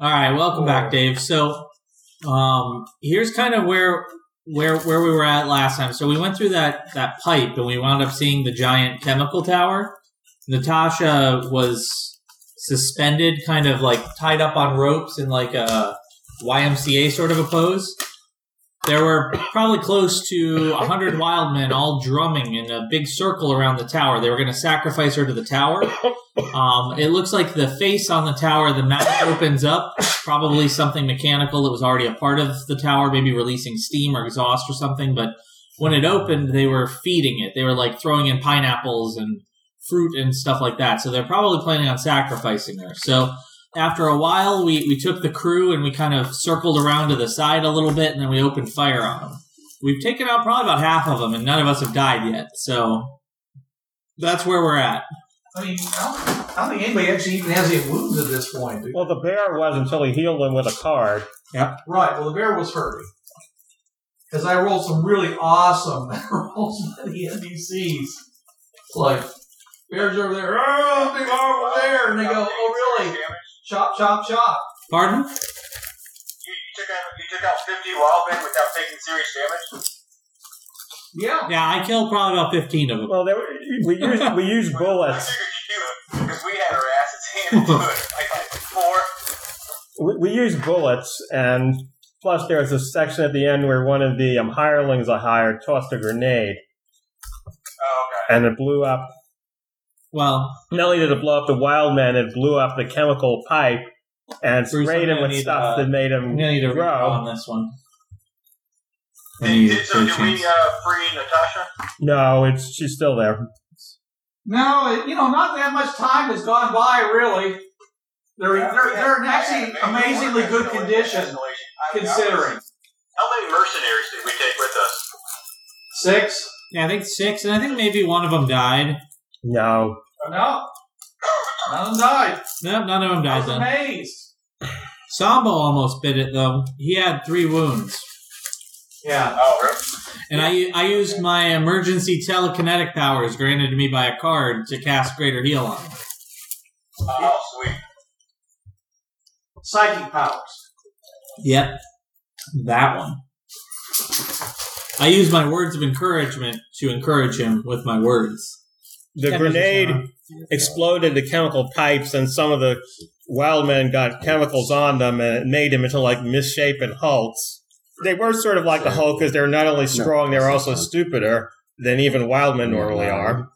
All right, welcome back, Dave. So, um, here's kind of where where where we were at last time. So we went through that that pipe, and we wound up seeing the giant chemical tower. Natasha was suspended, kind of like tied up on ropes in like a YMCA sort of a pose. There were probably close to a hundred wild men, all drumming in a big circle around the tower. They were going to sacrifice her to the tower. Um, it looks like the face on the tower, the mouth opens up, probably something mechanical that was already a part of the tower, maybe releasing steam or exhaust or something. But when it opened, they were feeding it. They were like throwing in pineapples and fruit and stuff like that. So they're probably planning on sacrificing her. So after a while, we, we took the crew and we kind of circled around to the side a little bit and then we opened fire on them. We've taken out probably about half of them and none of us have died yet. So that's where we're at. I mean, I don't, I don't think anybody actually even has any wounds at this point. Well, the bear was until he healed him with a card. Right. Well, the bear was hurting because I rolled some really awesome rolls by the NPCs. It's like bears over there, oh, big horrible bear, and they go, oh really? Chop, chop, chop. Pardon? You, you, took out, you took out 50 wild men without taking serious damage? Yeah. Yeah, I killed probably about 15 of them. Well, there, we used, we used I bullets. figured you knew it because we had our asses handed to it. Like, like four. We, we used bullets, and plus there was a section at the end where one of the um, hirelings I hired tossed a grenade, Oh, okay. and it blew up. Well, Not only did it blow up the wild men, it blew up the chemical pipe and Bruce, I'm sprayed him gonna with need, stuff uh, that made him I'm gonna need to grow. reroll on this one. Did, did, so, did we uh, free Natasha? No, it's she's still there. No, it- you know, not that much time has gone by, really. They're Yeah, they're, yeah, they're in yeah, actually maybe amazingly we're good gonna go in condition, isolation. I mean, I was- considering How many mercenaries did we take with us? six. Yeah, I think six, and I think maybe one of them died. No, No, none of them died. No, none of them I died was then. amazed. Samba almost bit it though. He had three wounds, Yeah. Oh, really? and I I used my emergency telekinetic powers granted to me by a card to cast Greater Heal on him. Oh, sweet. Psychic powers. Yep, that one. I used my words of encouragement to encourage him with my words. the That was grenade just- exploded the chemical pipes, and some of the wild men got chemicals on them, and it made them into like misshapen hulks. They were sort of like the Hulk because they're not only strong, they're also stupider than even wild men normally are.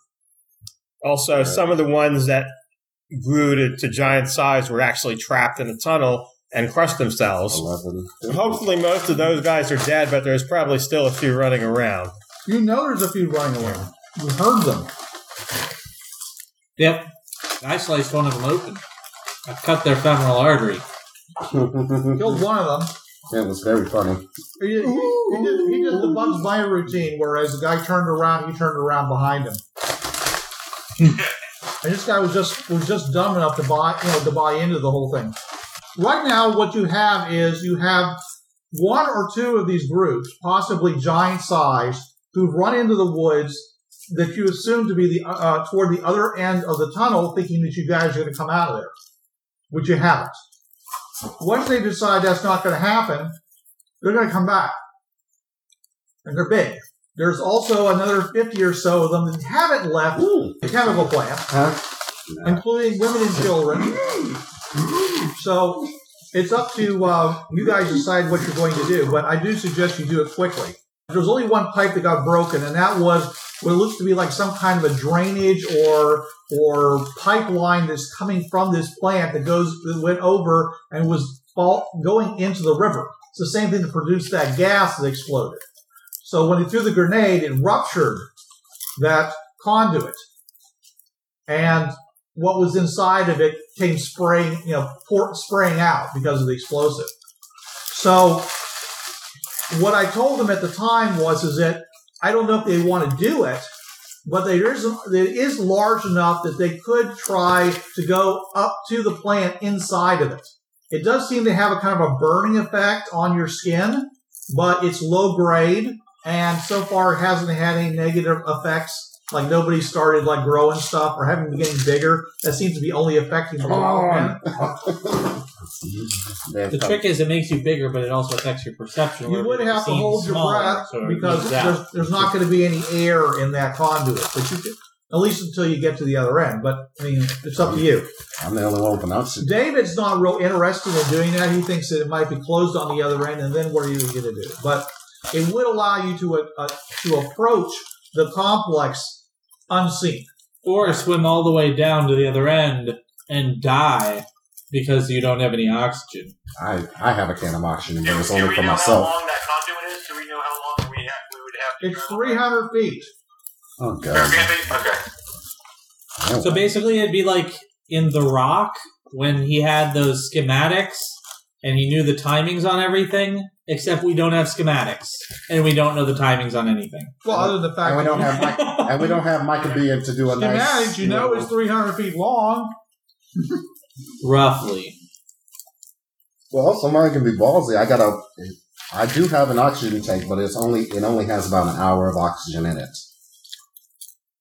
Also, some of the ones that grew to, to giant size were actually trapped in a tunnel and crushed themselves. Eleven. Hopefully, most of those guys are dead, but there's probably still a few running around. You know there's a few running around. You heard them. Yep, I sliced one of them open. I cut their femoral artery. Killed one of them. that was very funny. He did, he, he did, he did the Bugs Bunny routine, whereas the guy turned around, he turned around behind him. and this guy was just was just dumb enough to buy you know to buy into the whole thing. Right now, what you have is you have one or two of these groups, possibly giant size, who run into the woods that you assume to be the uh, toward the other end of the tunnel, thinking that you guys are going to come out of there, which you haven't. Once they decide that's not going to happen, they're going to come back. And they're big. There's also another 50 or so of them that haven't left the chemical plant, Huh? including women and children. So it's up to uh, you guys decide what you're going to do, but I do suggest you do it quickly. There's only one pipe that got broken, and that was what looks to be like some kind of a drainage or or pipeline that's coming from this plant that goes that went over and was fall, going into the river. It's the same thing that produced that gas that exploded. So when they threw the grenade, it ruptured that conduit, and what was inside of it came spraying, you know, pour, spraying out because of the explosive. So what I told them at the time was is that I don't know if they want to do it, but there is it is large enough that they could try to go up to the plant inside of it. It does seem to have a kind of a burning effect on your skin, but it's low grade and so far it hasn't had any negative effects. Like nobody started like growing stuff or having been getting bigger. That seems to be only affecting the Come wild on. men. They have The prob- trick is it makes you bigger, but it also affects your perception. You where would it have to seems hold your smaller, breath so it because moves out. there's, there's not going to be any air in that conduit. But you could, at least until you get to the other end. But I mean, it's up to you. I'm the only one who pronounces it. David's not real interested in doing that. He thinks that it might be closed on the other end, and then what are you going to do? But it would allow you to uh, uh, to approach the complex unseen. or swim all the way down to the other end and die because you don't have any oxygen. I, I have a can of oxygen, Do, but it's do only we for know myself. how long that conduit is? Do we know how long we have? We would have to. It's go? 300 feet. Oh, God. Okay. Oh. So basically, it'd be like in The Rock when he had those schematics and he knew the timings on everything, except we don't have schematics and we don't know the timings on anything. Well, other than the fact And we that don't have Mike, and we don't have Micah Bean to do a schematic, nice. you know, is 300 feet long. Roughly. well, somebody can be ballsy. I got a. I do have an oxygen tank, but it's only it only has about an hour of oxygen in it.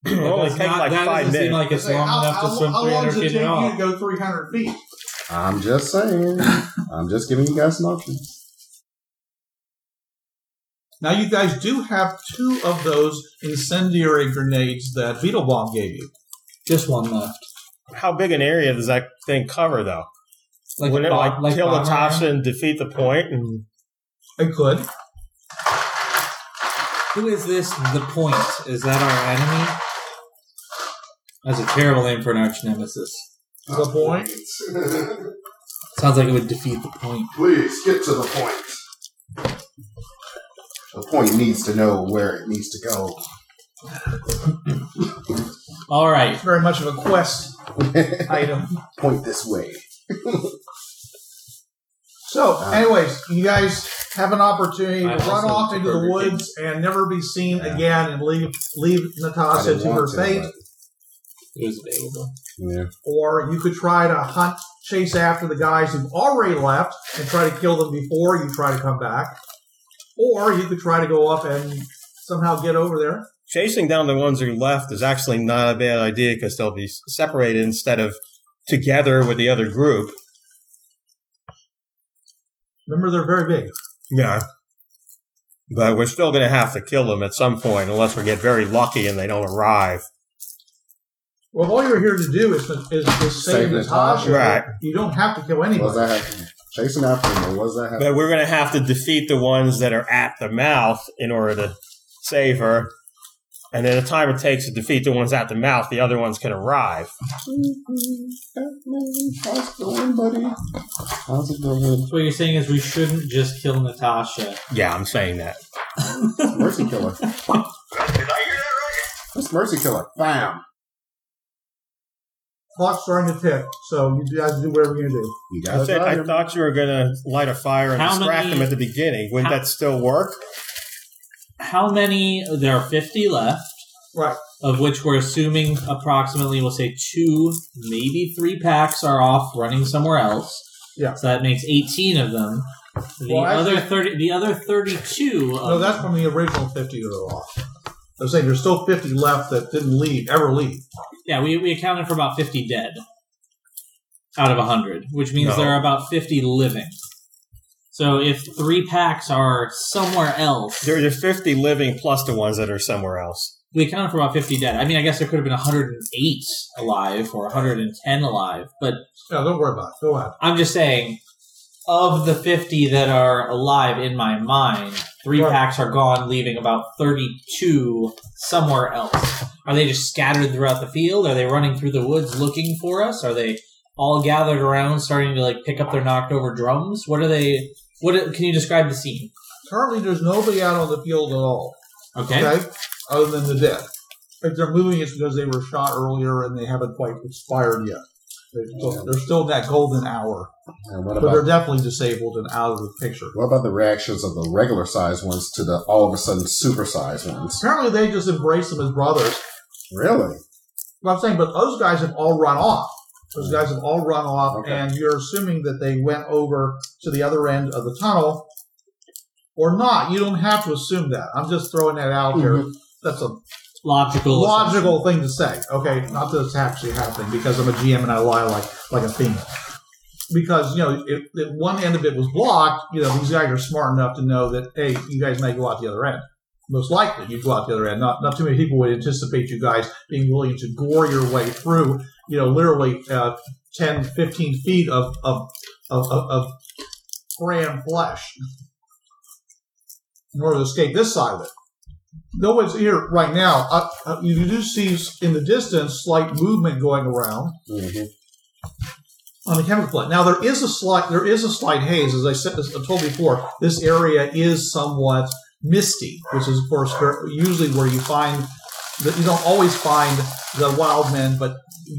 It only That's takes not- like that five doesn't seem minutes. like it's Say, long how, enough to how- swim how long 300 does it feet take at you all. to go 300 feet? I'm just saying. I'm just giving you guys an option. Now you guys do have two of those incendiary grenades that Beetle Bomb gave you. Just one left. How big an area does that thing cover, though? Like Would a it bo- like, kill the bomber Tasha round? and defeat the point? And It could. Who is this? The point. Is that our enemy? That's a terrible name for an arch nemesis. The point. Sounds like it would defeat the point. Please get to the point. The point needs to know where it needs to go. All right. Very much of a quest item. Point this way. So, Uh, anyways, you guys have an opportunity to I run also off like into the Burger King. woods and never be seen Yeah. again, and leave leave I Natasha didn't to her want fate. but- It was available. yeah. Or you could try to hunt, chase after the guys who've already left, and try to kill them before you try to come back. Or you could try to go up and somehow get over there. chasing down the ones who left is actually not a bad idea because they'll be s- separated instead of together with the other group. Remember, they're very big. Yeah. But we're still going to have to kill them at some point unless we get very lucky and they don't arrive. Well, all you're here to do is is, is save Save Natasha. Natasha. Right. You don't have to kill anyone. What does that happen? Chasing after him, or what does that happen? But we're going to have to defeat the ones that are at the mouth in order to save her. And then the time it takes to defeat the ones at the mouth, the other ones can arrive. How's it going, buddy? How's it going? So what you're saying is we shouldn't just kill Natasha. Yeah, I'm saying that. Mercy killer. Did I hear that right? It's mercy killer. Bam. Clock's starting to tick, so you guys do whatever you do. You That's guys it. got I him. thought you were going to light a fire and How distract many- them at the beginning. Wouldn't how- that still work? How many? There are 50 left, Right. of which we're assuming approximately, we'll say two, maybe three packs are off running somewhere else. Yeah. So that makes 18 of them. The Well, actually- other 30, the other 32. Of No, that's them- from the original fifty that are off. I was saying there's still fifty left that didn't leave, ever leave. Yeah, we, we accounted for about 50 dead out of 100, which means No. there are about 50 living. So if three packs are somewhere else, There are 50 living plus the ones that are somewhere else. we accounted for about 50 dead. I mean, I guess there could have been 108 alive or 110 alive, but No, don't worry about it. Go ahead. I'm just saying, of the 50 that are alive in my mind, three Right. packs are gone, leaving about 32 somewhere else. Are they just scattered throughout the field? Are they running through the woods looking for us? Are they all gathered around, starting to like pick up their knocked over drums? What are they? What can you describe the scene? Currently, there's nobody out on the field at all. Okay. Okay. Other than the dead. If they're moving, it's because they were shot earlier and they haven't quite expired yet. They're still, they're still in that golden hour, And what but they're about definitely disabled and out of the picture. what about the reactions of the regular size ones to the all of a sudden super size ones? Apparently, they just embrace them as brothers. Really? Well, I'm saying, but those guys have all run off. Those guys have all run off, Okay. and you're assuming that they went over to the other end of the tunnel or not. You don't have to assume that. I'm just throwing that out here. That's a Logical. logical thing to say. Okay, not that it's actually happening because I'm a GM and I lie like like a fiend. because you know if, if one end of it was blocked, you know these guys are smart enough to know that hey, you guys may go out the other end. Most likely, you go out the other end. Not not too many people would anticipate you guys being willing to gore your way through. You know, literally uh, 10, 15 feet of of of, of, of grand flesh in order to escape this side of it. No one's here right now. Uh, uh, you do see in the distance slight movement going around Mhm. on the chemical plant. Now there is a slight there is a slight haze, as I said as I told before. This area is somewhat misty, which is of course ver- usually where you find that you don't always find the wild men, but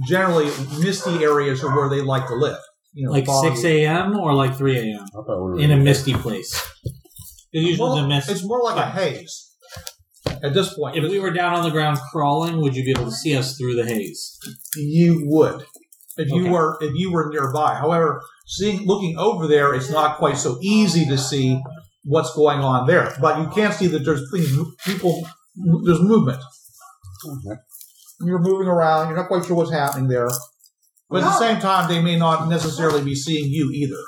generally misty areas are where they like to live. You know, Like foggy. six a.m. or like three a.m. I thought we were in a misty place. They're It's usually more- the mist. It's more like a haze at this point. If we were down on the ground crawling, would you be able to see us through the haze? you would if you Okay. were if you were nearby. However, seeing looking over there, it's not quite so easy to see what's going on there. But you can see that there's things, people, there's movement. Okay. You're moving around. You're not quite sure what's happening there. But at the same time, they may not necessarily be seeing you either.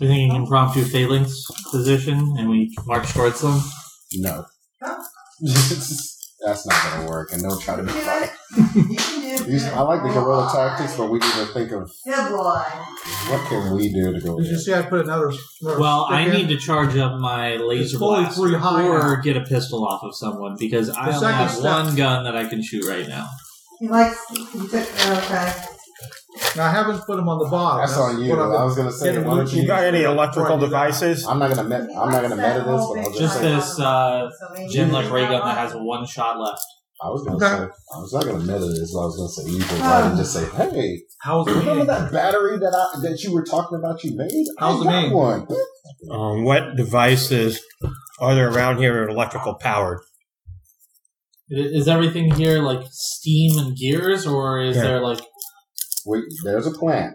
We're thinking impromptu phalanx position, and we march towards them. No. That's not going to work, and don't try to be funny. These- I like the guerrilla tactics, but we need to think of Good boy. what can we do to go Did you in. see I put another? another Well, stick I in? need to charge up my laser fully blast three high or get a pistol off of someone because I only second have step- one gun that I can shoot right now. He likes. He took. Okay. Now, I haven't put them on the bottom. That's on you. what I've been- I was going to say, why don't You you? got any electrical Right, you got- devices? I'm not going to med- I'm not going to meta this, but I'll Just just say, this, uh, Jim like ray gun that has a. one shot left. I was going to Okay. say, I was not going to meta this. But I was going to say evil. Why didn't just say, hey, How's the remember meeting? that battery that I that you were talking about? You made. How's the I got name? one. Um, what devices are there around here that are electrical powered? I- Is everything here like steam and gears, or is Yeah. there like Wait, there's a plant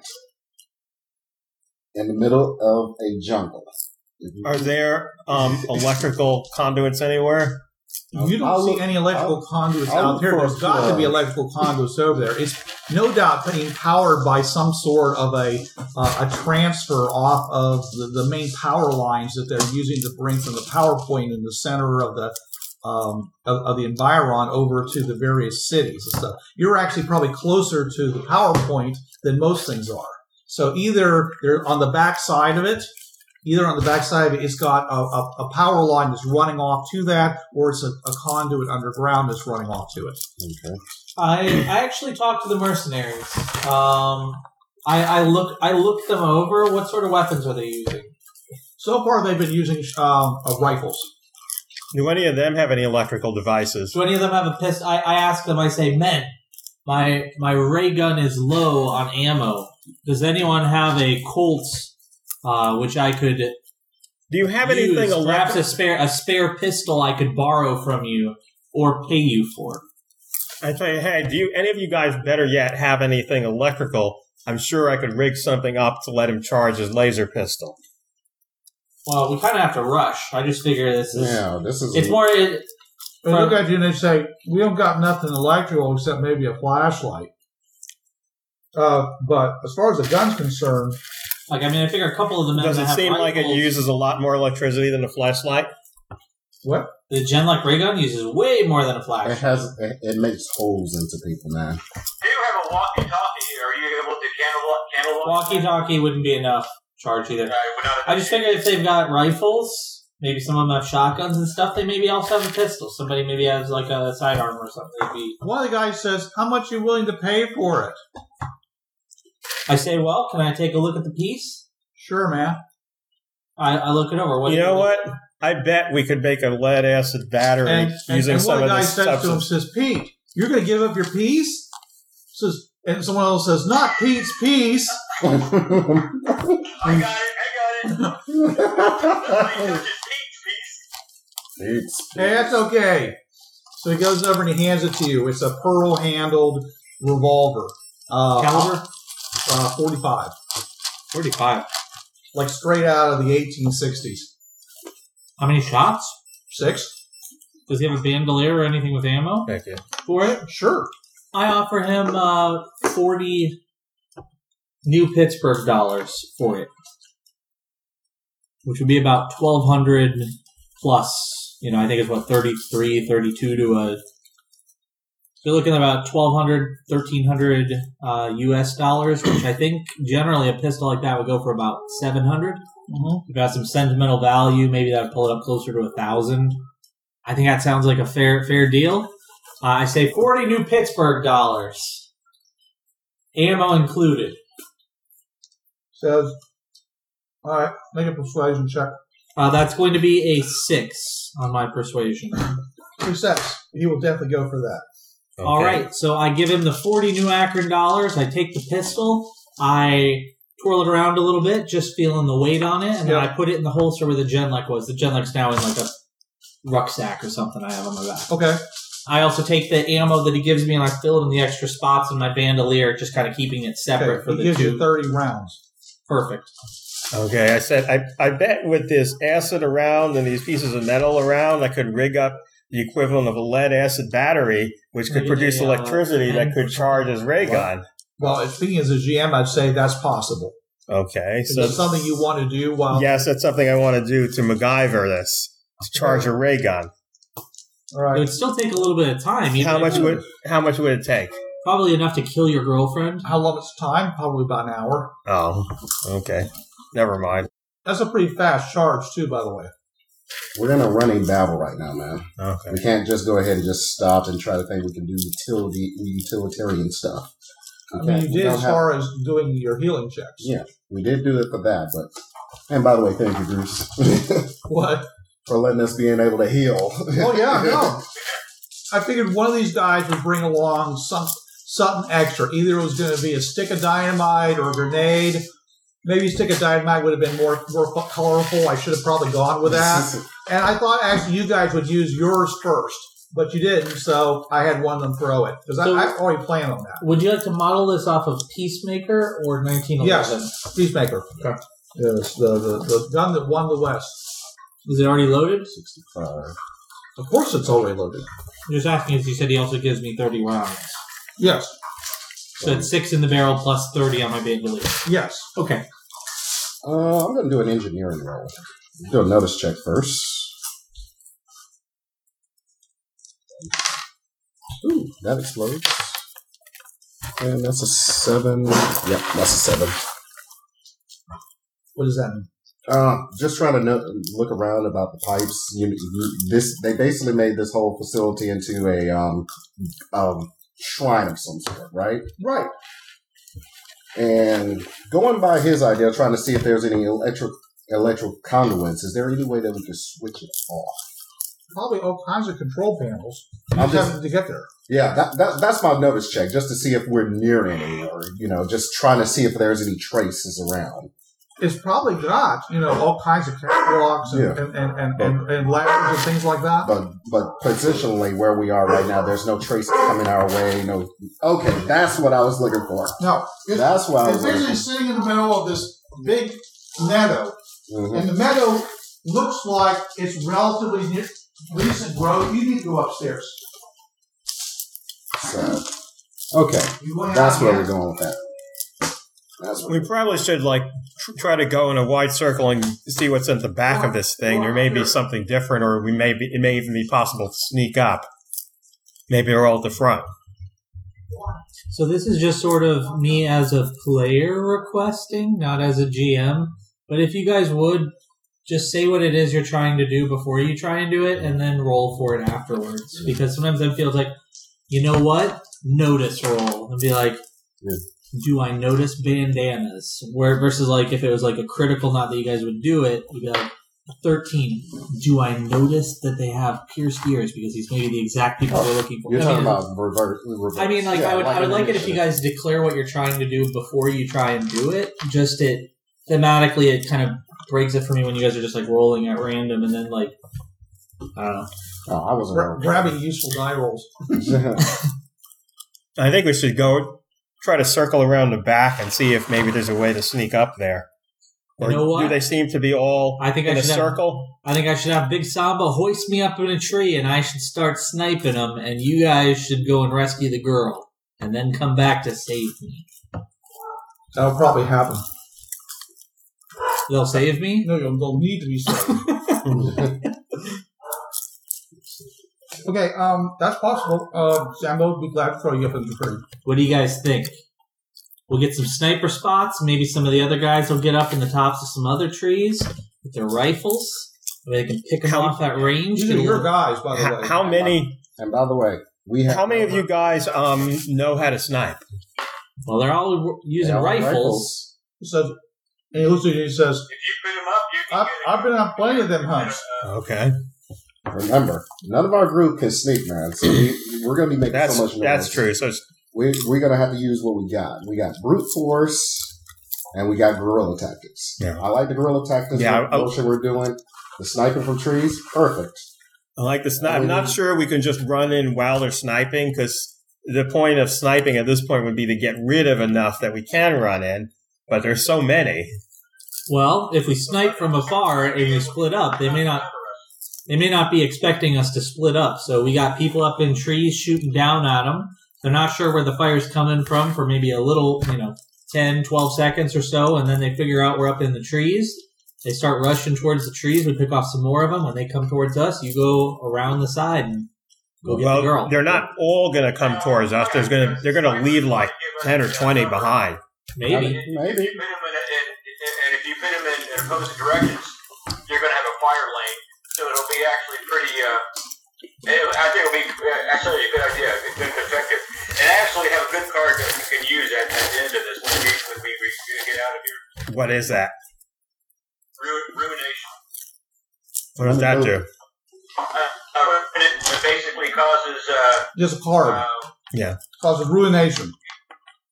in the middle of a jungle. Are there um, electrical conduits anywhere? You don't I'll see look- any electrical conduits I'll out look there. for a There's got to be plug. electrical conduits over there. It's no doubt being powered by some sort of a uh, a transfer off of the, the main power lines that they're using to bring from the power point in the center of the um, of, of the environ over to the various cities and stuff. You're actually probably closer to the power point than most things are. So either they're on the back side of it, either on the backside of it, it's got a, a, a power line that's running off to that, or it's a, a conduit underground that's running off to it. Okay. I I actually talked to the mercenaries. Um, I, I look I looked them over. What sort of weapons are they using? So far, they've been using um, uh, rifles. Do any of them have any electrical devices? Do any of them have a pistol? I, I ask them. I say, men, my my ray gun is low on ammo. Does anyone have a Colt, uh, which I could Do you have use? anything Perhaps electrical? a spare a spare pistol I could borrow from you or pay you for. I tell you, hey, do you any of you guys better yet have anything electrical? I'm sure I could rig something up to let him charge his laser pistol. Well, we kind of have to rush. I just figure this is Yeah, this is. it's more. It, They Right. look at you and they say, "We don't got nothing electrical except maybe a flashlight." Uh, but as far as the gun's concerned, like I mean, I figure a couple of the men. Does that it have seem like it rifles- uses a lot more electricity than a flashlight? The Genlock ray gun uses way more than a It flash. has. It, it makes holes into people, man. Do you have a walkie-talkie? Are you able to cannibal? cannibal? Walkie-talkie wouldn't be enough charge either. I just figure if they've got rifles, maybe some of them have shotguns and stuff. They maybe also have a pistol. Somebody maybe has like a sidearm or something. It'd be- one of the guys says, "How much you willing to pay for it?" I say, well, can I take a look at the piece? Sure, man. I, I look it over. What You know what? I bet we could make a lead acid battery And, and, using and some one of guy this says to him, substance. "says Pete, you're going to give up your piece?" Says, and someone else says, "Not Pete's piece." I got it. I got it. Somebody touches Pete's piece. It's- Hey, that's okay. So he goes over and he hands it to you. It's a pearl handled revolver. Uh, Caliber Uh, 45. forty-five. Like straight out of the 1860s. How many shots? Six? Does he have a bandolier or anything with ammo Thank you. for it? Sure. I offer him uh, forty new Pittsburgh dollars for it, which would be about 1200 plus, you know, I think it's what, 33, 32 to a. So you're looking at about 1200, 1300 uh, US dollars, which I think generally a pistol like that would go for about 700. Mm-hmm. If it has some sentimental value, maybe that would pull it up closer to a thousand. I think that sounds like a fair fair deal. Uh, I say 40 new Pittsburgh dollars, ammo included. Says, all right, make a persuasion check. Uh, that's going to be a six on my persuasion. Success. He will definitely go for that. All right, so I give him the 40 new Akron dollars. I take the pistol. I twirl it around a little bit, just feeling the weight on it, and then Yeah. I put it in the holster where the Genlec was. The Genlec's now in like a rucksack or something I have on my back. Okay. I also take the ammo that he gives me and I fill it in the extra spots in my bandolier, just kind of keeping it separate okay. for He the gives two. you 30 rounds. Perfect. Okay, I said I, I bet with this acid around and these pieces of metal around, I could rig up the equivalent of a lead acid battery, which could Yeah, produce yeah, electricity and- that could charge as ray gun. Well, if being as a GM, I'd say that's possible. Okay, Is so it something you want to do while. yes, that's something I want to do to MacGyver this to charge a ray gun. All It right. would still take a little bit of time. even How if much it would was how much would it take? probably enough to kill your girlfriend? How long it's time? Probably about an hour. Oh, okay, never mind. That's a pretty fast charge, too, by the way. We're in a running battle right now, man. Okay, We can't just go ahead and just stop and try to think we can do utility utilitarian stuff. I mean, We can't- you we did don't as have- far as doing your healing checks. Yeah. we did do it for that, but and by the way, thank you, Bruce, What? for letting us being able to heal. Oh, yeah, no. I figured one of these guys would bring along some something extra. Either it was going to be a stick of dynamite or a grenade. Maybe a stick of dynamite would have been more, more colorful. I should have probably gone with that. And I thought actually you guys would use yours first, but you didn't, so I had one of them throw it. Because So- I I've already planned on that. Would you like to model this off of Peacemaker or 1911? Peacemaker. Okay. Yes, the, the, the gun that won the West. Is it already loaded? Sixty-five. Of course it's already loaded. I'm just asking because you said he also gives me 30 rounds. Yes, So it's six in the barrel plus 30 on my bandolier. yes. Okay. Uh, I'm gonna do an engineering roll. Do a notice check first. Ooh, that explodes. And that's a seven. Yep, that's a seven. What does that mean? Uh, just trying to no look around about the pipes. You, you- this they basically made this whole facility into a um, um, shrine of some sort, right? Right. And going by his idea, trying to see if there's any electric electrical conduits. Is there any way that we could switch it off? Probably all kinds of control panels. You I'm just just- have to get there. Yeah, that, that that's my notice check, just to see if we're near any, or you know, just trying to see if there's any traces around. It's probably got, you know, all kinds of catwalks and, Yeah. and, and, and, and, and ladders and things like that. But but positionally, where we are right now, there's no traces coming our way. No. Okay, that's what I was looking for. No, it's, That's why I It's was basically like, sitting in the middle of this big meadow, mhm. and the meadow looks like it's relatively new, recent growth. You need to go upstairs. so, okay, You went that's out where here. we're going with that. That's where we probably should like tr- try to go in a wide circle and see what's at the back of this thing. There may be something different, or we may be, it may even be possible to sneak up. Maybe they're all at the front. So this is just sort of me as a player requesting, not as a GM. But if you guys would just say what it is you're trying to do before you try and do it, and then roll for it afterwards. Because sometimes that feels like, you know what? Notice roll and be like, Yeah. do I notice bandanas? Where versus like if it was like a critical, not that you guys would do it, you'd be like. 13. Do I notice that they have pierced ears? Because he's maybe the exact people we're looking for. Oh, you're I mean, talking about reverse. reverse. I mean, like Yeah, I would, I would an like it if you initiative. guys declare what you're trying to do before you try and do it. Just it thematically, it kind of breaks it for me when you guys are just like rolling at random, and then like I don't know. Oh, I wasn't. Gra- wrong. grabbing useful die rolls. I think we should go try to circle around the back and see if maybe there's a way to sneak up there. You Or know what? do they seem to be all I think in I a should have, circle? I think I should have Big Samba hoist me up in a tree, and I should start sniping them, and you guys should go and rescue the girl, and then come back to save me. That'll probably happen. They'll save me. No, you'll, they'll need to be saved. okay, um, that's possible. Uh, Sambo would be glad to throw you up in the tree. What do you guys think? We'll get some sniper spots. Maybe some of the other guys will get up in the tops of some other trees with their rifles. Maybe they can pick them How- off that range. These are your guys, by the How, way. how many? And by the way, we have How many of you guys um know how to snipe? Well, they're all using They all have rifles. rifles. He says, and he looks at you and he says, I've, I've been on plenty of them hunts. Okay, Remember, none of our group can sneak, man. So we, we're going to be making that's so much noise. that's true. So it's, We, we're going to have to use what we got. We got brute force, and we got guerrilla tactics. Yeah. I like the guerrilla tactics. Yeah, Yeah, I- I- motion we're doing the sniping from trees, perfect. I like the snipe. I'm not sure we can just run in while they're sniping because the point of sniping at this point would be to get rid of enough that we can run in. But there's so many. Well, if we snipe from afar and we split up, they may not they may not be expecting us to split up. So we got people up in trees shooting down at them. They're not sure where the fire's coming from for maybe a little, you know, 10, 12 seconds or so, and then they figure out we're up in the trees. They start rushing towards the trees. We pick off some more of them. When they come towards us, you go around the side and go get well, the girl. they're not all going to come towards us. There's going to they're going to leave like ten or twenty behind. Maybe. If you pin them in, in, Maybe. in, and if you pin them in, in opposing directions, you're going to have a fire lane. So it'll be actually pretty. Uh, it, I think it'll be uh, actually a good idea, a good perspective, and I actually have a good card that you can use at, at the end of this when we, when we, we get out of here. What is that? Ru- ruination. What does that do? Uh, it it basically causes. Uh, Just a card. uh, Causes ruination.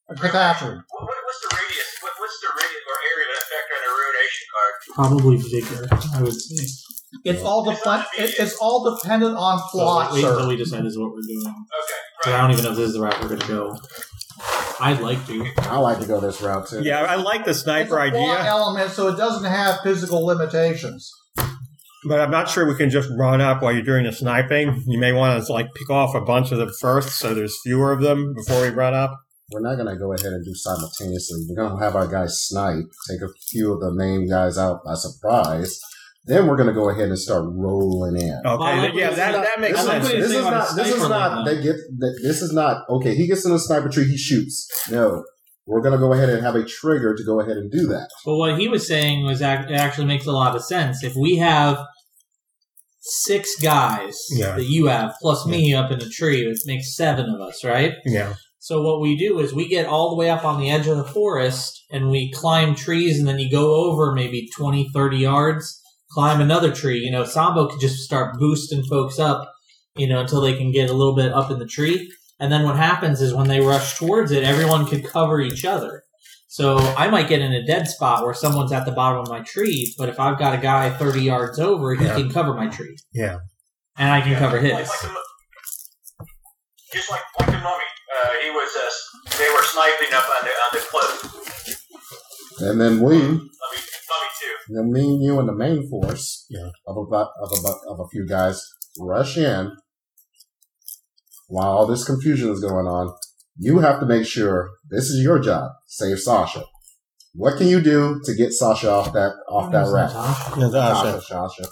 A catastrophe. what, what- what's the radius? What, what's the radius or area of effect on a ruination card? Probably bigger, I would say. It's all depend- it, it's all dependent on plot, wait sir. until we decide is what we're doing. Okay. But I don't even know if this is the route we're going to go. I'd like to. I like to go this route too. Yeah, I like the It's a sniper plot idea, element, so it doesn't have physical limitations. but I'm not sure we can just run up while you're doing the sniping. You may want to like pick off a bunch of them first, so there's fewer of them before we run up. We're not gonna go ahead and do simultaneously. We're gonna have our guys snipe, take a few of the main guys out by surprise. Then we're gonna go ahead and start rolling in. Okay, Well, I like yeah, this. that, that makes this I like sense. what you're Is, this is saying on the not. This is sniper not. line, They get. th- This is not. Okay, he gets in a sniper tree. He shoots. No, we're gonna go ahead and have a trigger to go ahead and do that. But what he was saying was act- it actually makes a lot of sense. If we have six guys Yeah. that you have plus me up in a tree, it makes seven of us, right? Yeah, So what we do is we get all the way up on the edge of the forest and we climb trees and then you go over maybe 20, 30 yards, climb another tree. You know, Sambo could just start boosting folks up, you know, until they can get a little bit up in the tree. And then what happens is when they rush towards it, everyone could cover each other. So I might get in a dead spot where someone's at the bottom of my tree, but if I've got a guy 30 yards over, he Yeah. can cover my tree. Yeah. And I can cover his. Like the mu- Just like, like the mummy, uh, he was. Uh, s- they were sniping up on the on the cliff. And then we, then Mummy, mummy too. me, and you, and the main force Yeah. of about of about of a few guys rush in. While all this confusion is going on, you have to make sure this is your job. Save Sasha. What can you do to get Sasha off that off that raft? yeah Sasha, Sasha.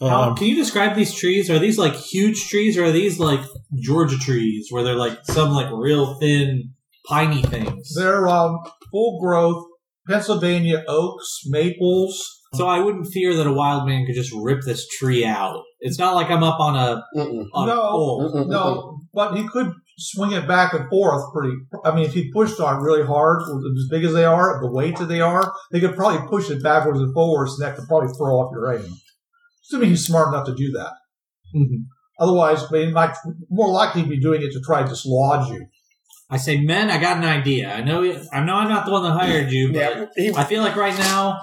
How, Um, can you describe these trees? Are these like huge trees, or are these like Georgia trees, where they're like some like real thin, piney things? They're um, full growth Pennsylvania oaks, maples. so I wouldn't fear that a wild man could just rip this tree out. It's not like I'm up on a Mm-mm, on a No. pole. mm-mm, mm-mm. No, but he could swing it back and forth pretty. I mean, if he pushed on it really hard, as big as they are, the weight that they are, they could probably push it backwards and forwards, and that could probably throw off your aim. Assuming he's smart enough to do that. Mhm. Otherwise, they might more likely be doing it to try to dislodge you. I say, men, I got an idea. I know, I know, I'm not the one that hired you, but Yeah, he- I feel like right now,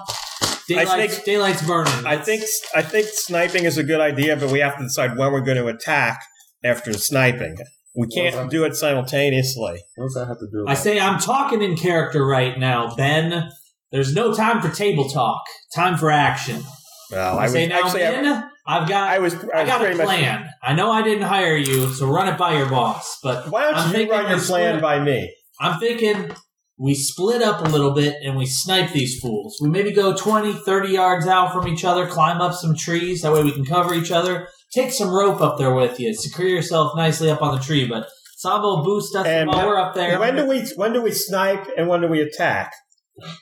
daylight's, think- daylight's burning. I think I think sniping is a good idea, but we have to decide when we're going to attack after sniping. We can't do it simultaneously. What does that have to do? With I that? say I'm talking in character right now, Ben. There's no time for table talk. Time for action. Well, I, I was say now, actually I, Ben. I've got. I was I I was got a pretty much. plan. I know I didn't hire you, so run it by your boss. But Why don't I'm you thinking run your this plan way. by me? I'm thinking We split up a little bit and we snipe these fools. We maybe go 20, 30 yards out from each other, climb up some trees. That way we can cover each other. Take some rope up there with you. Secure yourself nicely up on the tree. But Sabo boost us And- while we're up there. When do we when do we snipe and when do we attack?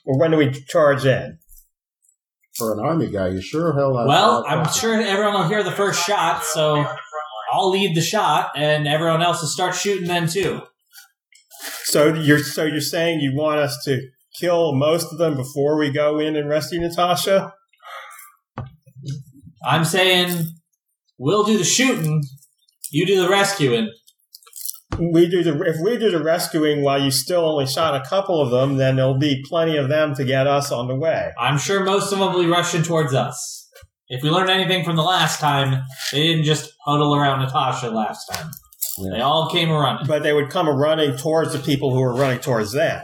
Or when do we charge in? For an army guy, you sure hell have Well, have- I'm sure everyone will hear the first shot, uh, so I'll lead the shot, and everyone else will start shooting then too. So you're so you're saying you want us to kill most of them before we go in and rescue Natasha? I'm saying we'll do the shooting, you do the rescuing. We do the if we do the rescuing while you still only shot a couple of them, then there'll be plenty of them to get us on the way. I'm sure most of them will be rushing towards us. If we learned anything from the last time, they didn't just huddle around Natasha last time. Yeah. They all came running. But they would come running towards the people who are running towards them.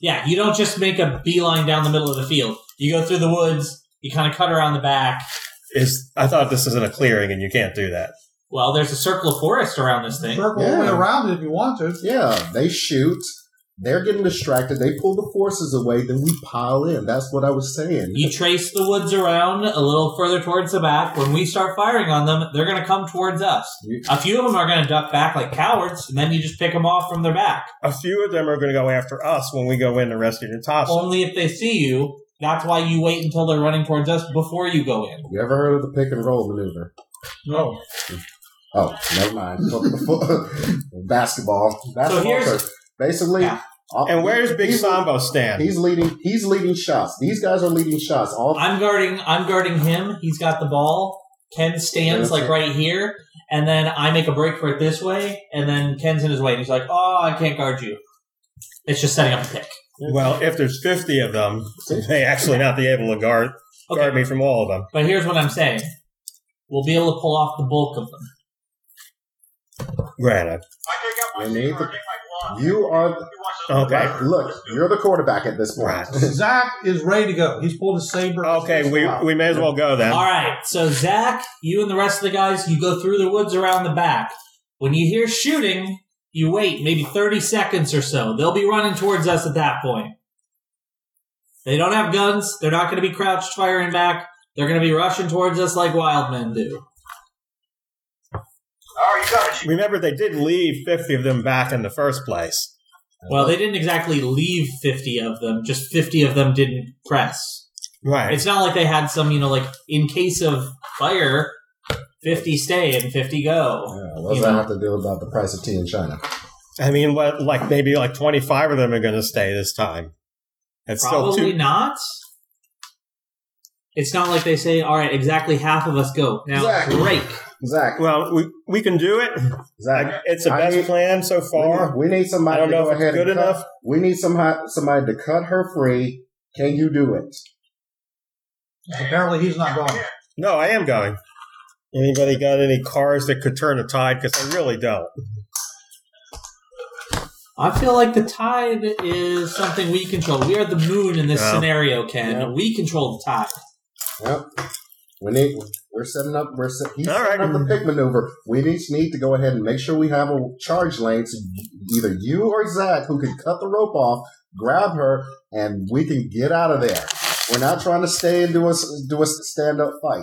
Yeah, you don't just make a beeline down the middle of the field. You go through the woods, you kind of cut around the back. Is I thought this isn't a clearing and you can't do that. Well, there's a circle of forest around this thing. Circle all the way Yeah. around it if you want to. Yeah, they shoot. They're getting distracted. They pull the forces away. Then we pile in. That's what I was saying. You trace the woods around a little further towards the back. When we start firing on them, they're going to come towards us. A few of them are going to duck back like cowards, and then you just pick them off from their back. A few of them are going to go after us when we go in to rescue Natasha. Only if they see you. That's why you wait until they're running towards us before you go in. You ever heard of the pick and roll maneuver? No. Oh, never mind. Basketball. Basketball. here's- coach. basically. Yeah. all- and where's Big he's- Sambo stand? He's leading. He's leading shots. These guys are leading shots. All I'm guarding. I'm guarding him. He's got the ball. Ken stands like right here, and then I make a break for it this way, and then Ken's in his way, and he's like, "Oh, I can't guard you." It's just setting up a pick. Well, if there's 50 of them, they actually not be able to guard Okay. guard me from all of them. But here's what I'm saying: we'll be able to pull off the bulk of them. Granted. I take out my I need saber, to- I take my glove. you are. He wants us to Okay. surrender. Look, you're the quarterback at this point. Right. Zach is ready to go. He's pulled his saber. Okay, we, we may as well go then. All right. So Zach, you and the rest of the guys, you go through the woods around the back. When you hear shooting, you wait maybe 30 seconds or so. They'll be running towards us at that point. They don't have guns. They're not going to be crouched firing back. They're going to be rushing towards us like wild men do. Oh, you got it. You Remember, they did leave 50 of them back in the first place. Well, they didn't exactly leave 50 of them. Just 50 of them didn't press. Right. It's not like they had some, you know, like in case of fire, 50 stay and 50 go. Yeah, what's You that know. have to do about the price of tea in China? I mean, what, like maybe like 25 of them are going to stay this time. It's still Probably two. not. It's not like they say, all right, exactly half of us go. Now Zach. break. Zach, Well, we, we can do it. Zach, It's the Uh, I best need- plan so we need- far. we need I somebody don't to know go if it's ahead good and cut- enough. We need some somebody to cut her free. Can you do it? Apparently he's not going. No, I am going. Anybody got any cars that could turn a tide? Because I really don't. I feel like the tide is something we control. We are the moon in this Yeah. scenario, Ken. Yeah. We control the tide. Yep. We need. We're setting up. We're set, he's All setting right. up the pick maneuver. We each need to go ahead and make sure we have a charge lane. So either you or Zach, who can cut the rope off, grab her, and we can get out of there. We're not trying to stay and do a do a stand up fight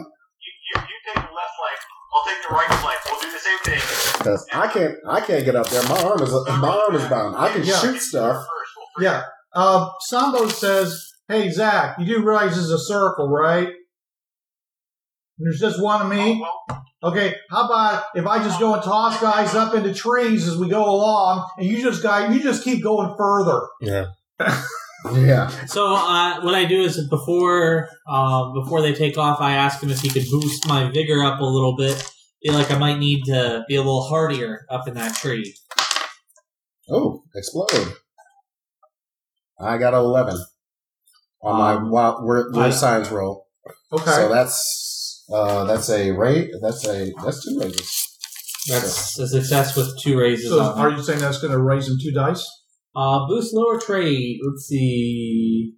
you take the left flank. I'll take the right flank. We'll do the same thing. because I can't I can't get up there. My arm is my arm is bound. I can Yeah. shoot stuff. First, we'll Yeah. Uh, Sambo says, "Hey Zach, you do realize this is a circle, right? There's just one of me. well, Okay. How about if I just go and toss guys up into trees as we go along, and you just guy, you just keep going further. Yeah. Yeah. So uh, what I do is before uh, before they take off, I ask him if he could boost my vigor up a little bit. Feel like I might need to be a little hardier up in that tree. Oh, explode! I got an eleven on my Um, wow, we're, we're I- science roll. Okay. So that's uh, that's a rate. That's a that's two raises. That's a success with two raises. So on that. are you saying that's going to raise him two dice? Uh, boost lower trade. Let's see.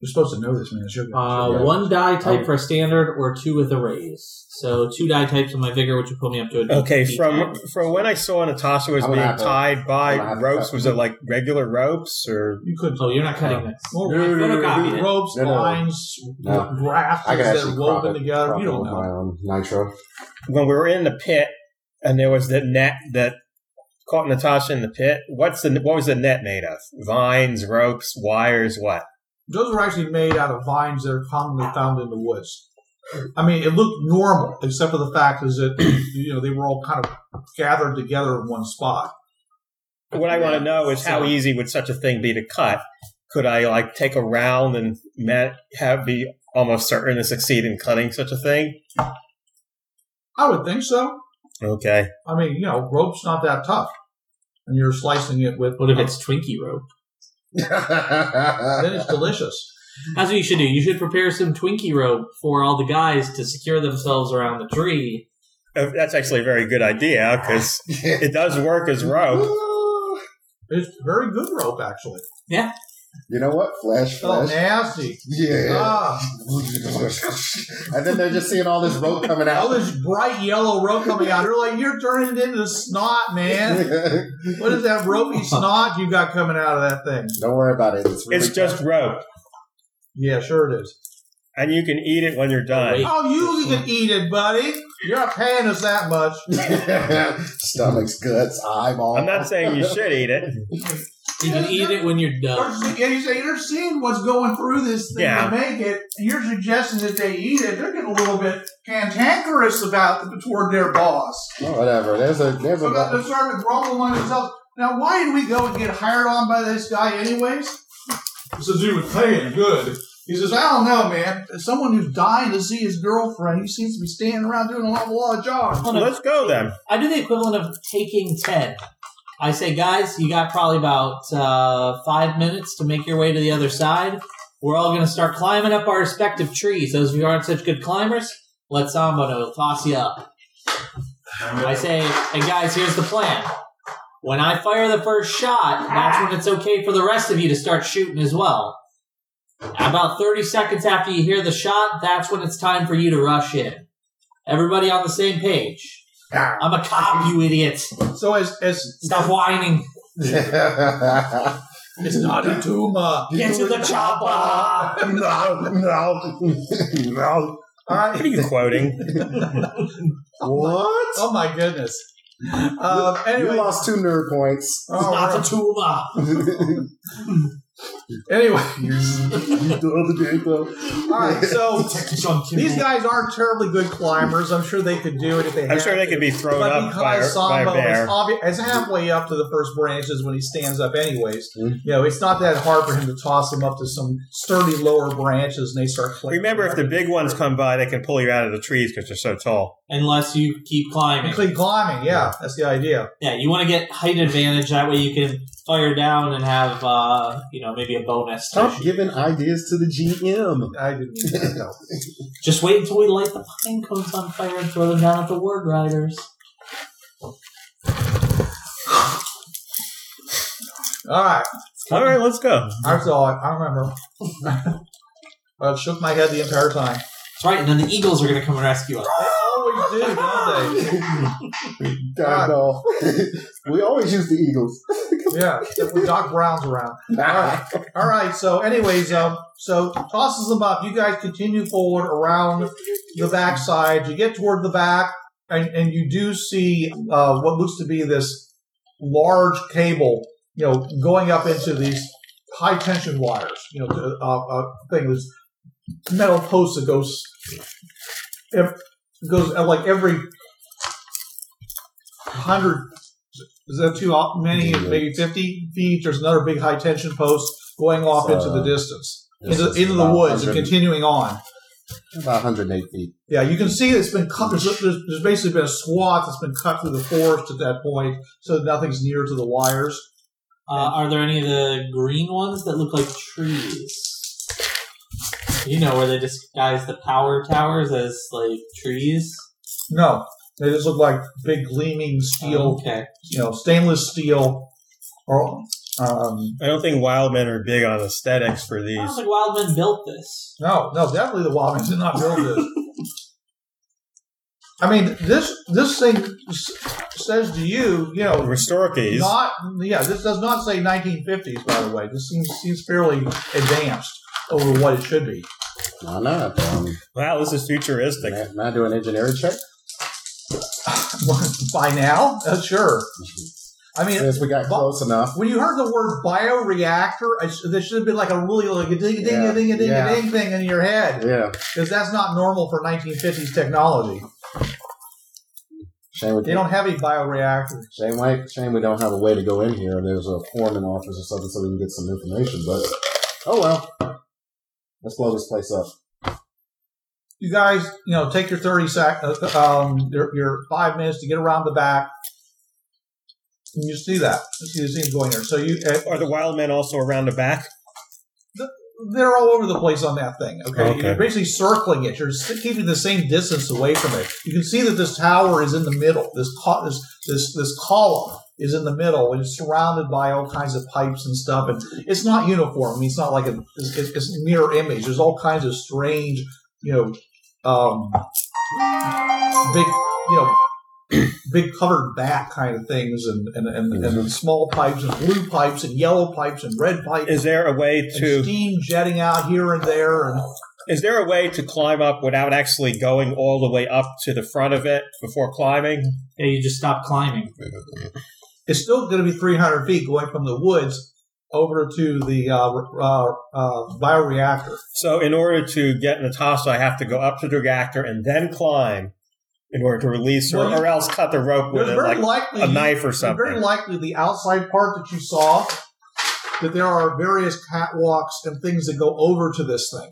You're supposed to know this, man. It's your Uh, Yeah. One die Oh. type for standard, or two with a raise. So two die types of my vigor, which will put me up to a Okay, D8. from from when I saw Natasha was I'm gonna being have to- tied by I'm gonna have to ropes, cut. was it like regular ropes or? you could Oh, you're not cutting this. More No, no, no, no, Photocopy no, it. ropes, No, no. lines, No. rafters I can that are actually crop woven it, together. crop You it don't with know. my own nitro. When we were in the pit, and there was that net that caught Natasha in the pit. What's the what was the net made of? Vines, ropes, wires, what? Those were actually made out of vines that are commonly found in the woods. I mean, it looked normal, except for the fact is that you know they were all kind of gathered together in one spot. What I want to know is how So- easy would such a thing be to cut? Could I like take a round and ma- have be almost certain to succeed in cutting such a thing? I would think so. Okay. I mean, you know, rope's not that tough, and you're slicing it with. What if it's Twinkie rope? Then it's delicious. That's what you should do. You should prepare some Twinkie rope for all the guys to secure themselves around the tree. Uh, That's actually a very good idea because it does work as rope. Oh. It's very good rope, actually. you know what? Flash, Oh, flash. nasty! yeah. Ah, and then they're just seeing all this rope coming all out. this bright yellow rope coming out. You're like, you're turning it into snot, man. What is that ropey snot you got coming out of that thing? Don't worry about it. It's, really It's just rope, Yeah, sure it is. and you can eat it when you're done. Oh, you can eat it, buddy. You're not paying us that much. stomachs, guts, eyeballs. I'm not saying you should eat it. You can eat it when you're done. Yeah, you say you're seeing what's going through this thing Yeah. to make it, and you're suggesting that they eat it. They're getting a little bit cantankerous about the, toward their boss. Oh, whatever. There's a there's So a that they're starting to grumble among themselves. Now, why did we go and get hired on by this guy, anyways? He says he was paying good. He says, I don't know, man. As someone who's dying to see his girlfriend, he seems to be standing around doing an awful lot of jobs. Let's go then. I do the equivalent of taking 10. I say, guys, you got probably about uh, five minutes to make your way to the other side. We're all going to start climbing up our respective trees. Those of you who aren't such good climbers, let Sambono toss you up. I say, and guys, here's the plan. When I fire the first shot, that's when it's okay for the rest of you to start shooting as well. About 30 seconds after you hear the shot, that's when it's time for you to rush in. Everybody on the same page. I'm a cop, you idiot. So as as Stop whining. bubble. it's not a tumor. Get to the chopper. no, no, no. All right. What are you quoting? What? Oh my goodness. Um, Uh, You anyway, lost two nerd points. all Not right. a tumor. you, anyway, you do the day though. all right. So John these Kimball. guys aren't terribly good climbers. I'm sure they could do it if they. I'm had sure they to. could be thrown But up by, because a- by a Sambo is bear. obvi- is halfway up to the first branches when he stands up, anyways, Mm-hmm. Mhm. you know, it's not that hard for him to toss him up to some sturdy lower branches and they start climbing. Remember, if the big ones come by, they can pull you out of the trees because you're so tall. Unless you keep climbing. Clean climbing, yeah, that's the idea. Yeah, you want to get height advantage. That way you can fire down and have, uh, you know, maybe a bonus. to Stop shoot. giving ideas to the GM. I didn't mean that, no. Just wait until we light the pine cones on fire and throw them down at the word riders. All right, All right, let's go. that's all. I, I remember. I shook my head the entire time. That's right, and then the eagles are going to come and rescue us. They always do, don't God, no. we always use the Eagles. they? Yeah, except when Doc Brown's around. All right, so anyways, um, so tosses them up. You guys continue forward around the backside. You get toward the back, and, and you do see uh, what looks to be this large cable, you know, going up into these high tension wires. You know, uh, uh, thing this metal post that goes ev- goes uh, like every hundred. Is that too op- many? Maybe fifty feet. There's another big high tension post going off into the Uh, distance, this into, is into the about woods, and 100 continuing on. About 108 feet. Yeah, you can see it's been cut. There's, there's, there's basically been a swath that's been cut through the forest at that point, so nothing's near to the wires. Uh, are there any of the green ones that look like trees? You know, where they disguise the power towers as, like, trees? No, they just look like big gleaming steel, Okay. you know, stainless steel or Um, I don't think wild men are big on aesthetics for I don't these. think Wildman built this. no, no, definitely the Wildings did not build this. I mean, this this thing s- says to you, you know, Restorke's. Not, yeah, this does not say 1950s, by the way. This seems, seems fairly advanced over what it should be. Why not? Um, Wow, this is futuristic. can, I, can I do an engineering check? by now? Uh, sure. I mean, Since we got Bo- close enough. when you heard the word bioreactor, I sh- there should have been like a really like a ding a ding a ding a ding a ding thing in your head Yeah. because that's not normal for 1950s technology. Shame we, They don't have any bioreactors. shame, we, shame we don't have a way to go in here. There's a foreman office or something so we can get some information, but oh well. Let's blow this place up. You guys, you know, take your 30 sec, uh, um, your, your five minutes to get around the back. And you see that. You see the scenes going there. So you, uh, Are the wild men also around the back? they're all over the place on that thing. Okay, Okay. you're basically circling it. You're s- keeping the same distance away from it. You can see that this tower is in the middle. This co- this this, this column is in the middle, and it's surrounded by all kinds of pipes and stuff. And it's not uniform. I mean, it's not like a it's, it's- it's mirror image. There's all kinds of strange, you know, um, big you know. Big covered bat kind of things, and and, and, and small pipes, and blue pipes, and yellow pipes, and red pipes Is there a way and to steam jetting out here and there. And Is there a way to climb up without actually going all the way up to the front of it before climbing? Yeah, you just stop climbing. it's still going to be 300 feet going from the woods over to the uh, uh, uh, bioreactor. So, in order to get Natasha, I have to go up to the reactor and then climb in order to release her, Well, you- or else cut the rope with There's it, very like likely a knife or there's Very something. likely the outside part that you saw that there are various catwalks and things that go over to this thing.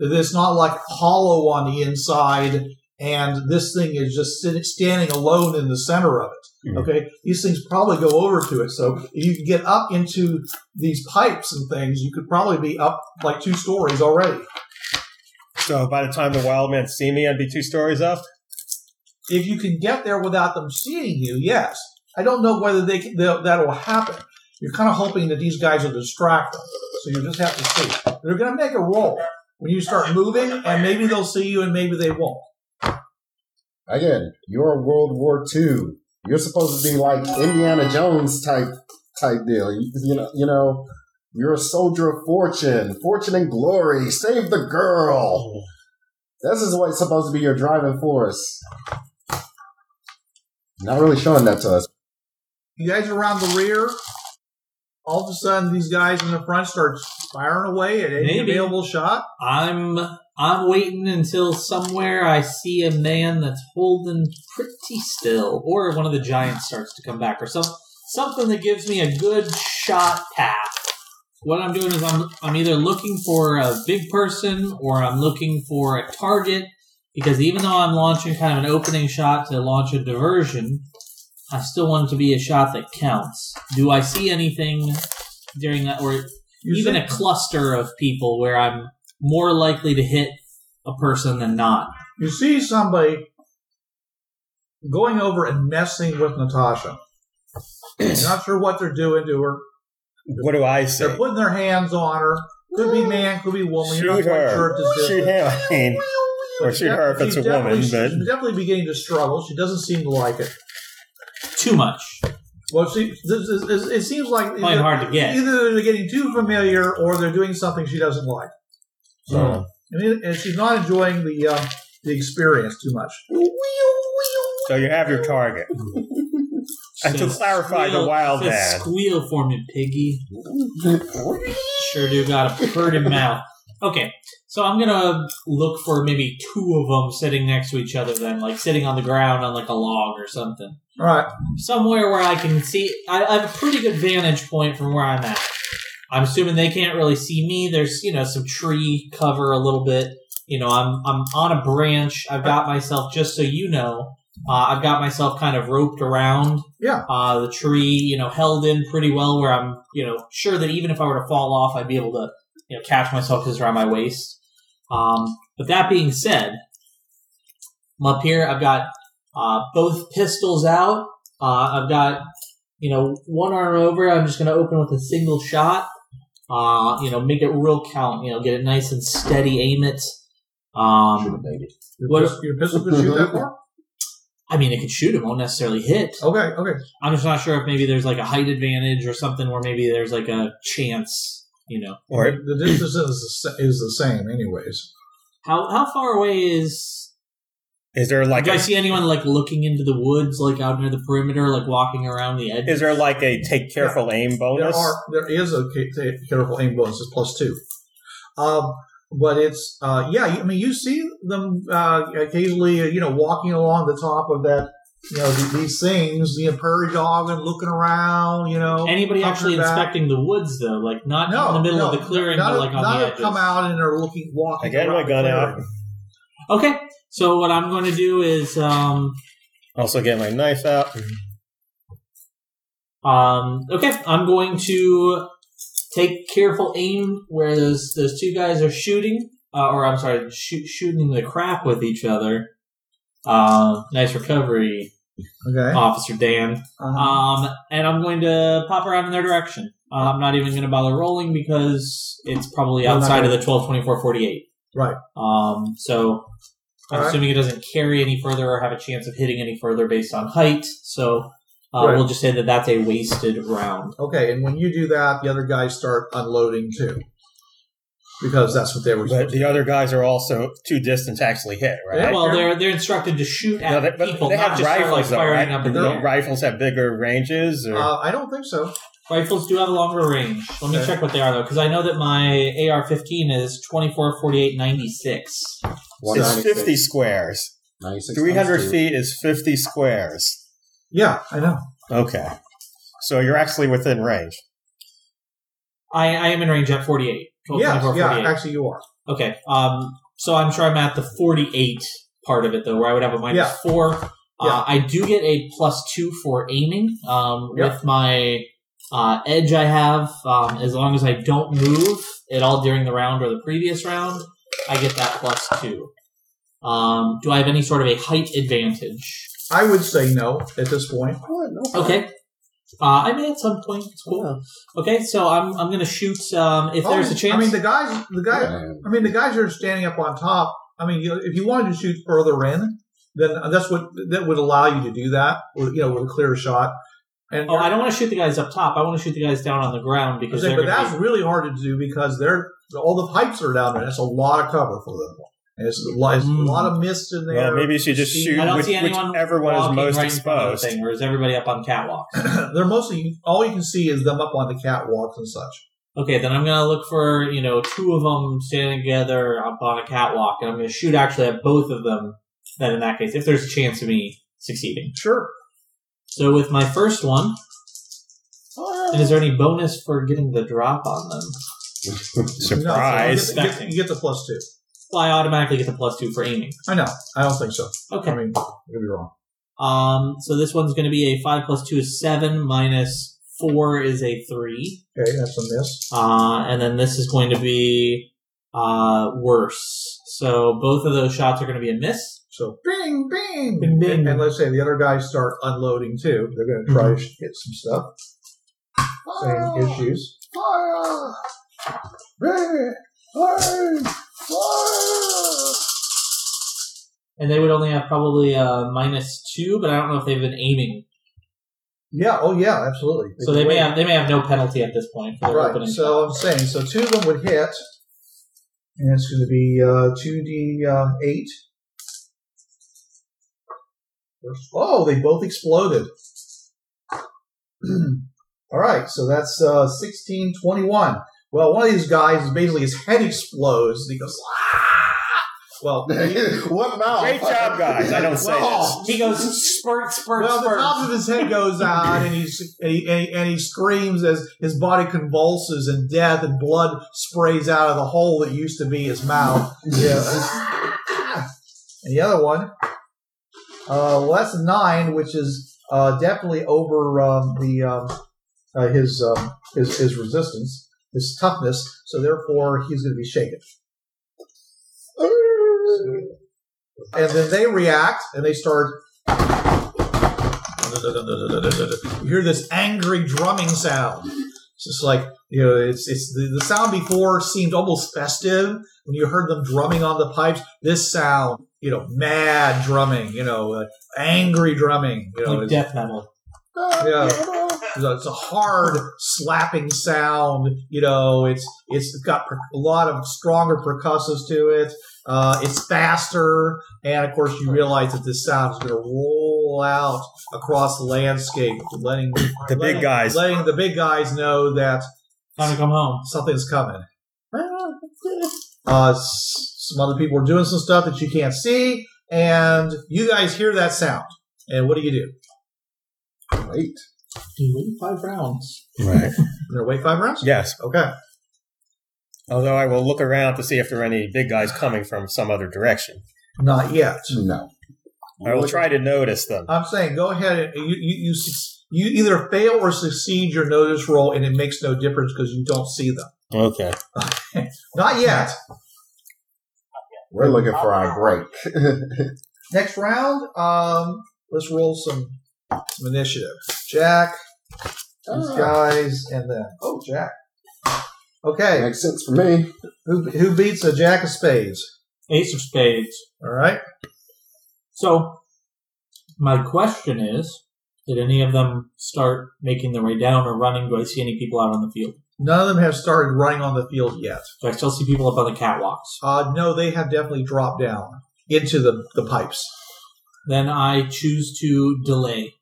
That it's not like hollow on the inside, and this thing is just sit- standing alone in the center of it. Mhm. Okay, these things probably go over to it. So if you can get up into these pipes and things, you could probably be up like two stories already. So, by the time the wild men see me, I'd be two stories up. if you can get there without them seeing you, yes. I don't know whether they can, they'll- that will happen. You're kind of hoping that these guys will distract them, so you just have to see. They're going to make a roll when you start moving, and maybe they'll see you, and maybe they won't. Again, you're World War II. You're supposed to be like Indiana Jones type type deal. You, you know, you know, you're a soldier of fortune, fortune and glory. Save the girl. This is what's supposed to be your driving force. Not really showing that to us. You guys around the rear. All of a sudden, these guys in the front start firing away at any Maybe. available shot. I'm I'm waiting until somewhere I see a man that's holding pretty still, or one of the giants starts to come back, or some something that gives me a good shot path. What I'm doing is I'm I'm either looking for a big person or I'm looking for a target because even though I'm launching kind of an opening shot to launch a diversion, I still want it to be a shot that counts. Do I see anything during that, or You even see- a cluster of people where I'm more likely to hit a person than not. you see somebody going over and messing with Natasha. Not sure what they're doing to her. What do I see? They're putting their hands on her. Could be man, could be woman. You're not Shoot quite her. sure at this Shoot distance. him, I mean. Or shoot her if She's it's a definitely- woman, but. she's definitely beginning to struggle. She doesn't seem to like it. Too much. Well, she, this is, is- it seems like Might either, hard to get. either they're getting too familiar or they're doing something she doesn't like. So, And, it- and she's not enjoying the uh, the experience too much. so you have your target. And to clarify, the wild says man. Squeal for me, piggy. Sure do got a pretty mouth. Okay, so I'm gonna look for maybe two of them sitting next to each other, then like sitting on the ground on like a log or something, All right. somewhere where I can see. I, I have a pretty good vantage point from where I'm at. I'm assuming they can't really see me. There's you know some tree cover a little bit. You know I'm I'm on a branch. I've got myself just so you know. Uh, I've got myself kind of roped around. Yeah. Uh, the tree, you know, held in pretty well where I'm, you know, sure that even if I were to fall off, I'd be able to, you know, catch myself because it's around my waist. Um, but that being said, I'm up here. I've got uh, both pistols out. Uh, I've got you know, one arm over, I'm just going to open with a single shot. Uh, you know, make it real count. You know, get it nice and steady. Aim it. Shoot a Um, baby. Your, What- pistol, your pistol can shoot that far? I mean, it could shoot him. Won't necessarily hit. Okay, okay. I'm just not sure if maybe there's like a height advantage or something where maybe there's like a chance. You know, All right. The distance is the, sa- is the same, anyways. how how far away is? Is there like do I a, see anyone like looking into the woods, like out near the perimeter, like walking around the edge? is there like a take careful aim There bonus? are there is a ca- ta- careful aim bonus it's plus two, um, but it's uh, yeah. you- I mean, you see them uh, occasionally, uh, you know, walking along the top of that, you know, th- these things, the prairie dog, and looking around, you know. Anybody coming actually back. inspecting the woods though, like not No, in the middle no, of the clearing, not but if- like on not the if edges. come out and are looking walking. I got my around the gun clearing. out. Okay, so what I'm going to do is um, Also get my knife out. Um, okay, I'm going to take careful aim where those those two guys are shooting, uh, or I'm sorry, shoo- shooting the crap with each other. Uh, nice recovery, Okay. Officer Dan. Uh-huh. Um, and I'm going to pop around in their direction. Uh, I'm not even going to bother rolling because it's probably You're not outside of gonna- the 12, 24, 48. Right. Um, so I'm All right. assuming it doesn't carry any further or have a chance of hitting any further based on height. So uh, Right. we'll just say that that's a wasted round. Uh, Okay, and when you do that, the other guys start unloading too, because that's what they were. But supposed to the other guys are also too distant to actually hit, right? Yeah, Well, Aaron? they're they're instructed to shoot No, at they, but people, they not have just start, like rifles, though, firing right? up in the Don't air. rifles have bigger ranges? Or? uh, I don't think so. Rifles do have a longer range. Let me Okay. check what they are though, because I know that my AR-15 is 24, 48, 96. it's 196, 50 squares. 96 times 300 two. feet is 50 squares. Yeah, I know. Okay. So you're actually within range. I, I am in range at 48. 12, Yeah, 24, yeah, 48. actually, you are. Okay. Um. So I'm sure I'm at the 48 part of it though, where I would have a minus Yeah. four. Uh, Yeah. I do get a plus two for aiming. Um, Yeah. with my uh, edge I have, um, as long as I don't move at all during the round or the previous round, I get that plus two. Um, do I have any sort of a height advantage? I would say no at this point. What? Oh, No problem. Okay. Uh, I may at some point. It's cool. Okay, so I'm I'm gonna shoot. Um, if there's a chance, Oh, I mean, the guys, the guy, Yeah. I mean, the guys are standing up on top. I mean, you, if you wanted to shoot further in, then that's what that would allow you to do that. With, you know, with a clear shot. And oh, I don't want to shoot the guys up top. I want to shoot the guys down on the ground because Okay, they're but gonna that's be- really hard to do because they're all the pipes are down there. That's a lot of cover for them. And it's a lot, it's Mm. a lot of mist in there. Well, maybe you should just See, shoot I don't which, see anyone whichever one is walking most right in front of the exposed. Thing, or is everybody up on catwalk? they're mostly all you can see is them up on the catwalks and such. Okay, then I'm gonna look for you know two of them standing together up on a catwalk, and I'm gonna shoot actually at both of them. Then in that case, if there's a chance of me succeeding, Sure. so with my first one, and is there any bonus for getting the drop on them? No, so you Surprise. get the- you, get, you get the plus two. Well, I automatically get the plus two for aiming. I know. I don't think so. I Okay. mean, you'll be wrong. Um, so this one's going to be a five plus two is seven minus four is a three. Okay, that's a miss. Uh, and then this is going to be uh, worse. So both of those shots are going to be a miss. So, bing, bing, Bing, bing. Mm-hmm. And, let's say the other guys start unloading too. They're going to try to get some stuff. Same issues. Fire! Ray! Fire! Fire! And they would only have probably a minus two, but I don't know if they've been aiming. Yeah. Oh, yeah. Absolutely. So they may Wait. have they may have no penalty at this point for their Right. opening. So I'm saying, so two of them would hit, and it's going to be uh, 2d uh, 8. Oh, they both exploded. All right, so that's uh, 16, 21. Well, one of these guys is basically his head explodes, and he goes, ah! Well, what mouth? Great job, guys. I don't say Well, He goes spurt, spurt, well, the spurt. top of his head goes out, and he's and he, and he- and he screams as his body convulses in death, and blood sprays out of the hole that used to be his mouth. Yeah. and the other one, uh, well, that's a nine, which is uh, definitely over um, the um, uh, his, um, his his resistance, his toughness. So therefore, he's going to be shaken. And then they react, and they start You hear this angry drumming sound. It's just like you know, it's it's the, the sound before seemed almost festive when you heard them drumming on the pipes. This sound, you know, mad drumming, you know, uh, angry drumming, you know, Like it's- death metal. yeah. It's a, it's a hard slapping sound. You know, it's it's got per- a lot of stronger percussives to it. Uh, it's faster, and of course, you realize that this sound is going to roll out across the landscape, letting The big guys. letting the big guys know that Time to come home. something's coming. Uh, s- some other people are doing some stuff that you can't see, and you guys hear that sound. And what do you do? Wait. You wait five rounds. Right. You're going to wait five rounds? Yes. Okay. Although I will look around to see if there are any big guys coming from some other direction. Not yet. No. I will try to notice them. I'm saying go ahead and you you you, suc- you either fail or succeed your notice roll, and it makes no difference because you don't see them. Okay. Not yet. We're looking for our break. Next round, um, let's roll some some initiative. Jack, Ah. these guys, and then oh Jack. Okay, Makes sense for me. who who beats a Jack of Spades? Ace of spades. All right. So, my question is, did any of them start making their way down or running? Do I see any people out on the field? None of them have started running on the field yet. Do I still see people up on the catwalks? Uh, no, they have definitely dropped down into the, the pipes. Then I choose to delay.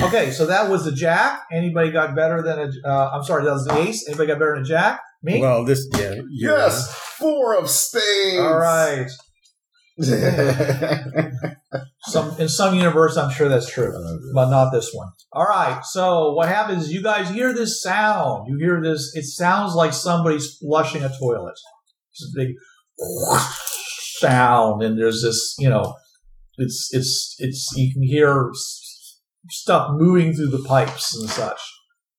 Okay, so that was the jack. Anybody got better than a? Uh, I'm sorry, that was the ace. Anybody got better than a jack? Me. Well, this yeah. you- Yes. Four of spades. All right. Some in some universe, I'm sure that's true, but not this one. All right. So what happens? is You guys hear this sound. You hear this. It sounds like somebody's flushing a toilet. It's a big sound, and there's this. You know, it's it's it's. You can hear s- stuff moving through the pipes and such.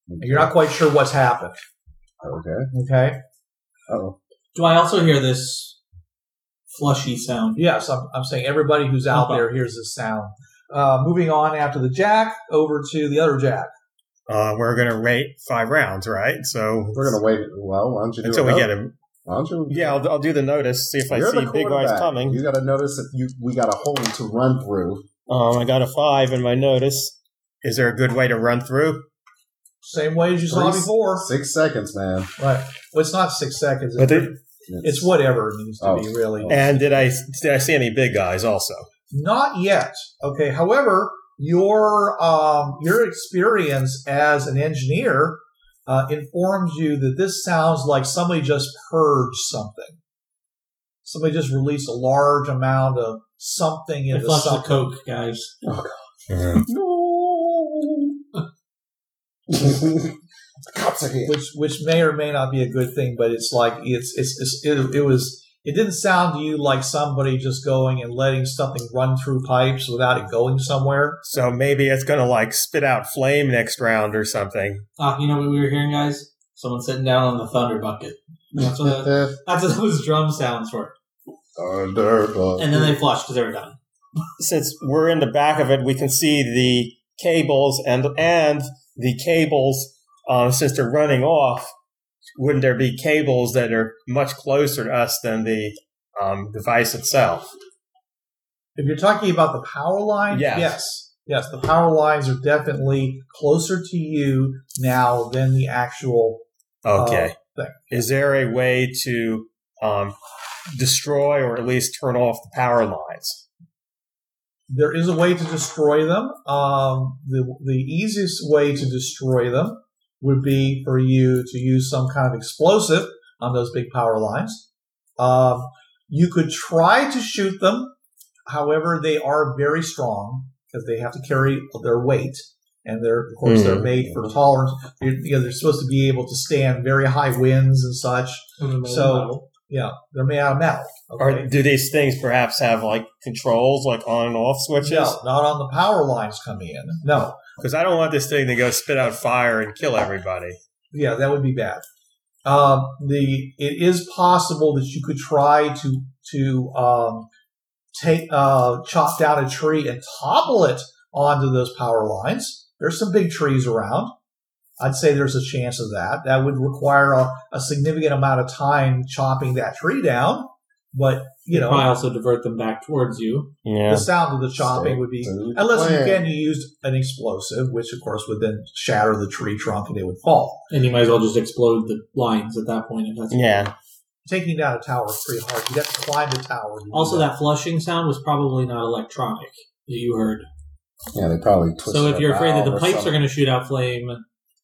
And you're not quite sure what's happened. Okay. Okay. Oh. Do I also hear this flushy sound? Yes, I'm, I'm saying everybody who's out Okay. there hears this sound. Uh, moving on after the jack, over to the other jack. Uh, we're gonna rate five rounds, right? So We're gonna wait. Well, why don't you do until we another- get him. Why don't you? Yeah, I'll, I'll do the notice. See if I You're see the big guys quarterback. coming. You got to notice that you we got a hole to run through. Um, I got a five in my notice. Is there a good way to run through? Same way as you saw Three- before. Six seconds, man. Right. Well, it's not six seconds. But it's, they- it's whatever it needs to Oh. be, really. And did I did I see any big guys also? Not yet. Okay. However, your um, your experience as an engineer uh, informs you that this sounds like somebody just purged something. Somebody just released a large amount of something I into flush the something. coke, guys. the cops are here. which which may or may not be a good thing, but it's like it's it's, it's it, it was it didn't sound to you like somebody just going and letting something run through pipes without it going somewhere. So maybe it's gonna like spit out flame next round or something. Ah, you know what we were hearing, guys? Someone sitting down on the thunder bucket. That's what, that, that's what those drum sounds were. Thunderbug. And then they flushed because they were done. Since we're in the back of it, we can see the cables and and the cables. Uh, since they're running off, wouldn't there be cables that are much closer to us than the um, device itself? If you're talking about the power line, Yes. yes, yes, the power lines are definitely closer to you now than the actual. Okay. Uh, thing. Is there a way to um, destroy or at least turn off the power lines? There is a way to destroy them. Um, the the easiest way to destroy them would be for you to use some kind of explosive on those big power lines. Um, you could try to shoot them. However, they are very strong because they have to carry their weight. And they're, of course, they're Mhm. made for tolerance. They're, you know, they're supposed to be able to stand very high winds and such. So, yeah, they're made out of metal. Or do these things perhaps have like controls, like on and off no, switches? not on the power lines coming in. No. Because I don't want this thing to go spit out fire and kill everybody. Yeah, that would be bad. Um, the it is possible that you could try to to um, take uh, chop down a tree and topple it onto those power lines. There's some big trees around. I'd say there's a chance of that. That would require a, a significant amount of time chopping that tree down, but you know, Probably also divert them back towards you. Yeah. the sound of the chopping Stick would be to the Unless plan. again you used an explosive, which of course would then shatter the tree trunk and it would fall. And you might as well just explode the lines at that point. If that's Yeah. Taking down a tower is pretty hard. You'd have to climb the tower. to do Also, that flushing sound was probably not electronic that you heard. Yeah, they probably twisted So if a you're afraid that valve the or pipes are something. going to shoot out flame,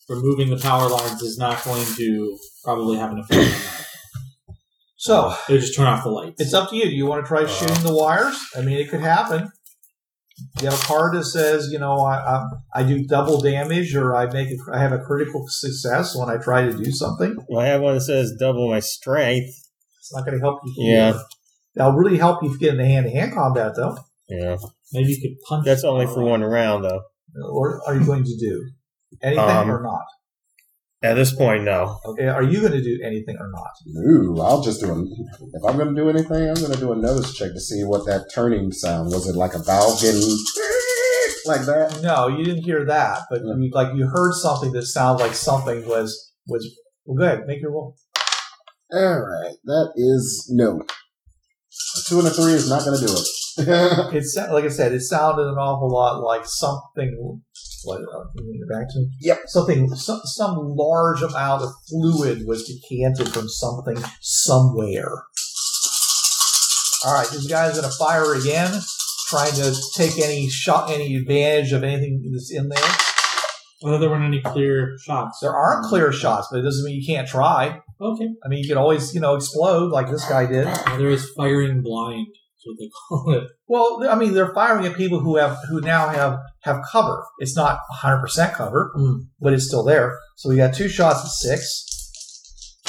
removing the power lines is not going to probably have an effect. on that. So They just turn off the lights. it's up to you. Do you want to try shooting the wires? I mean, it could happen. You have a card that says, you know, I, I, I do double damage, or I make a, I have a critical success when I try to do something. Well, I have one that says double my strength. It's not going to help you. Yeah. that'll really help you get into hand to hand combat, though. Yeah. Maybe you could punch. That's only for one round, though. Or are you going to do anything Um, or not? At this point, no. Okay, are you going to do anything or not? Ooh, I'll just do it. If I'm going to do anything, I'm going to do a nose check to see what that turning sound was. It like a valve getting like that. No, you didn't hear that, but Yeah. you, like you heard something that sounded like something was was. Well, go ahead, make your roll. All right, that is no. A two and a three is not going to do it. It's like I said, it sounded an awful lot like something. Like, uh, can you get back to me? Yep. Something, some, some large amount of fluid was decanted from something somewhere. All right, this guy's gonna fire again, trying to take any shot, any advantage of anything that's in there. Whether Oh, there weren't any clear shots. There aren't clear shots, but it doesn't mean you can't try. Okay. I mean, you can always, you know, explode like this guy did. Well, there is firing blind. Is what they call it. Well, I mean, they're firing at people who have who now have have cover. It's not 100 percent cover, Mm. but it's still there. So we got two shots at six,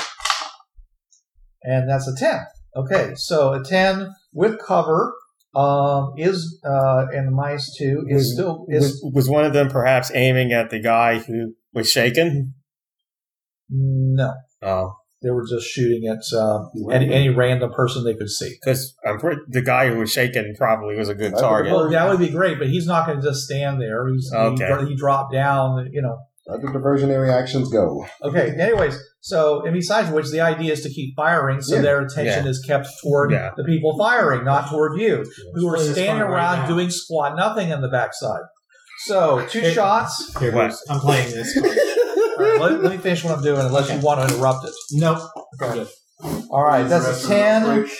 and that's a ten. Okay, so a ten with cover um, is uh, and the minus two is still Was, is was one of them perhaps aiming at the guy who was shaken? no. Oh, They were just shooting at uh, any, any random person they could see. because I'm pretty, the guy who was shaken probably was a good That target. Well, that would be great, but he's not going to just stand there. He's, Okay. he, he dropped down, you know. Let the diversionary actions go. Okay. Anyways, so and besides which, the idea is to keep firing, so Yeah. their attention is kept toward Yeah. the people firing, not toward you, who are Play this standing part right around now. doing squat nothing in the backside. So two Hey. shots. Here, What? Bruce, I'm playing this. All right, let, let me finish what I'm doing, unless you want to interrupt it. nope. All right, that's a ten, Right.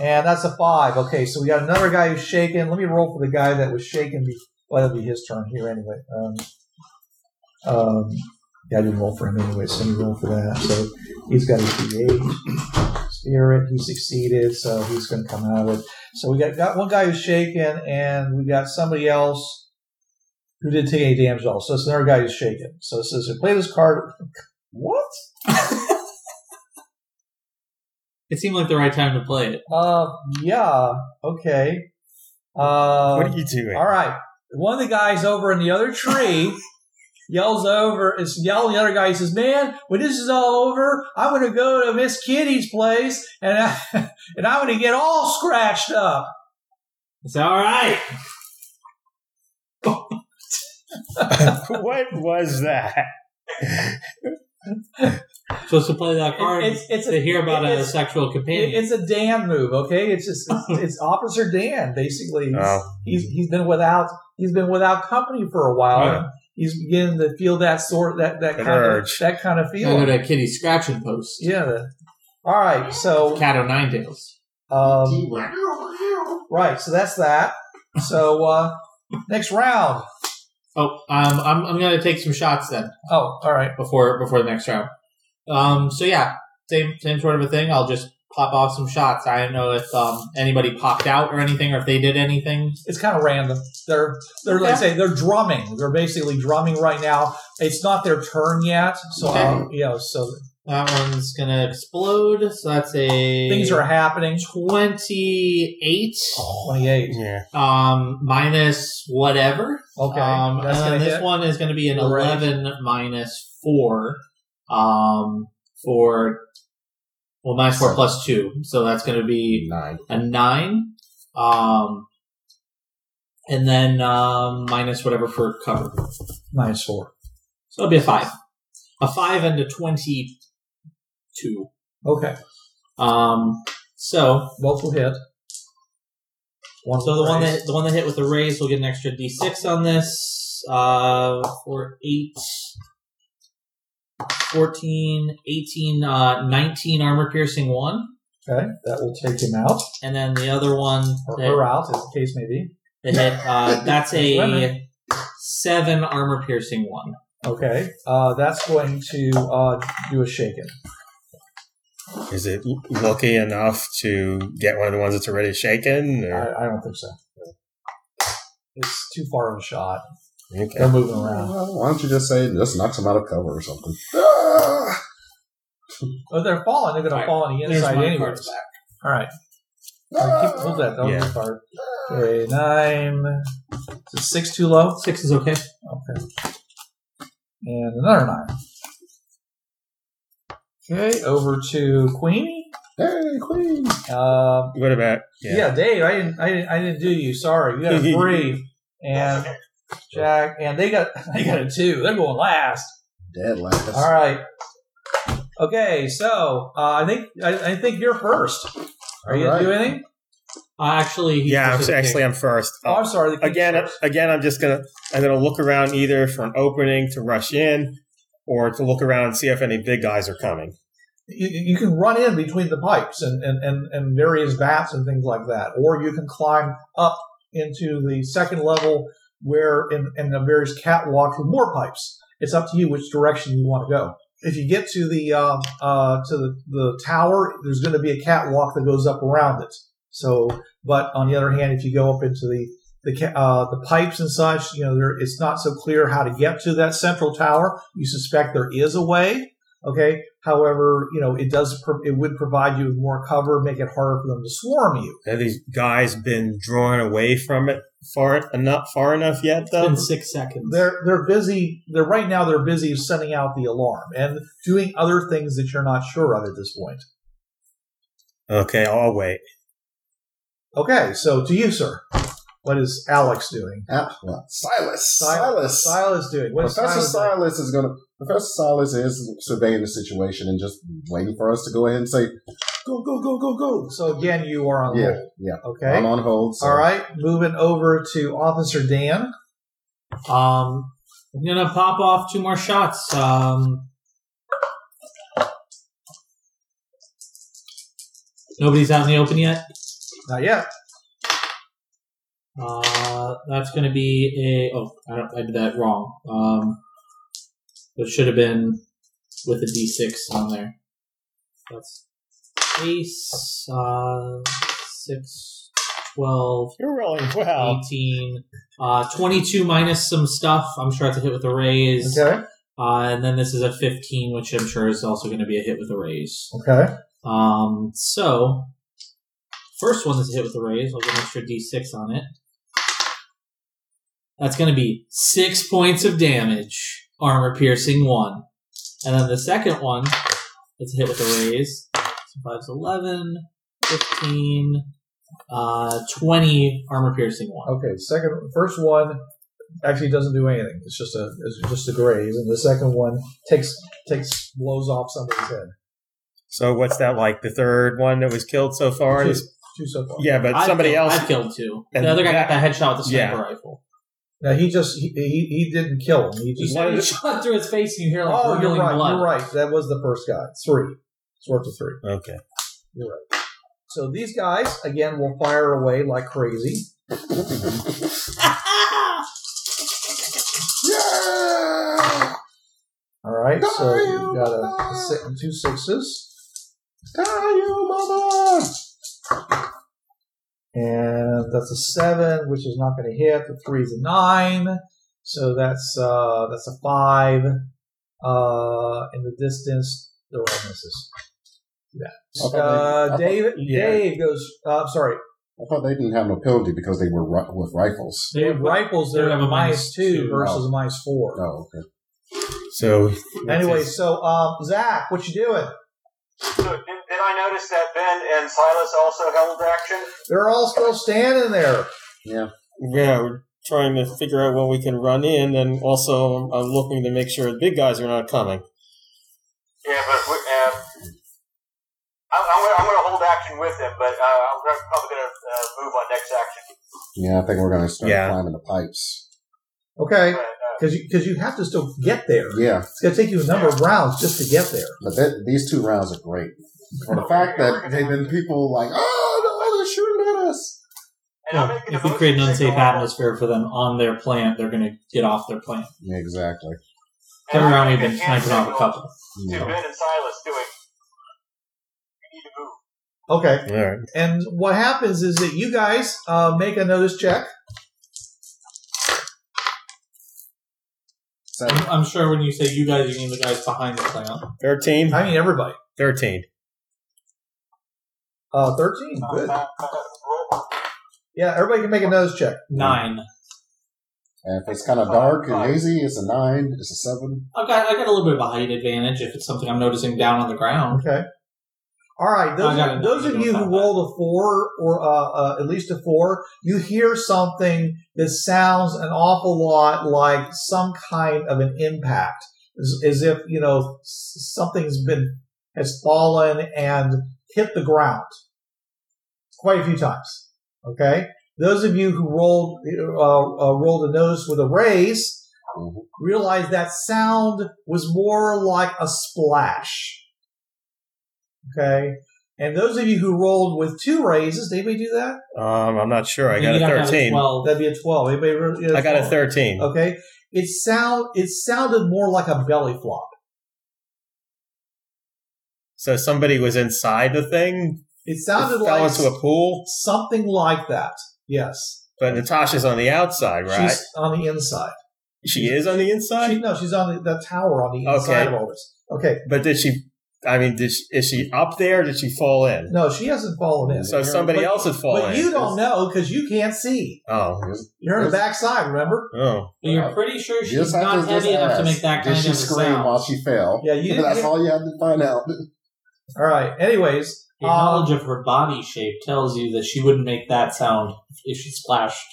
and that's a five. Okay, so we got another guy who's shaken. Let me roll for the guy that was shaken. Be- well, it'll be his turn here anyway. Um, um, yeah, I didn't roll for him anyway, so let me roll for that. So he's got his D8 spirit. He succeeded, so he's going to come out of it. So we got, got one guy who's shaken, and we got somebody else who didn't take any damage at all. So it's another guy who's shaken. So it says, play this card. What? It seemed like the right time to play it. Uh, yeah, okay. Uh, what are you doing? All right. One of the guys over in the other tree yells over, is yelling. The other guy says, "Man, when this is all over, I'm going to go to Miss Kitty's place, and I, and I'm going to get all scratched up." It's all right. what was that? Supposed to play that card It's- it's a- to hear about a it's- sexual It- companion. it's a Dan move, okay? It's just it's, it's Officer Dan, basically. He's, Oh, he's he's been without he's been without company for a while. Yeah. He's beginning to feel that sort that that That kind of, urge. that kind of I go feeling. to Kitty's scratching post. Yeah. the- All right. So Cat o' nine tails. um, Right, so that's that. So uh next round. Oh, um, I'm I'm gonna take some shots then Oh, all right. before before the next round. Um, so yeah, same same sort of a thing. I'll just pop off some shots. I don't know if um anybody popped out or anything, or if they did anything. It's kind of random. They're they're like I say they're drumming. They're basically drumming right now. It's not their turn yet, so um, uh, you know, so That one's gonna explode. So that's a things are happening. twenty eight. Twenty-eight. yeah. Um, minus whatever. Okay, Um, and that's gonna then this hit. one is going to be an All right. 11 minus 4. Um, for, well, minus 4 Seven. plus 2. So that's going to be Nine. a 9. Um, and then um, minus whatever for cover. Minus four. So it'll be a five. A five and a twenty-two. Okay. Um, so Both will hit. One so the one raise. that the one that hit with the raise will get an extra d6 on this uh, for 8, 14, 18, uh, 19 armor piercing one, Okay, that will take him out and then the other one or her that, out, as the case may be. that hit uh, that's a Women. seven armor piercing one. Okay, uh, that's going to uh, do a shaken. Is it l- lucky enough to get one of the ones that's already shaken? I, Or, I don't think so. It's too far of a shot. okay. They're moving around. Well, why don't you just say just knocks him out of cover or something? Ah! Oh, they're falling. They're going to fall on the There's inside my anyway. cards All right. Ah! keep hold that. That'll Yeah. be part. Okay, nine. Is it six too low? Six is okay. Okay. And another nine. Okay, over to Queenie. Hey, Queen! Um, What about yeah. Dave, I didn't, I didn't, I didn't do you. Sorry, you got a three, and Jack, and they got, they got a two. They're going last. Dead last. All right. Okay, so uh, I think, I, I think you're first. Are you All gonna right. do anything? Uh, actually, he's Yeah, just I'm- gonna take- actually, I'm first. Oh, I'm sorry. the king's again, first. again, I'm just gonna I'm gonna look around either for an opening to rush in, or to look around and see if any big guys are coming. you, you can run in between the pipes and, and, and, and various vats and things like that, or you can climb up into the second level where in, in the various catwalks with more pipes. It's up to you which direction you want to go. If you get to the uh, uh, to the, the tower, there's going to be a catwalk that goes up around it. So, but on the other hand, if you go up into the the ca- uh, the pipes and such, you know, there, it's not so clear how to get to that central tower. You suspect there is a way, Okay. However, you know, it does, pro- it would provide you with more cover, make it harder for them to swarm you. Have these guys been drawn away from it far enough far enough yet It's though? been six seconds. They're, they're busy, they're right now, they're busy sending out the alarm and doing other things that you're not sure of at this point. Okay, I'll wait. Okay. So to you, sir, what is Alex doing? Ah, well, Silas. Si- Silas. Silas doing. What is Professor Silas doing? Silas is going to. Professor Silas is surveying the situation and just waiting for us to go ahead and say, "Go, go, go, go, go." So again, you are on Yeah, hold. yeah. Okay. I'm on hold. so- All right. Moving over to Officer Dan. Um, I'm gonna pop off two more shots. Um, nobody's out in the open yet. Not yet. Uh, that's gonna be a. Oh, I, don't, I did that wrong. Um, it should have been with a D6 on there. That's ace. Uh, six, twelve, You're rolling well. 18, uh, 22 minus some stuff. I'm sure it's a hit with a raise. Okay. Uh, and then this is a 15, which I'm sure is also going to be a hit with a raise. Okay. Um, so, first one is a hit with a raise. I'll get an extra d6 on it. That's going to be six points of damage, armor piercing one. And then the second one is a hit with a raise. So five's 11, 15, uh, 20 armor piercing one. Okay. Second, first one actually doesn't do anything. It's just a it's just a graze, and the second one takes takes blows off somebody's head. So what's that like? The third one that was killed so far? Two, This- two so far. yeah, but I've somebody killed- else. I've killed two. And The other guy got that- that headshot with the sniper yeah. rifle. Now he just he, he, he didn't kill him. He He, just One of the- shot through his face, and you hear like oh, you're gurgling right. blood. You're right. That was the first guy. Three. It's worth a three. Okay. So these guys again will fire away like crazy. Yeah. All right. So Fire you've got a, a six, two sixes. Tell you, mama. And that's a seven, which is not going to hit. The three is a nine, so that's uh, that's a five. Uh, in the distance, the roll misses. Yeah. Okay. Uh, Dave, yeah. Dave goes. Uh, I'm sorry. I thought they didn't have no penalty because they were ri- with rifles. Dave rifles. They're they a have a minus minus two two. versus a minus four. Oh, okay. So Anyway, so um, Zach, what you doing? So did, did I notice that Ben and Silas also held action? They're all still standing there. Yeah. yeah, we're trying to figure out when we can run in, and also I'm looking to make sure the big guys are not coming. Yeah, but we, uh, I'm, I'm, gonna, I'm gonna hold action with him, but uh, I'm gonna- probably gonna uh, move on next action. Yeah, I think we're going to start Yeah. climbing the pipes. Okay, But, uh, because you, 'cause you have to still get there. Yeah, It's going to take you a number of rounds just to get there. but that, these two rounds are great. For the fact that they've been people like, oh, no, they're shooting at us. and I'm Well, making a if we motion create an to unsafe go on. atmosphere for them on their plant, they're going to get off their plant. Yeah, exactly. And Every I'm round we've making been hand sniping off a signals couple. To Yeah. Ben and Silas doing. We need to move. Okay. All right. And what happens is that you guys uh, make a notice check. So, I'm, I'm sure when you say you guys, you mean the guys behind the plant. 13? I mean, everybody. 13. Uh, 13. Good. Uh, uh, roll. Yeah, everybody can make a notice check. Nine. and if it's kind of dark and hazy, it's a nine, it's a seven. I've got I got a little bit of a height advantage if it's something I'm noticing down on the ground. Okay. All right. Those, I got it. those of you who rolled a four or uh, uh, at least a four, you hear something that sounds an awful lot like some kind of an impact, as, as if you know s- something's been has fallen and hit the ground quite a few times. Okay. Those of you who rolled uh, uh, rolled a notice with a raise Mhm. realize that sound was more like a splash. Okay. And those of you who rolled with two raises, did anybody do that? Um, I'm not sure. I And got you a gotta have 13. 12. That'd be a twelve. Anybody? Really, I got a 12? 13. Okay. It sound it sounded more like a belly flop. So somebody was inside the thing? It Fell sounded like into a pool? something like that. Yes. But Natasha's on the outside, right? She's on the inside. she is on the inside? She, no, she's on the, the tower on the Okay. inside of all this. Okay. But did she? I mean, did she, is she up there? Did she fall in? No, she hasn't fallen in. So somebody But- else had fallen. But you don't know because you can't see. Oh, You're on the backside, remember? oh, But You're pretty sure she's Just after not this heavy enough to ass, make that kind Did she of a scream sound. while she fell? Yeah, you didn't That's get- all you had to find out. All right. Anyways, Your Um, knowledge of her body shape tells you that she wouldn't make that sound if she splashed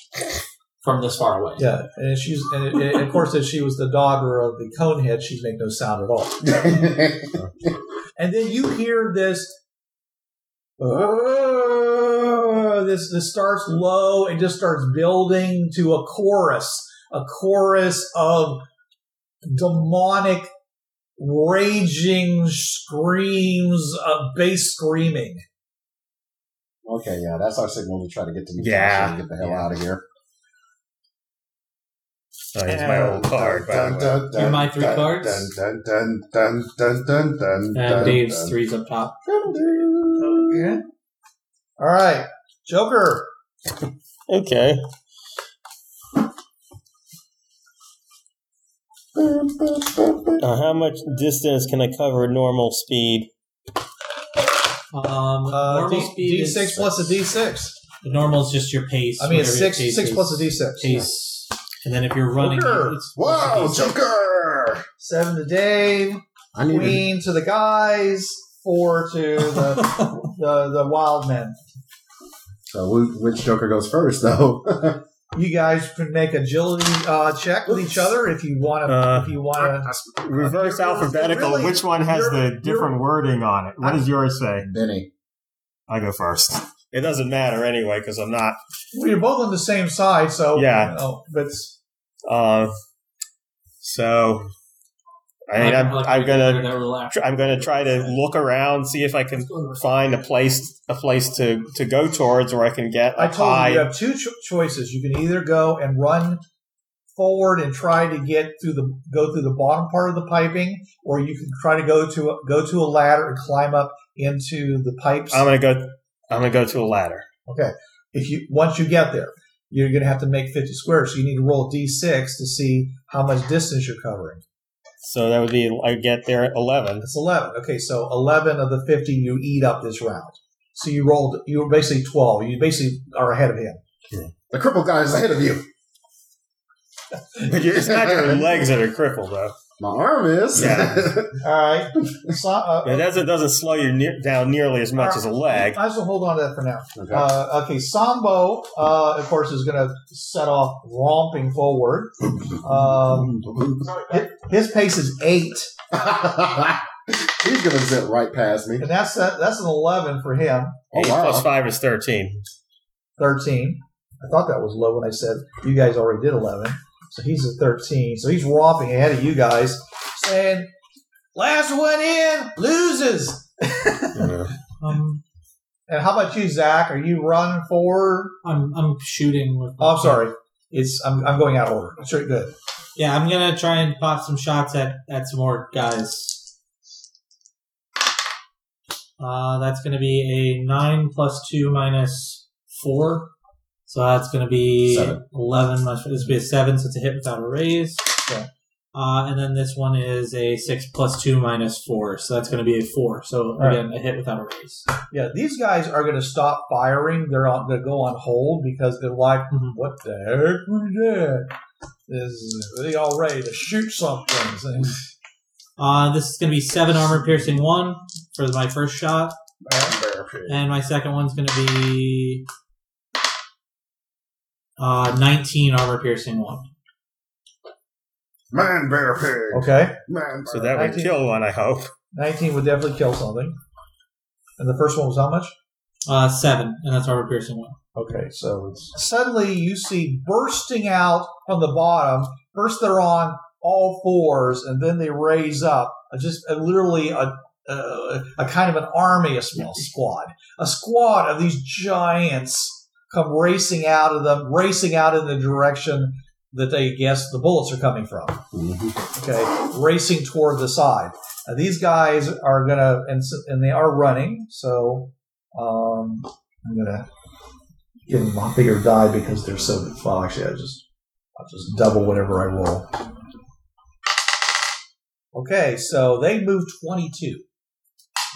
from this far away. yeah, and she's and, and of course, as she was the daughter of the conehead, she'd make no sound at all. And then you hear this. "Oh," this this starts low and just starts building to a chorus, a chorus of demonic, raging screams, uh, bass screaming. okay, yeah, that's our signal to try to get to Natasha Yeah. and get the hell Yeah. out of here. I used Oh, my old card. By the way. dun, You're my three dun, cards? Dun, dun, dun, dun, dun, dun, And dun, Dave's dun. threes up top. All right, Joker. Okay. Uh, how much distance can I cover at normal speed? Um, Uh, normal D, speed D6 is, plus a D6. The normal is just your pace. I mean, it's whatever your six pace six is. plus a d6. Pace. And then if you're running, Joker. it's Whoa, it's a D6. Joker! Seven to Dave, I need to queen to the guys, four to the the, the wild men. So wh- which Joker goes first, though? You guys can make agility uh, check with each other if you want to. Uh, if you want to, Reverse alphabetical, Really? which one has You're- the different wording on it? What does yours say? Benny. I go first. It doesn't matter anyway because I'm not. well, you're both on the same side, so Yeah. You know, but it's- Uh, so, I mean, I'm, I'm gonna I'm gonna try to look around, see if I can find a place a place to, to go towards where I can get I a told you you high. have two cho- choices. You can either go and run forward and try to get through the go through the bottom part of the piping, or you can try to go to a, go to a ladder and climb up into the pipes. I'm gonna go. I'm gonna go to a ladder. Okay. If you once you get there, you're going to have to make 50 squares. So you need to roll a d6 to see how much distance you're covering. So that would be I get there at eleven. That's 11. Okay, so 11 of the 50 you eat up this round. So you rolled. You were basically 12. You basically are ahead of him. The crippled guy is ahead of you. But you're- it's not your legs that are crippled though. My arm is. Yeah. All right. So, uh, It doesn't doesn't slow you near, down nearly as much as a leg. I will hold on to that for now. okay. Uh, okay, Sambo, uh, of course, is going to set off romping forward. Uh, Um, hi- his pace is eight, He's gonna zip right past me. and that's a, that's an eleven for him. Oh Eight plus wow! five is thirteen. Thirteen. I thought that was low when I said you guys already did eleven, so he's a thirteen. So he's romping ahead of you guys, saying, "Last one in loses." Um, And how about you, Zach? Are you running forward? I'm I'm shooting with. Oh, I'm sorry. It's I'm, I'm going out of order. Sure, good. Yeah, I'm gonna try and pop some shots at at some more guys. Uh, that's gonna be a nine plus two minus four, so that's gonna be Seven. eleven. Minus, this would be a seven, so it's a hit without a raise. Okay. Uh, and then this one is a six plus two minus four, so that's gonna be a four. So right. again, a hit without a raise. Yeah, these guys are going to stop firing. They're on, going to go on hold because they're like, "Hmm, Mhm. "What the heck we did? Is they all ready to shoot something?" And, Uh, this is gonna be seven armor piercing one for my first shot. And my second one's going to be uh, 19 armor piercing one. Man, bear pig. okay, Man, So that would kill one, I hope. nineteen would definitely kill something. And the first one was how much? Uh, seven, and that's armor piercing one. Okay, so it's, suddenly you see bursting out from the bottom. First they're on all fours, and then they raise up. uh, Just uh, literally a, a a kind of an army, a small squad, a squad of these giants come racing out of them, racing out in the direction that they guess the bullets are coming from Mhm. okay, racing toward the side. Now, these guys are gonna, and, s- and they are running. So um, I'm gonna give them a bigger die because they're so. Well, actually, I just I'll just double whatever I roll. Okay, so they move 22.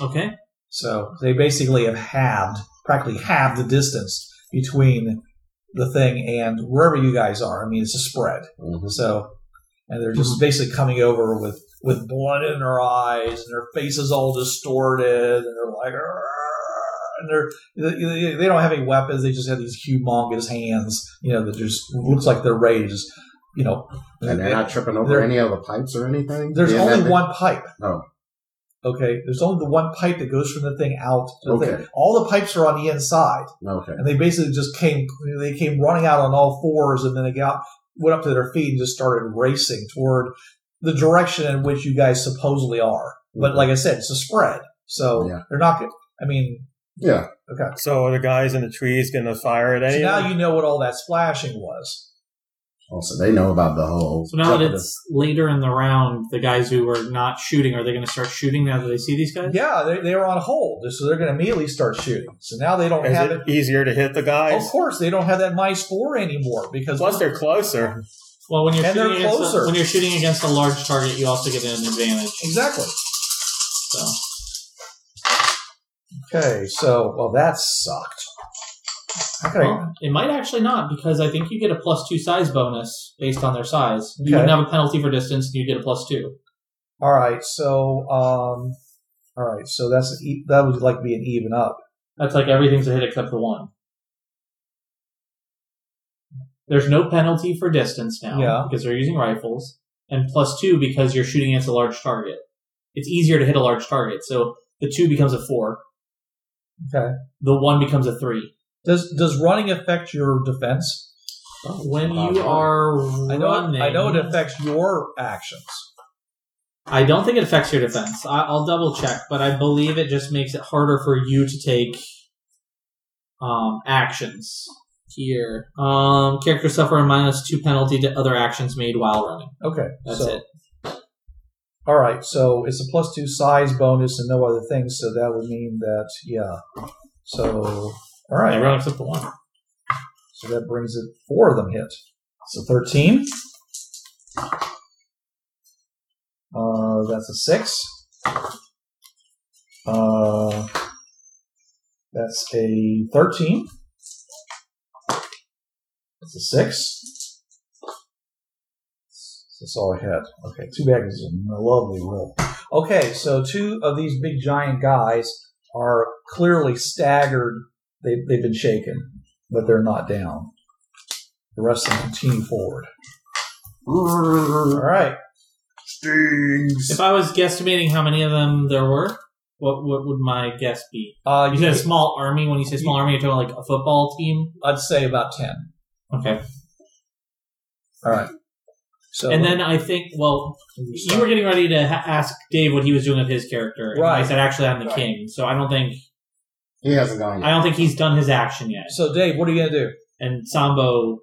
Okay. So they basically have halved, practically halved the distance between the thing and wherever you guys are. I mean, it's a spread. Mhm. So, and they're just basically coming over with with blood in their eyes and their faces all distorted, and they're like, "Argh," and they're they- they- they don't have any weapons. They just have these humongous hands, you know, that just looks like they're ready to just, you know. And they're not tripping over They're- any of the pipes or anything. There's Being that only big? one pipe. Oh. Okay, there's only the one pipe that goes from the thing out. To the Okay. thing. All the pipes are on the inside, Okay. and they basically just came. They came running out on all fours, and then they got went up to their feet and just started racing toward the direction in which you guys supposedly are. But like I said, it's a spread, so Yeah. they're not. good. I mean, Yeah. So are the guys in the trees going to fire at so any? of now them? you know what all that splashing was. Also, they know about the whole. So now that Jeopardy. it's later in the round, the guys who were not shooting, are they going to start shooting now that they see these guys? Yeah, they, they were on hold, so they're going to immediately start shooting. So now they don't Is have Oh. it easier to hit the Of guys? course, they don't have that mice four anymore because Plus, they're closer. Well, when you're, And shooting they're against a, closer. when you're shooting against a large target, you also get an advantage. exactly. So Okay, so well that sucked. How could I, Well, Um, it might actually not because I think you get a plus two size bonus based on their size. You Okay. wouldn't have a penalty for distance, and you get a plus two. all right, so um, all right, so that's an e- that would like be an even up. That's like everything's a hit except for one. There's no penalty for distance now Yeah. because they're using rifles, and plus two because you're shooting against a large target. It's easier to hit a large target, so the two becomes a four. Okay. The one becomes a three. Does does running affect your defense? When you wow. are I know running, I know it affects your actions. I don't think it affects your defense. I, I'll double check, but I believe it just makes it harder for you to take um, actions here. Um, characters suffer a minus two penalty to other actions made while running. Okay, That's so it. all right, so it's a plus two size bonus and no other things, so that would mean that yeah. So all right, Everyone except the one. So that brings it four of them hit. So thirteen. Uh, that's a six. Uh, that's a thirteen. That's a six. That's all I had. Okay, two bad is a lovely roll. Okay, so two of these big giant guys are clearly staggered. They, they've been shaken, but they're not down. The rest of them continue forward. All right. If I was guesstimating how many of them there were, what what would my guess be? Uh, You said a small army. When you say small army, you're talking like a football team. I'd say about 10. Okay. All right. So And then I think, well, you were getting ready to ha- ask Dave what he was doing with his character, and I Right. said actually I'm the Right. king, so I don't think He hasn't gone I yet. don't think he's done his action yet. So, Dave, what are you going to do? And Sambo,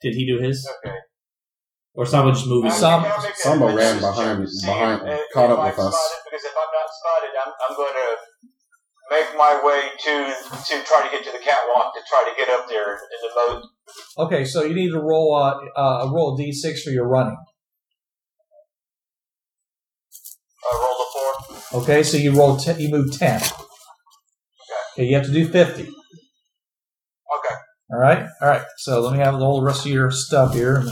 did he do his? Okay. Or Sambo just moved? his? Some- I can't make that Samba ran decision behind- to see behind- if- if caught up I'm with us. spotted, Because if I'm not spotted, I'm, I'm going to make my way to to try to get to the catwalk to try to get up there in the boat. Okay, so you need to roll a, uh, roll a d6 for your running. Uh, roll the four. Okay, so you roll ten, you move 10. Okay, you have to do 50. Okay. All right, all right. So let me have the whole rest of your stuff here, and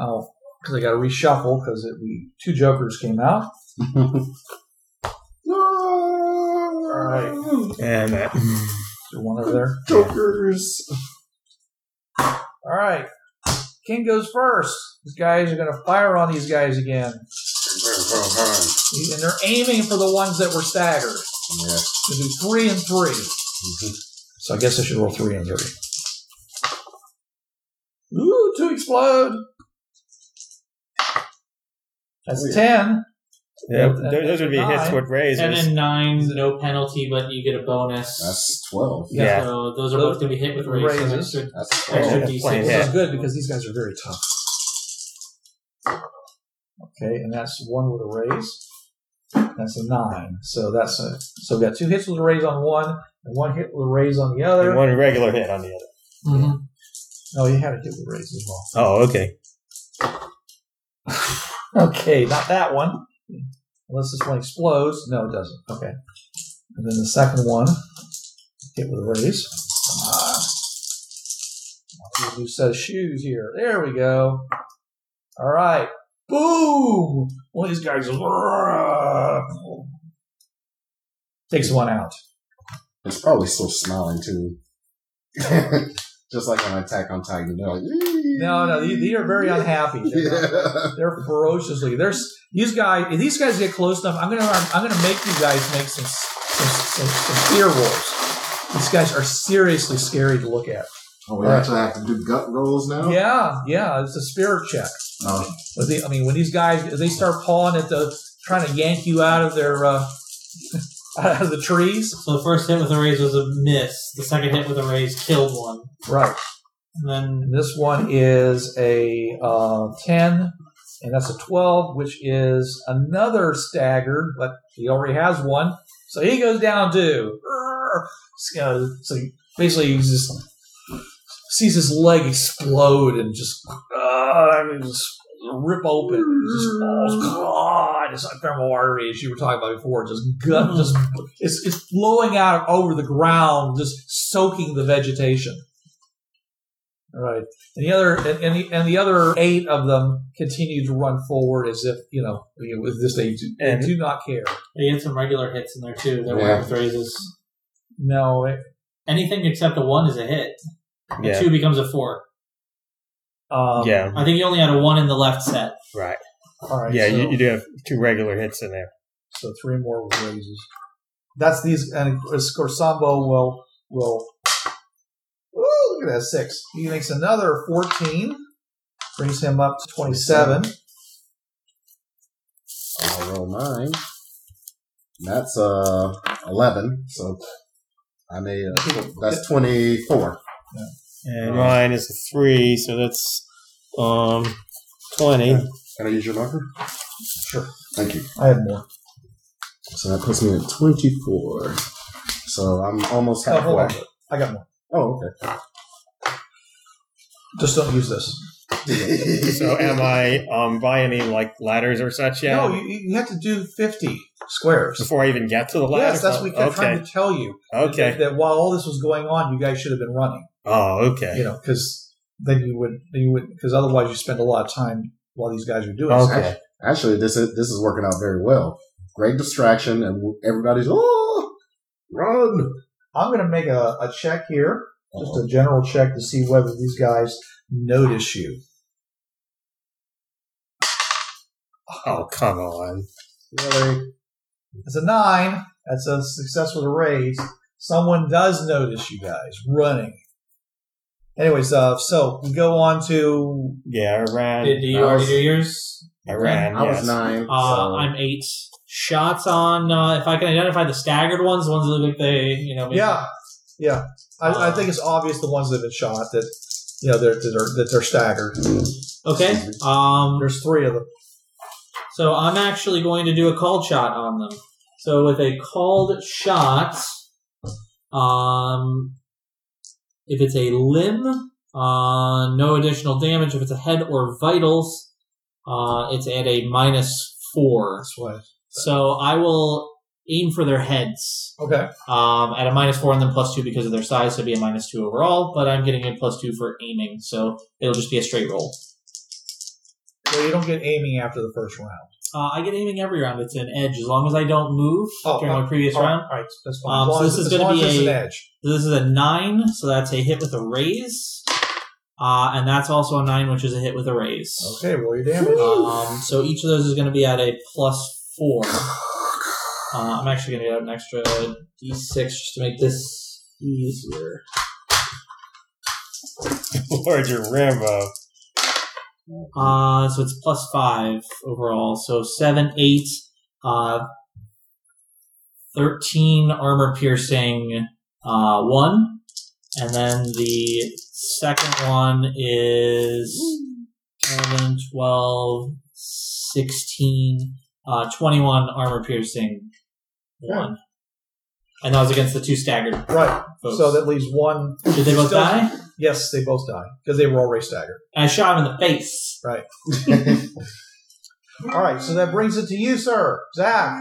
I'll because I got to reshuffle because we two jokers came out. all right, And uh, so one over there. Jokers. All right, King goes first. These guys are going to fire on these guys again, Uh, and they're aiming for the ones that were staggered. Yeah. They do three and three. Mm-hmm. So I guess I should roll three and three. Ooh, two explode. That's Weird. ten. yeah, those those would be hits Nine. with raises. And then nine, no penalty, but you get a bonus. That's 12. yeah. So those are Those- both going to be hit with raises. raises. Extra, That's extra 12. that's D6. plenty. Oh, This Yeah. is good because these guys are very tough. Okay, and that's one with a raise. That's a nine. So that's a so we got two hits with a raise on one, and one hit with a raise on the other. And one regular hit on the other. Mm-hmm. No, you had a hit with a raise as well. Oh, okay. Okay, not that one. Unless this one explodes. No, it doesn't. Okay. And then the second one, hit with a raise. Come on. I'll do a new set of shoes here. There we go. All right. Boom! One of these guys takes one out. It's probably still smiling too. Just like on Attack on Titan. They're like, No, no, they, they are very unhappy. They're, not- Yeah. they're ferociously. There's these guys. If these guys get close enough, I'm gonna I'm gonna make you guys make some some, some, some fear rolls. These guys are seriously scary to look at. Oh, we actually have to do gut rolls now? Yeah, yeah, it's a spirit check. Oh, But they, I mean, when these guys if they start pawing at the trying to yank you out of their uh, out of the trees, So the first hit with a raise was a miss. The second hit with a raise killed one. right? And then And this one is a uh, 10, and that's a 12, which is another staggered, but he already has one. So he goes down uh, too. Arr! So so basically, he just sees his leg explode and just, ah, and just rip open. Just falls. God, it's like thermal artery, as you were talking about before. Just gut, just it's, it's flowing out over the ground, just soaking the vegetation. All Right. And the other and, and, the, and the other eight of them continue to run forward as if you know you know, with this they do, they And- do not care. they had some regular hits in there too. That Yeah. were with raises. No, it- Anything except a one is a hit. A Yeah. two becomes a four. um, Yeah. I think you only had a one in the left set. Right. All right. Yeah, so, you, you do have two regular hits in there. so three more raises. That's these and Corsambo will will. Ooh, look at that six. He makes another fourteen, brings him up to twenty-seven. I'll roll mine. That's uh 11. So I made uh, tw- that's 24. And mine is a three, so that's um twenty. Can I use your marker? Sure. Thank you. I have more. So that puts me at 24. So I'm almost Oh, hold halfway. on. I got more. Oh, okay. Just don't use this. So am I um buying any like ladders or such yet? No, you, you have to do fifty squares. before I even get to the ladder? Yes, that's what we kept okay. trying to tell you. That, Okay. that while all this was going on, you guys should have been running. Oh, okay. You know, because then you would, then you would, because otherwise you spend a lot of time while these guys are doing Okay. something. Actually, this is this is working out very well. Great distraction, and everybody's oh, run. I'm going to make a, a check here, just a general check to see whether these guys notice you. Oh, come on. Really? It's a nine. That's a success with a raise. Someone does notice you guys running. Anyways, uh, so we go on to Yeah, I ran. Did you I already was- do yours? I ran. I yes. was nine. Uh, so- I'm eight. Shots on. Uh, if I can identify the staggered ones, the ones that look like they, you know, maybe- Yeah, yeah. I, I think it's obvious the ones that have been shot that you know they're that are that they're staggered. Okay. Um, There's three of them. So I'm actually going to do a called shot on them. So with a called shot, um, if it's a limb, uh, no additional damage. If it's a head or vitals, uh, it's at a minus four. That's why. So I will aim for their heads Okay. um, at a minus four and then plus two because of their size, so it'd be a minus two overall. But I'm getting a plus two for aiming, so it'll just be a straight roll. Well, you don't get aiming after the first round. Uh, I get aiming every round. It's an edge as long as I don't move Oh, during my previous All right, round. all right, that's fine. Um, as long so as, this is as gonna long as be it's an a- edge. So this is a nine, so that's a hit with a raise, uh, and that's also a nine, which is a hit with a raise. Okay, roll your damage. Um, so each of those is going to be at a plus four. Uh, I'm actually going to get out an extra d6 just to make this easier. Lord, you're Rambo. Uh, so it's plus five overall. So seven, eight, uh, thirteen armor piercing, uh, one, and then the second one is 11, 12, 16, uh, 21 armor piercing, one. And that was against the two staggered right. folks. So that leaves one. Did they both Still- die? Yes, they both die because they were already staggered. I shot him in the face. All right, so that brings it to you, sir, Zach.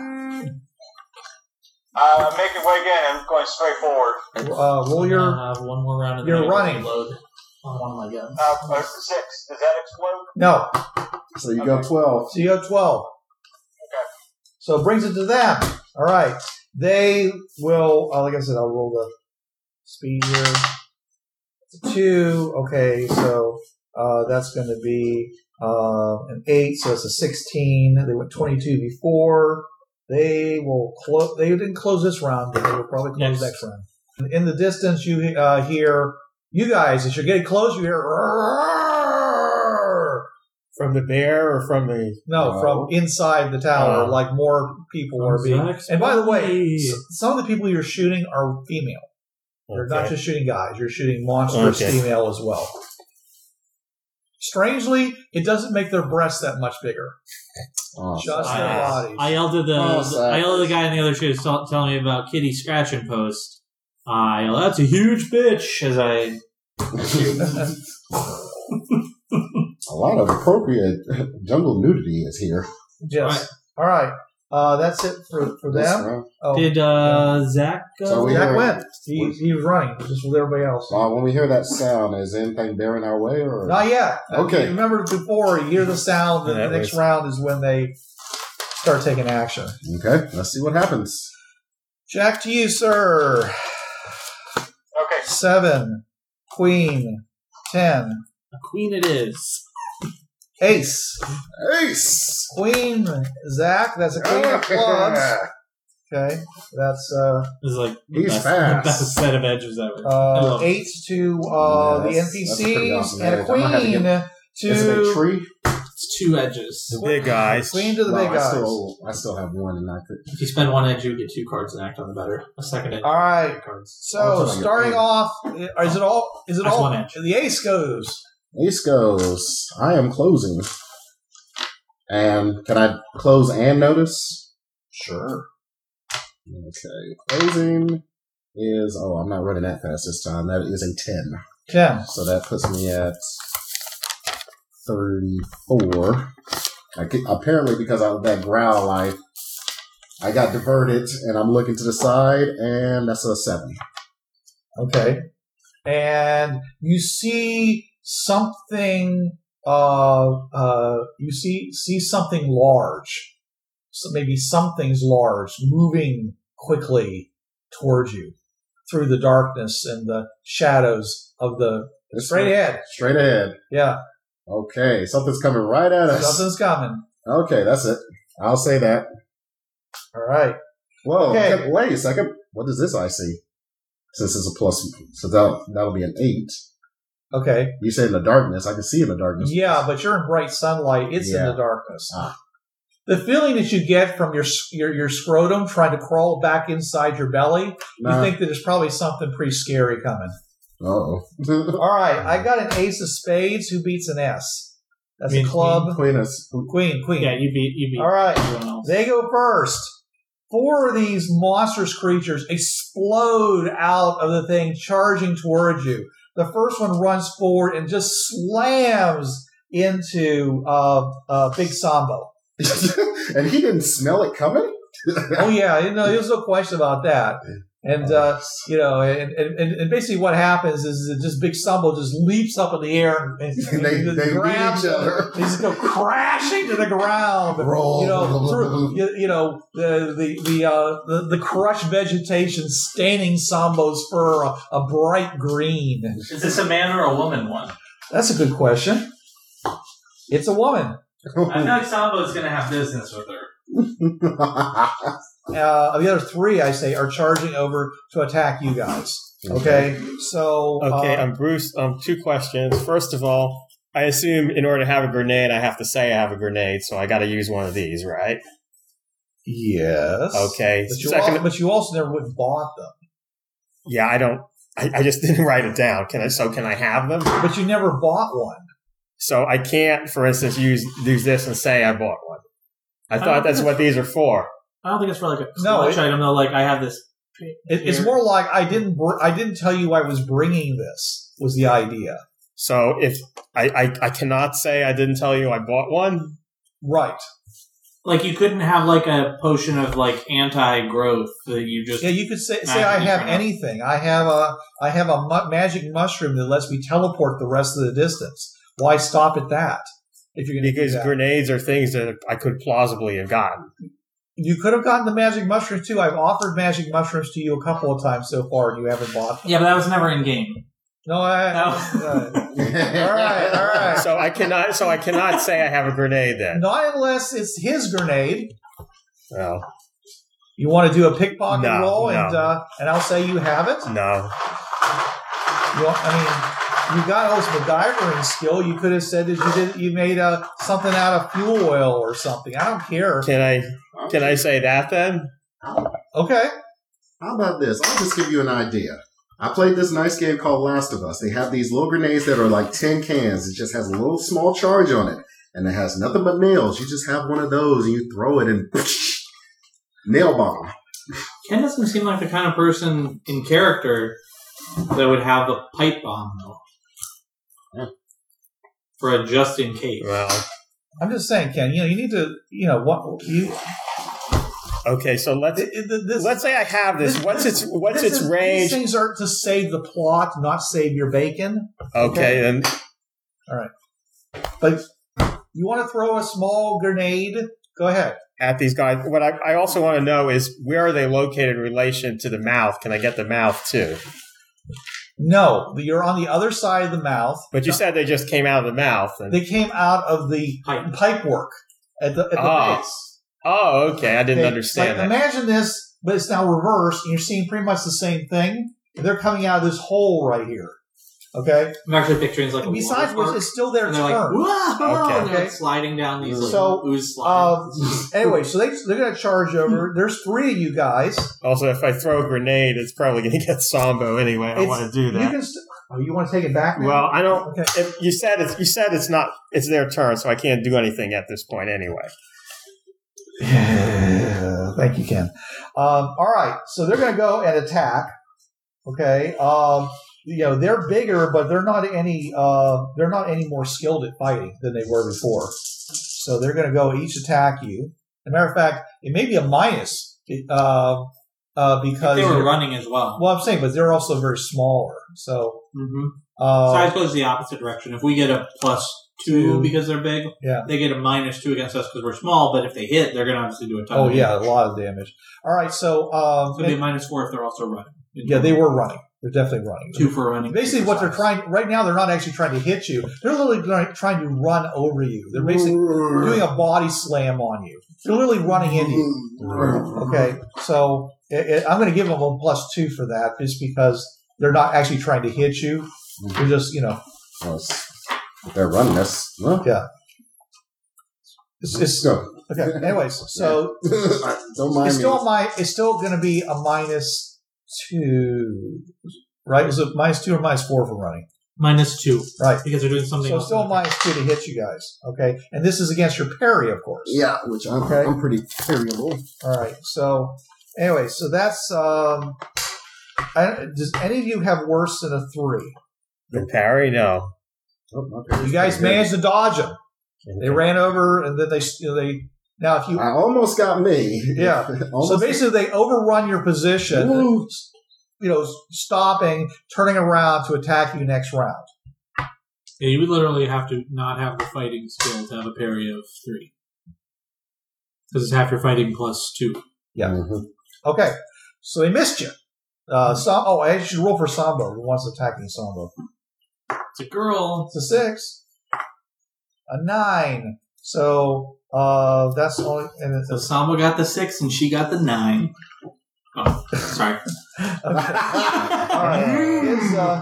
Uh, make it way again. I'm going straight forward. Uh, roll You're, your I have one more round. and you're then I running. Load on one of my guns. Uh, that's the six. Does that explode? no. so you go twelve. So you have 12. So it brings it to them. All right. They will, uh, like I said, I'll roll the speed here. It's a Two. Okay. So uh, that's going to be uh, an eight. So it's a 16. They went 22 before. They will close. They didn't close this round, but they will probably close Next. next round. And in the distance, you uh, hear, you guys, as you're getting close, you hear, "Roar!" From the bear or from the. No, Oh. from inside the tower, Oh. like more people are being. And by the way, s- some of the people you're shooting are female. You're not Okay. just shooting guys; you're shooting monstrous Okay. female as well. Strangely, it doesn't make their breasts that much bigger. Oh, Just their I- bodies. I yelled at the, Oh, I sorry. yelled at the guy in the other shoe tell- telling me about Kitty scratch and post. I yelled, "That's a huge bitch!" As I a lot of appropriate jungle nudity is here. yes. All right. Uh, that's it for, for This them. round. Oh, did, uh, Zach. Go? So we Zach hear- went. He, he was running just with everybody else. Uh, when we hear that sound, is anything bearing our way or? Not yet. Uh, Okay. Remember before you hear the sound, and Yeah, the that next was- round is when they start taking action. Okay, let's see what happens. Jack to you, sir. Okay. Seven, queen, ten, A queen it is. ace, Ace. queen, Zach. That's a queen of clubs. Okay, that's uh, It was like the He's best, fast. the best set of edges ever. I uh love it. eight to uh, Yeah, that's- the that's pretty NPCs awesome, and a man. I'm gonna have to queen Is it a to tree? It's two edges. The big eyes. queen to the No, big I guys. still, I still have one, and I could. If you spend one edge, you get two cards and act on the better. A second edge. All right. Cards. So Oh, it's like starting eight. off, uh, is it all? Is it That's all? one edge. The ace goes. Ace goes. I am closing. And can I close and notice? Sure. Okay. Closing is oh, I'm not running that fast this time. That is a ten. Ten. So that puts me at thirty-four. I ca- apparently, because of that growl, I I got diverted, and I'm looking to the side, and that's a seven. Okay. And you see something uh, uh, you see see something large, so maybe something's large moving quickly towards you through the darkness and the shadows of the This straight way. ahead. Straight ahead. Yeah, Okay, something's coming right at us. something's coming. Okay, that's it. I'll say that. All right. Whoa, Okay. okay, wait a second. What does this I see? Since it's a plus, so that'll, that'll be an eight. Okay. You say in the darkness. I can see in the darkness. Yeah, but you're in bright sunlight. It's in Yeah. the darkness. Ah. The feeling that you get from your, s- your your scrotum trying to crawl back inside your belly, Nah. you think that there's probably something pretty scary coming. Uh-oh. All right, I got an ace of spades. Who beats an S? That's Me a and club. Queen is Queen, queen. Yeah, you beat you beat All right. everyone else. They go first. Four of these monstrous creatures explode out of the thing, charging towards you. The first one runs forward and just slams into uh, uh, Big Sambo. and he didn't smell it coming? Oh yeah, you know, there's no question about that. And uh, you know, and, and, and and basically what happens is that just Big Sambo just leaps up in the air and, and They- just they beat grabs each him. other. They just go crashing to the ground. Roll. You know, through, you, you know the the the, uh, the the crushed vegetation staining Sambo's fur a, a bright green. Is this a man or a woman one? That's a good question. It's a woman. I feel like Sambo's gonna have business with her. Uh, of the other three, I say, are charging over to attack you guys. Okay, so Okay, uh, I'm Bruce. Um, two questions. First of all, I assume in order to have a grenade, I have to say I have a grenade, so I got to use one of these, right? Yes. Okay. But you, Second, also, but you also never would have bought them. yeah, I don't. I, I just didn't write it down. Can I? So can I have them? But you never bought one. So I can't, for instance, use use this and say I bought one. I thought that's what these are for. I don't think it's for like a No, clutch it- item though. Like I have this. It, it's here. more like I didn't. Br- I didn't tell you I was bringing this. Was the idea So if I, I I cannot say I didn't tell you I bought one. right? Like you couldn't have like a potion of like anti growth that you just. Yeah, you could say say Magic I have mushroom. anything. I have a I have a mu- magic mushroom that lets me teleport the rest of the distance. Why stop at that? If you're going to do Because that, grenades are things that I could plausibly have gotten. you could have gotten the magic mushroom too. I've offered magic mushrooms to you a couple of times so far, and you haven't bought. Yeah, but that was never in game. No, I. No. uh, all right, all right. So I cannot. So I cannot say I have a grenade then. Not unless it's his grenade. Well, You want to do a pickpocket No, roll, no. and uh, and I'll say you have it. no. You want, I mean, you got all this MacGyvering skill. You could have said that you did you made uh, something out of fuel oil or something. I don't care. Can I? Can I say that then? Okay, How about this? I'll just give you an idea. I played this nice game called Last of Us. They have these little grenades that are like tin cans. It just has a little small charge on it, and it has nothing but nails. You just have one of those and you throw it and nail bomb. Ken doesn't seem like the kind of person in character that would have the pipe bomb though. Yeah. For a just in case. Well, I'm just saying, Ken. You know, you need to. You know what? You, okay. So let's th- th- this, let's say I have this. What's its what's this its is- These range? things are to save the plot, not save your bacon. Okay, then You want to throw a small grenade? Go ahead. at these guys. What I, I also want to know is where are they located in relation to the mouth? Can I get the mouth too? No, you're on the other side of the mouth. But you said they just came out of the mouth. And, They came out of the Pipe. pipe work at the at the Ah, base. oh, okay. I didn't Okay, understand like, that. Imagine this, but it's now reversed, and you're seeing pretty much the same thing. And they're coming out of this hole right here. Okay. I'm actually picturing it's like And a besides water which, park, it's still their and they're like, turn. whoa! oh, Okay. And they're Okay. like sliding down these like, So, ooze slides. Um, anyway, so they they're going to charge over. There's three of you guys. Also, if I throw a grenade, it's probably going to get Sambo anyway. I It's- want to do You that. can. St- oh, you want to take it back? now? well, I don't. okay. If you said it's you said it's not it's their turn, so I can't do anything at this point anyway. Thank you, Ken. Um, all right, so they're going to go and attack. Okay, um, you know they're bigger, but they're not any uh, they're not any more skilled at fighting than they were before. So they're going to go each attack you. As a matter of fact, it may be a minus uh, uh, because they were you're- running as well. well, I'm saying, but they're also very smaller. So hmm uh, Size goes the opposite direction. If we get a plus two Two. because they're big. Yeah. They get a minus two against us because we're small, but if they hit, they're going to obviously do a ton Oh of yeah, a damage. lot of damage. All right, so It's um, going to be a minus four if they're also running. yeah, they were running. They're definitely running. Two for running. Basically, what they're trying right now, they're not actually trying to hit you. They're literally try- trying to run over you. They're basically doing a body slam on you. They're literally running into you. Okay, so it, it, I'm going to give them a plus two for that, just because they're not actually trying to hit you. They're just, you know, Well, Oh, s- if they're running this. Well, it's, let's it's go. okay. Anyways, so Don't mind it's me. still my it's still going to be a minus two, right? Was it minus two or minus four for running? Minus two. Right. Because they're doing something So else. still a minus two to hit you guys. Okay, and this is against your parry, of course. yeah, which I'm, Okay. I'm pretty terrible. All right. So anyway, so that's um. I, does any of you have worse than a three? The parry? No. Oh, okay. You guys managed to dodge them. They ran over, and then they you know, they now if you I almost got me. Yeah. so almost basically they overrun your position, Ooh. you know, stopping, turning around to attack you next round. Yeah, you would literally have to not have the fighting skill to have a parry of three. Because it's half your fighting plus two. Yeah. Mhm. Okay, so they missed you. Uh, Hmm. Sam- oh, I should roll for Sambo. Who wants attacking Sambo? It's a girl. It's a six, a nine. So uh, that's only and it's So Samba got the six and she got the nine. Oh, sorry. okay. All right. His, uh,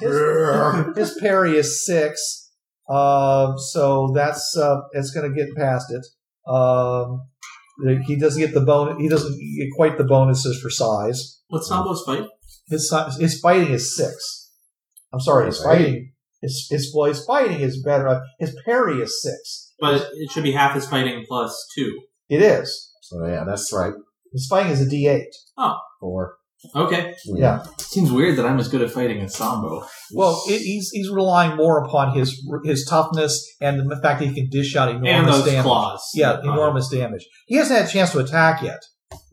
his, his parry is six, um, so that's uh, it's going to get past it. Um, he doesn't get the bon He doesn't get quite the bonuses for size. What's Sambo's fight? His si- his fighting is six. I'm sorry, his fighting. His his well, his fighting is better. Uh, His parry is six. But it should be half his fighting plus two. It is. So yeah, that's right. His fighting is a D8. Four. Okay. Yeah. Seems weird that I'm as good at fighting as Sambo. Well, it, he's he's relying more upon his his toughness and the fact that he can dish out enormous and those damage. claws. Uh, Yeah, enormous damage. He hasn't had a chance to attack yet.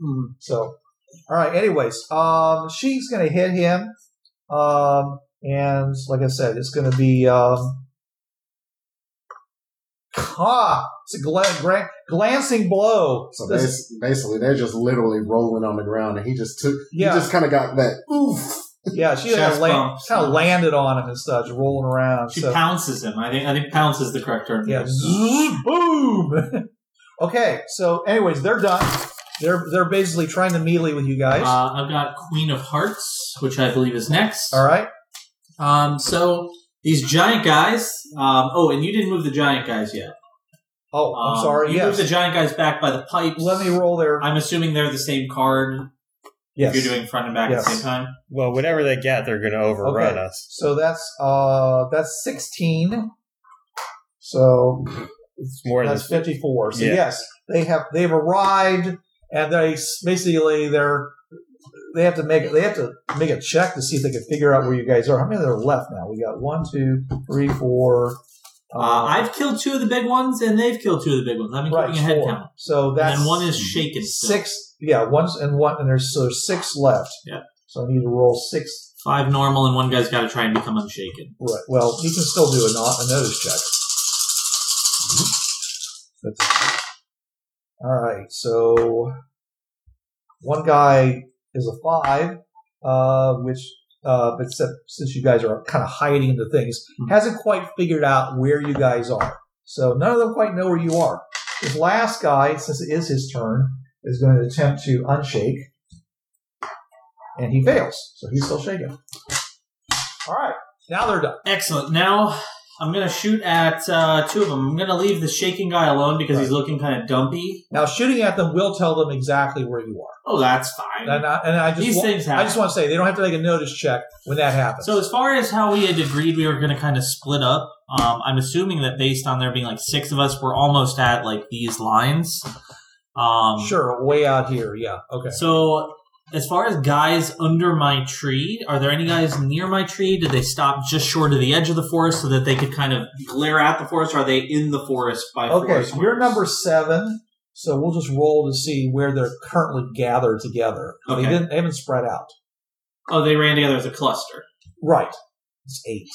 Mm. So, all right. Anyways, um, she's going to hit him, um, and like I said, it's going to be um, ah, it's a gla- gra- glancing blow. So This- bas- basically, they're just literally rolling on the ground, and he just took. yeah, He just kind of got that. Oof. yeah. She kind of Chest land, bumps. kind of landed on him and stuff, just rolling around. She so, pounces him. I think I think pounce is the correct term. yeah, zzz, boom. okay. So, anyways, they're done. They're they're basically trying to melee with you guys. Uh, I've got Queen of Hearts, which I believe is next. all right. Um, so these giant guys. Um, oh, and you didn't move the giant guys yet. Oh, I'm Um, sorry. You Yes. moved the giant guys back by the pipes. Let me roll there. I'm assuming they're the same card. Yes. If you're doing front and back at the same Yes. time. Well, whatever they get, they're going to overrun Okay. us. so that's uh that's sixteen. So It's more than that's fifty four. So Yeah. yes, they have they've arrived and they s- basically they're they have to make they have to make a check to see if they can figure out where you guys are. How many are there left now? We got one, two, three, four. Uh, I've killed two of the big ones, and they've killed two of the big ones. I've been keeping a head uh, four. count. So And that's then one is shaken. still. six. Yeah, one's and one and there's so there's six left. Yeah. So I need to roll six Five normal, and one guy's got to try and become unshaken. Right. Well, you can still do a, not, a notice check. That's- all right. So one guy is a five, uh, which, uh, except since you guys are kind of hiding the things, hasn't quite figured out where you guys are. So none of them quite know where you are. This last guy, since it is his turn, is going to attempt to unshake, and he fails. So he's still shaking. All right. Now they're done. Excellent. Now I'm gonna shoot at uh, two of them. I'm gonna leave the shaking guy alone because he's looking kind of dumpy. Now, shooting at them will tell them exactly where you are. Oh, that's fine. And I, and I These just, wa- things I happen. just want to say they don't have to make a notice check when that happens. so as far as how we had agreed we were gonna kind of split up, um, I'm assuming that based on there being like six of us, we're almost at like these lines. Um, sure, way out here. Yeah. Okay. So as far as guys under my tree, are there any guys near my tree? Did they stop just short of the edge of the forest so that they could kind of glare at the forest? Or are they in the forest by Okay. forest? So you're words? number seven. So we'll just roll to see where they're currently gathered together. They, Okay. didn't, they haven't spread out. uh, Oh, they ran together as a cluster. Right. It's eight.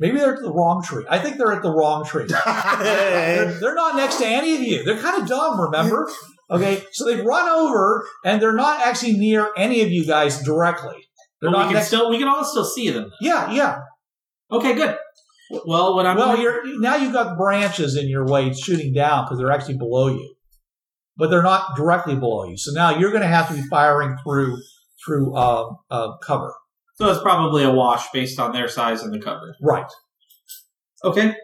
Maybe they're at the wrong tree. I think they're at the wrong tree. They're, they're not next to any of you. They're kind of dumb, remember? Okay, so they've run over and they're not actually near any of you guys directly. They're But we not can next. still we can all still see them. yeah, yeah. Okay, good. Well, what I'm well, going- you're now you've got branches in your way shooting down because they're actually below you, but they're not directly below you. So now you're going to have to be firing through through uh, uh, cover. so it's probably a wash based on their size and the cover. Right. Okay,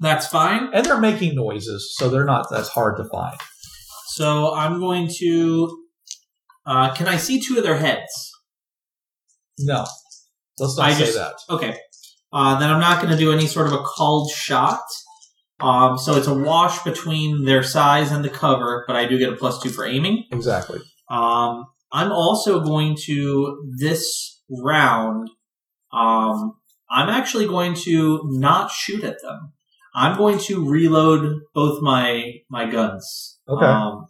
that's fine. And they're making noises, so they're not that's hard to find. So I'm going to. Uh, can I see two of their heads? No. Let's not I say just- that. Okay. Uh, then I'm not going to do any sort of a called shot. Um, so it's a wash between their size and the cover, but I do get a plus two for aiming. Exactly. Um, I'm also going to this round. Um, I'm actually going to not shoot at them. I'm going to reload both my my guns. Okay. Um,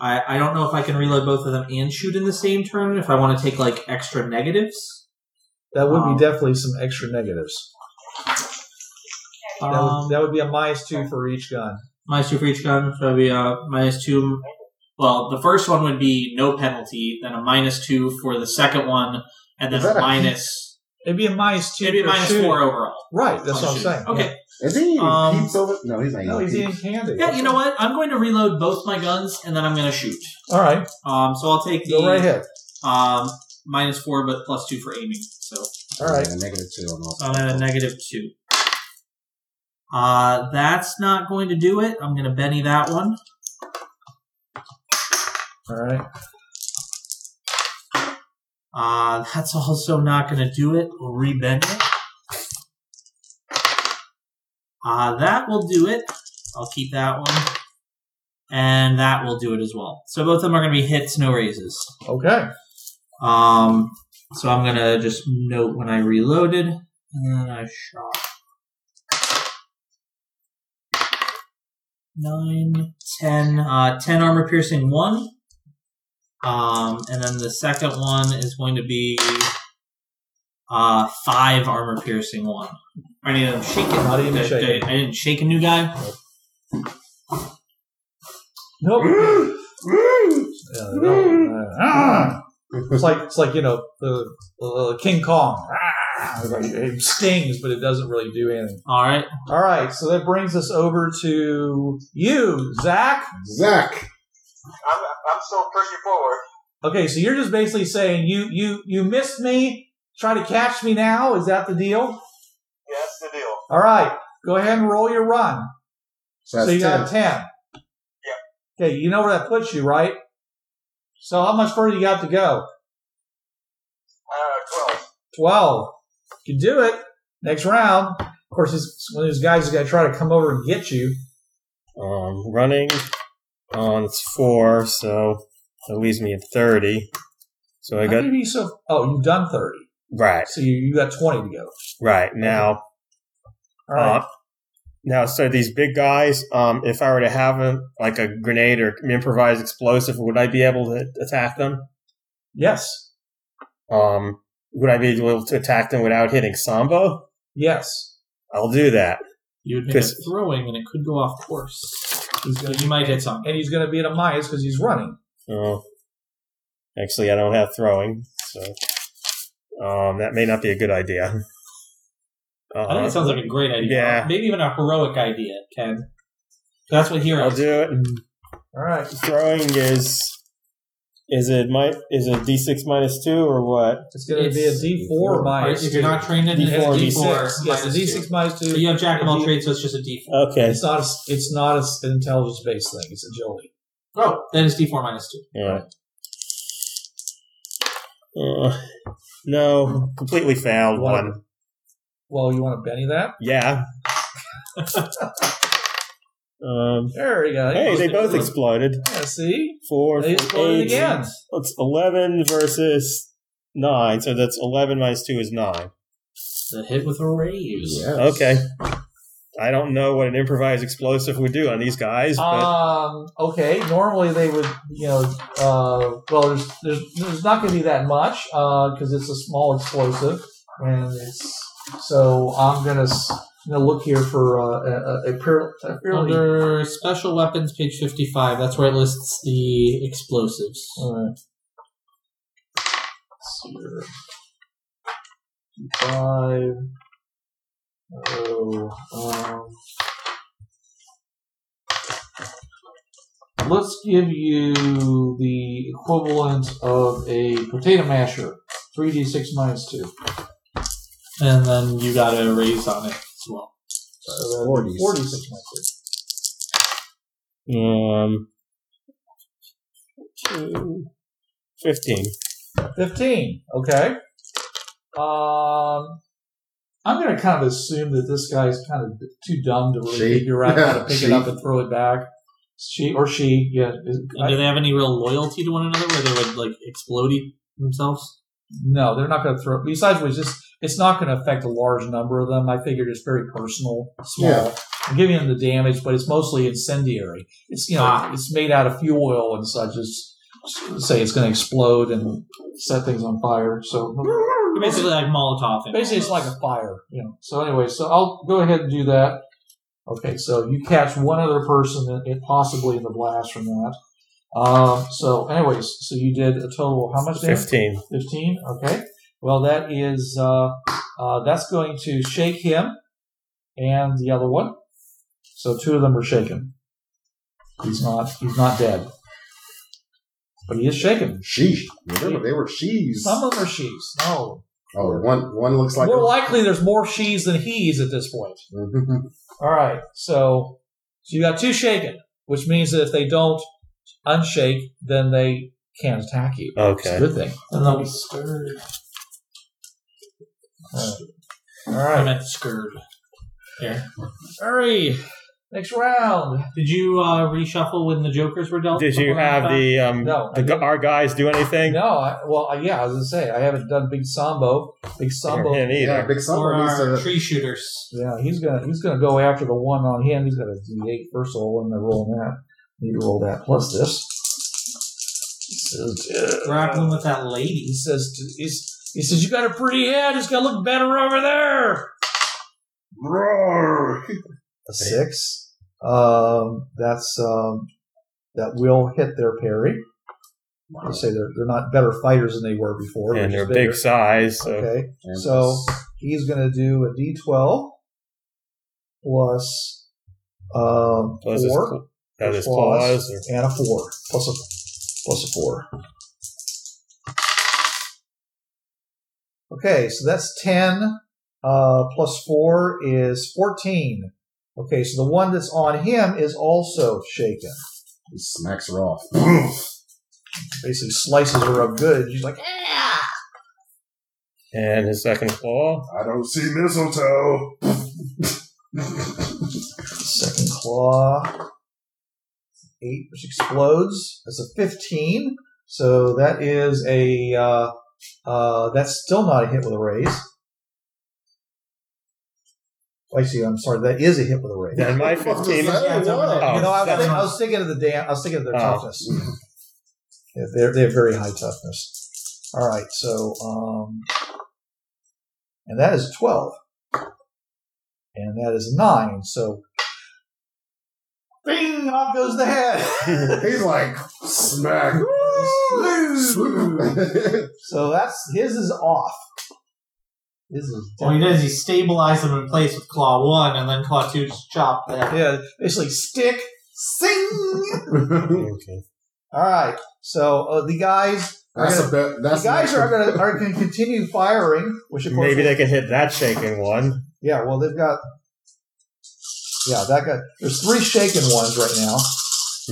I I don't know if I can reload both of them and shoot in the same turn. If I want to take like extra negatives. That would Um, be definitely some extra negatives. That, Um, would, that would be a minus two for each gun. minus two for each gun, so that'd be a minus two. Well, the first one would be no penalty, then a minus two for the second one, and then Is that a a- minus. It'd be a minus two. It'd be for minus shooting. four overall. Right, that's on what I'm shooting. saying. Okay. Is he eating Um, peeps over? No, he's not Yeah. eating No, he's peeps. eating candy. Yeah, you know what? I'm going to reload both my guns and then I'm going to shoot. All right, Um, so I'll take go right the ahead. um, minus four, but plus two for aiming. So, All right. Yeah, negative two on all. so I'm at a negative two. Uh, that's not going to do it. I'm going to Benny that one. All right. Uh, that's also not going to do it. We'll rebend it. Uh, that will do it. I'll keep that one. And that will do it as well. So both of them are going to be hits, no raises. Okay. Um, so I'm going to just note when I reloaded. And then I shot. Nine, ten, uh, ten armor piercing one. Um, and then the second one is going to be uh, five armor piercing one. I need them shaken. Not even Did- shaken. did- I didn't shake a new guy. Nope. Yeah, no, uh, ah! it's like it's like you know the uh, King Kong. Ah! It stings, but it doesn't really do anything. All right. All right, so that brings us over to you, Zach. Zach, I'm, I'm still pushing forward. Okay, so you're just basically saying you you you missed me. Try to catch me now. Is that the deal? Yeah, that's the deal. All right, go ahead and roll your run. so that's so you ten. got a ten. Yeah. Okay, you know where that puts you, right? So how much further you got to go? Uh, 12. Twelve. You can do it. Next round. Of course, he's, one of these guys is going to try to come over and get you. Um, running on it's four, so that leaves me at thirty. So I How got many of you so? Oh, you've done thirty. right, So you, you got twenty to go. right now. All right. Uh, now, so these big guys. Um, if I were to have a, like a grenade or improvised explosive, would I be able to attack them? yes. Um, would I be able to attack them without hitting Sambo? Yes. I'll do that. You'd make a Yes. throwing and it could go off course. So you might hit something. And he's going to be at a minus because he's running. Oh, actually, I don't have throwing, so um, that may not be a good idea. I think Uh, it sounds like a great idea. Yeah. Maybe even a heroic idea, Ken. That's what I'll heroes. do it. All right. Throwing is is it my is it d six minus two or what? It's going to be a It's- D4 minus. if you're not trained in D4, it, it's D6. D4 Yes, a minus D6 two. minus 2. But you have jack of all D- trades, so it's just a D4. Okay, It's not, a, it's not a, an intelligence based thing. It's agility. Oh, then it's D4 minus two. yeah. Uh, no, completely failed Wow. one. Well, you want to Benny that? Yeah. um, There you go. hey, they both exploded. Yeah, see? Four, They for exploded eight, again. It's 11 versus 9. So that's 11 minus 2 is 9. The hit with a raise. Yes. Okay. I don't know what an improvised explosive would do on these guys, but Um, okay, normally they would, you know, uh, well, there's, uh, there's, there's not going to be that much because it's a small explosive and it's So I'm gonna, s- I'm gonna look here for uh, a, a, a pure. a purely- Under special weapons, page 55, that's where it lists the explosives. Alright. Let's see here. Five. Oh, um, let's give you the equivalent of a potato masher. 3d6 minus 2. And then you got a raise on it as well. So 40. 46 minus Uh, Um, two, 15. 2. 15. Okay. Um, I'm going to kind of assume that this guy's kind of too dumb to really She? figure out how to pick it She. up and throw it back. She or she, yeah. is- And do they have any real loyalty to one another where they would, like, explode e- themselves? No, they're not going to throw. Besides, which just it's not going to affect a large number of them. I figured it's very personal, small. Yeah. I'm giving them the damage, but it's mostly incendiary. It's you know, Ah. it's made out of fuel oil and such. It's say it's going to explode and set things on fire. So Basically, like Molotov. and- basically, it's like a fire. You know. So anyway, so I'll go ahead and do that. Okay, so you catch one other person, in, in- possibly in the blast from that. Um, so, anyways, so you did a total of how much damage? 15. 15 okay well that is uh, uh, that's going to shake him and the other one so two of them are shaken he's not he's not dead but he is shaken She. Remember, they were she's. some of them are she's no Oh, one one looks like. more likely there's more she's than he's at this point all right so so you got two shaken which means that if they don't unshake then they can't attack you It's a Okay. good thing And they'll be stirred. all I right meant scurred. Here. hurry next round Did you uh, reshuffle when the Jokers were dealt? Did you Something like have that? the, um, No, I the, our guys do anything? No, I, well, I- yeah, I was gonna say I haven't done Big Sambo. Big Sambo, Him yeah, either. Big Or Summer uh, needs our to. tree shooters? yeah, he's gonna he's gonna go after the one on him. He's gonna D8 first of all, and then roll that. Need to roll that plus this. He says, uh, Grappling with that he lady. says, to- he's, he says, you got a pretty head. It's gonna look better over there. Roar! A six. Um, that's um, that will hit their parry. I say they're they're not better fighters than they were before. And they're They're just big bigger. size. So. Okay. And So he's going to do a D12 plus um, Plus his, four cl- uh, his claws. Or, and a four plus a plus a four. Okay, so that's ten uh, plus four is fourteen. Okay, so the one that's on him is also shaken. He smacks her off. Basically, slices her up good. She's like, "Ah!" and his second claw. I don't see mistletoe. Second claw. Eight, which explodes. That's a 15. So that is a. Uh, uh, that's still not a hit with a raise. Oh, I see. I'm sorry. That is a hit with a raise. And my What was 15. that? Yeah, it's over there. Oh. you know, I, was That's thinking, I not- was thinking of the dam- I was thinking of their Oh. toughness. Yeah, they're they have very high toughness. All right, so um, and that is twelve, and that is nine. So, bing! Off goes the head. He's like, smack. Swoop. so that's his is off. His is Oh, What he does, he stabilizes them in place with claw one, and then claw two just chop them. yeah, basically stick sing. Okay. All right, so uh, the guys that's a bet. That's the guys an are extra- gonna are gonna continue firing, which of course Maybe will- they can hit that shaking one. Yeah, well, they've got. Yeah, that guy. There's three shaken ones right now.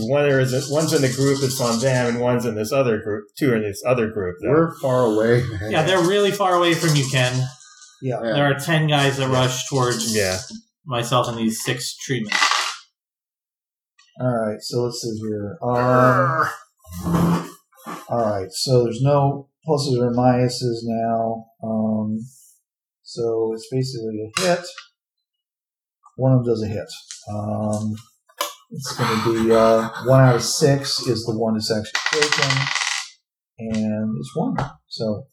One there is one's in the group that's on them, and one's in this other group. Two in this other group. though. We're far away. man. Yeah, they're really far away from you, Ken. Yeah. Yeah. There are ten guys that rush towards yeah. myself and these six treatments. All right, so let's see here. Um, all right, so there's no pluses or minuses now. Um, so it's basically a hit. One of them does a hit. Um, it's going to be uh, one out of six is the one that's actually taken, and it's one. So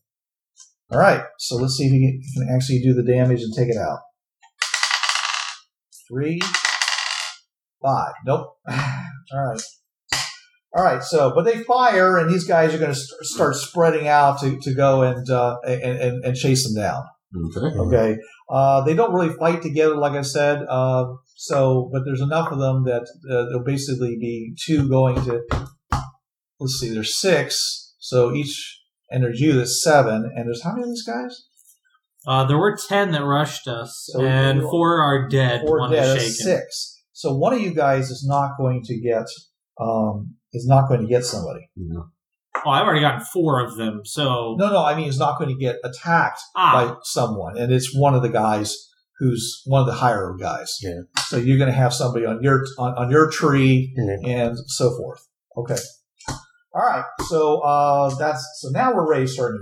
All right, so let's see if you can actually do the damage and take it out. Three, five. Nope. All right. All right. So, but they fire, and these guys are going to st- start spreading out to, to go and, uh, and and and chase them down. Okay. Okay. Uh, they don't really fight together, like I said. Um, so, but there's enough of them that uh, there'll basically be two going to. Let's see, there's six. So each, and there's you. That's seven. And there's how many of these guys? Uh, there were ten that rushed us, So and you- four are dead. Four one dead. is That's shaken. six. So one of you guys is not going to get. Um, is not going to get somebody. Oh, I've already gotten four of them. So No, no. I mean, is not going to get attacked ah, by someone, and it's one of the guys who's one of the higher guys. Yeah. So you're going to have somebody on your on, on your tree Yeah. and so forth. Okay. All right. So uh, that's so now we're ready to start a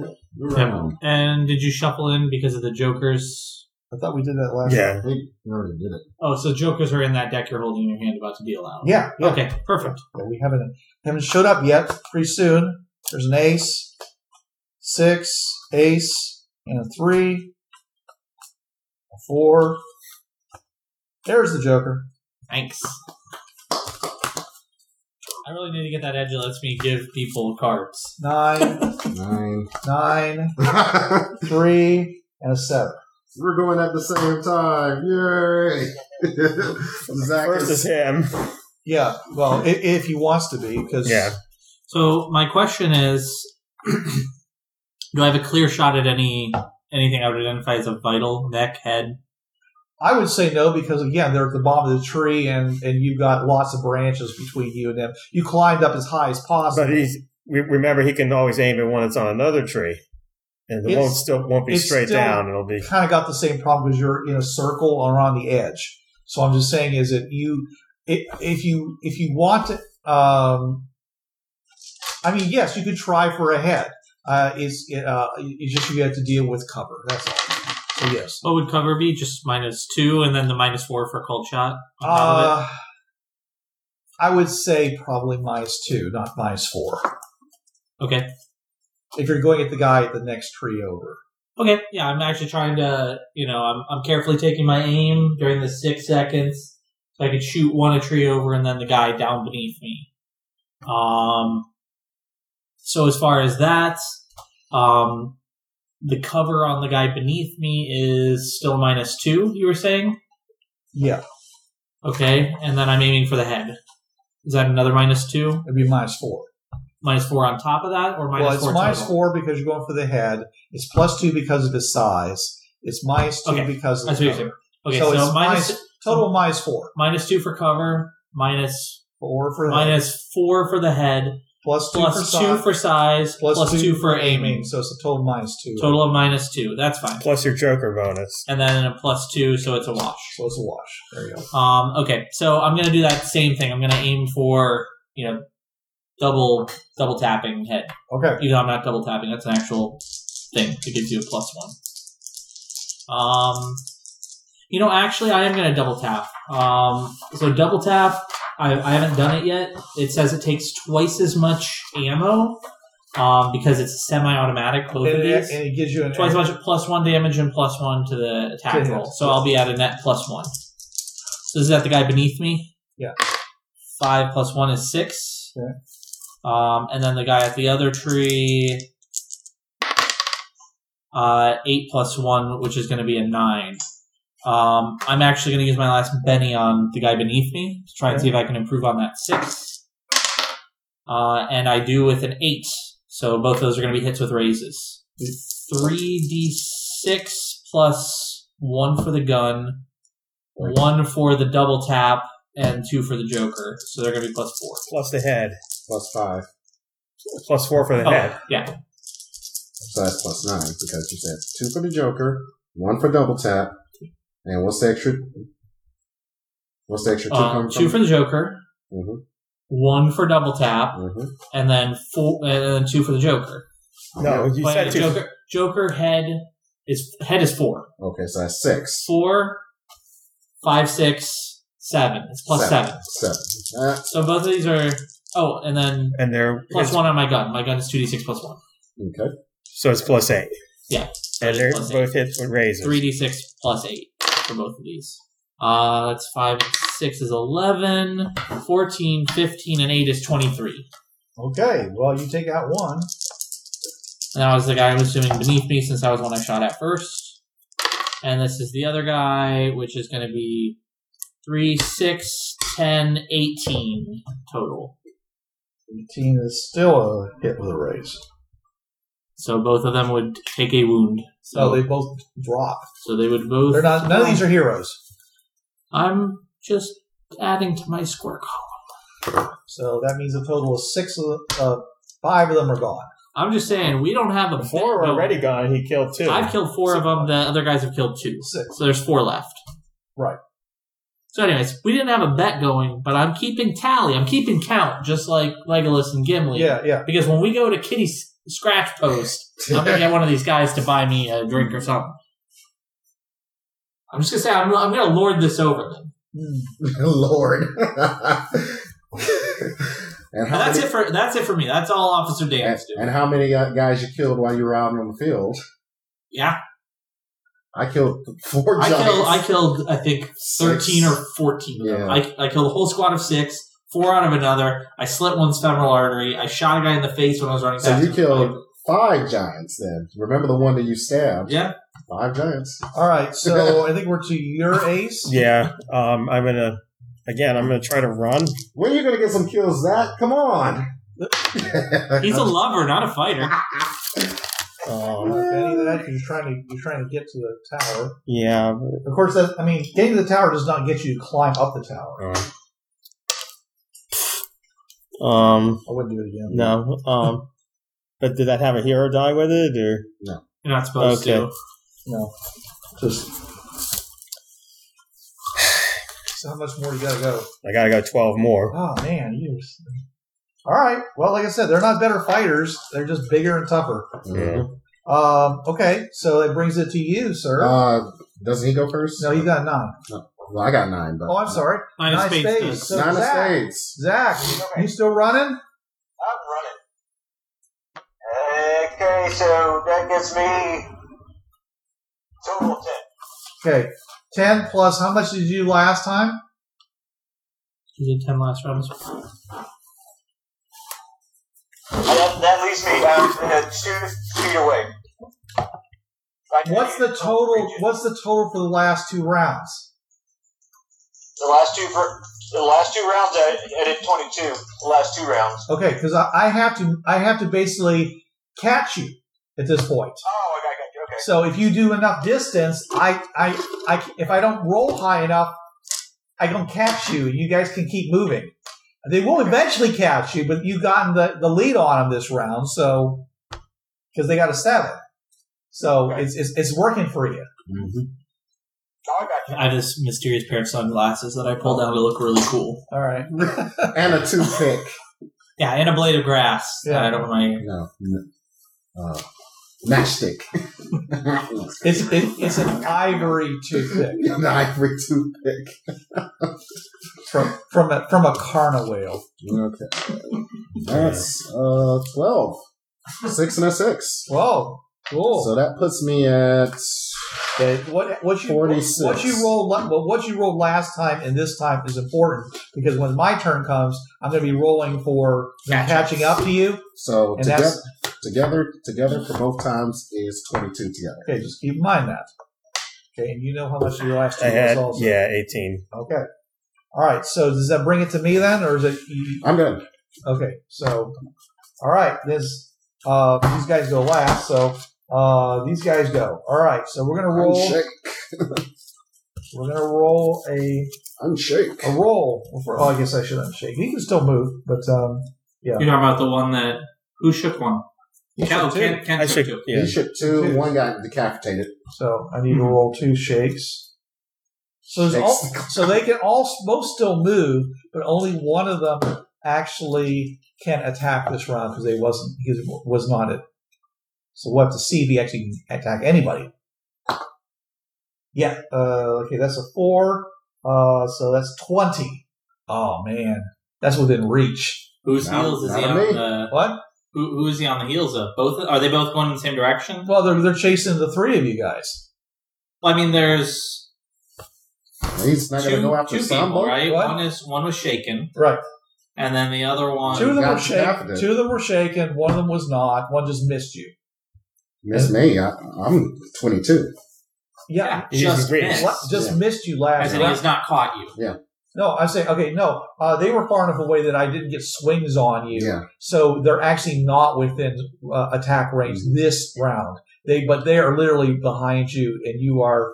new round. Round. and did you shuffle in because of the jokers? I thought we did that last. Yeah. I think we already did it. Oh, so jokers are in that deck you're holding in your hand, about to deal out. Yeah. yeah. Okay, perfect. Yeah, we haven't haven't showed up yet. Pretty soon. There's an ace, six, ace, and a three, a four. There's the joker. Thanks. I really need to get that edge that lets me give people cards. Nine, Nine. nine, three, and a seven. We're going at the same time. Yay! Zach First is is him. Yeah, well, if, if he wants to be, because Yeah. So my question is, do I have a clear shot at any anything I would identify as a vital neck, head? I would say no because again they're at the bottom of the tree and and you've got lots of branches between you and them. You climbed up as high as possible. But he's, re- remember, he can always aim at one that's on another tree. And it It's- won't still won't be it's straight still- down. It'll be kind of got the same problem because you're in a circle or on the edge. So I'm just saying is that you, i- if you if you want to, um, I mean, yes, you could try for a head. Uh, it's uh, it's just you have to deal with cover. That's all. So yes. What would cover be? Just minus two, and then the minus four for cold shot. on top of it? Uh, I would say probably minus two, not minus four. Okay. If you're going at the guy at the next tree over. Okay, yeah, I'm actually trying to, you know, I'm, I'm carefully taking my aim during the six seconds so I could shoot one a tree over and then the guy down beneath me. Um, so as far as that, um, the cover on the guy beneath me is still minus two, you were saying? Yeah, Okay, and then I'm aiming for the head. Is that another minus two? it'd be minus four. Minus four on top of that, or minus well, it's four? minus total? four because you're going for the head. It's plus two because of his size. It's minus two Okay, because of That's the what you're cover. saying. Okay, so, so, it's minus, minus total minus four. minus two for cover, minus Four for the head, minus four for the head, plus two plus for two size, for size, plus, plus two, for aiming. So it's a total minus two. Total of minus two. That's fine. plus your Joker bonus. And then a plus two, so it's a wash. So it's a wash. There you go. Um, okay, so I'm gonna do that same thing. I'm gonna aim for you know double double tapping head. Okay. You know, I'm not double tapping. That's an actual thing. It gives you a plus one. Um, you know, actually, I am going to double tap. Um, so double tap. I, I haven't done it yet. It says it takes twice as much ammo um, because it's semi-automatic. Both And of it, these. and it gives you an Twice as much plus one damage and plus one to the attack To hit. roll. So I'll be at a net plus one. So is that the guy beneath me? Yeah. Five plus one is six. Okay. Um, and then the guy at the other tree. Uh, eight plus one, which is going to be a nine. Um, I'm actually going to use my last Benny on the guy beneath me to try and Okay. see if I can improve on that six. Uh, and I do with an eight, so both those are going to be hits with raises. Three d six plus one for the gun, one for the double tap, and two for the Joker. So they're going to be plus four. Plus the head. plus five. Plus four for the head. Oh, yeah. So that's plus nine because you said two for the Joker, one for double tap, and what's the extra? What's the extra two Uh, coming two from? for the Joker, Mhm, one for double tap, mhm. and then four, and then two for the Joker. No, you Wait, said two. Joker, Joker head is head is four. Okay, so that's six. Four, five, six, seven. It's plus seven. Seven. Ah, That- So both of these are. Oh, and then And they're plus it's- one on my gun. My gun is two d six plus one. okay. So it's plus eight. Yeah. And they're Plus eight. both hits with razors. Three d six plus eight for both of these. Uh, that's five and six is 11, 14, 15, and eight is twenty-three. Okay, well, you take out one. And that was the guy who was swimming beneath me since I was the one I shot at first. And this is the other guy, which is going to be 3, 6, 10, 18 total. 18 is still a hit with a raise. So both of them would take a wound. So, So they, they both drop. so they would both. Oh, They're not. None of these are heroes. I'm just adding to my square column. So that means a total of six of the, uh, five of them are gone. I'm just saying, we don't have a. Four are no, already gone, and he killed two. I've killed four of them. The other guys have killed two. Six. So there's four left. Right. So, anyways, we didn't have a bet going, but I'm keeping tally. I'm keeping count, just like Legolas and Gimli. Yeah, yeah. Because when we go to Kitty's scratch post, I'm gonna get one of these guys to buy me a drink or something. I'm just gonna say I'm, I'm gonna lord this over them. Lord. and And how that's many, it for that's it for me. That's all Officer and, Daniels do. and how many uh, guys you killed while you were out on the field? Yeah, I killed four I giants. killed I killed I think thirteen Six. or fourteen. Of them. Yeah. I I killed a whole squad of six, four out of another. I slit one's femoral artery. I shot a guy in the face when I was running. So past you him. killed five giants then. Remember the one that you stabbed? Yeah. Five giants. All right, so I think we're to your ace. Yeah, um, I'm gonna again. I'm gonna try to run. When are you going to get some kills, Zach? Come on. He's a lover, not a fighter. Uh, Um, if any of that, you're trying to you're trying to get to the tower. yeah, Of course, that I mean, getting to the tower does not get you to climb up the tower. um, I wouldn't do it again. no, um, but did that have a hero die with it or? You're not supposed Okay. to. Just so how much more you gotta go? I gotta go twelve more. Oh man, you. All right. Well, like I said, they're not better fighters. They're just bigger and tougher. Mhm. Um, okay, so that brings it to you, sir. Uh, doesn't he go first? no, you got nine. Well, I got nine. But Oh, I'm sorry. Minus Nice space. face. does. So nine Zach- estates. Zach, you still running? I'm running. Okay, so that gets me total of ten. Okay. 10 plus, how much did you do last time? You did ten last rounds. That, that leaves me um, uh, two feet away. I can What's see the total? region. What's the total for the last two rounds? The last two, fir- the last two rounds, I, I did twenty-two. The last two rounds. Okay, because I, I have to, I have to basically catch you at this point. Oh, I got got you. Okay. So if you do enough distance, I, I, I, if I don't roll high enough, I can catch you, and you guys can keep moving. They will eventually catch you, but you've gotten the, the lead on them this round, so because they got a seven, so it's, it's it's working for you. Mm-hmm. Oh, I got you. I have this mysterious pair of sunglasses that I pull down to look really cool. All right. And a toothpick. Yeah, and a blade of grass. Yeah. Yeah, I don't mind. no. n- Uh, matchstick. It's it, it's an ivory toothpick An ivory toothpick. from from a from a carna whale. Okay. That's uh, 12. Six and a six. Whoa, cool. So that puts me at. Okay, what what you 46. what you rolled la- well, what you rolled last time and this time is important because when my turn comes, I'm going to be rolling for them catching up to you. So And that's- together, together, together for both times is 22 together. Okay, just keep in mind that. Okay, and you know how much your last two I had was also. yeah, eighteen. Okay. All right. So does that bring it to me then, or is it? You, I'm done. okay. So, all right. This uh, these guys go last. So uh, these guys go. All right. So we're gonna roll. Unshake. We're gonna roll a Unshake. a roll. Before, oh, I guess I should unshake. He can still move, but um, You're talking about the one that who shook one? he No, should too. Ken, Ken I shook should two. yeah. He shook two. One got decapitated. So I need to roll two shakes. Hmm. So there's all, so they can all both still move, but only one of them actually can attack this round because they wasn't he was not it. So we'll have to see if he actually can attack anybody. Yeah. Uh, okay, that's a four. Uh, so that's twenty. Oh man, that's within reach. Whose Not- heels is not he on on? me. The, What? Who, who is he on the heels of? Both are they both going in the same direction? Well, they're they're chasing the three of you guys. Well, I mean, there's He's not going two, to go after two people, Sambo. right? What? One is one was shaken, Right. and then the other one. Two of them God, were shaken. Daffodil. Two of them were shaken. One of them was not. One just missed you. Miss me. I, I'm 22. Yeah. He's just rich. missed. What? Just Yeah. missed you last As in, he round. has not caught you. No, I'm saying okay. No, uh, they were far enough away that I didn't get swings on you. Yeah. So they're actually not within uh, attack range Mm-hmm. this round. They, but they are literally behind you, and you are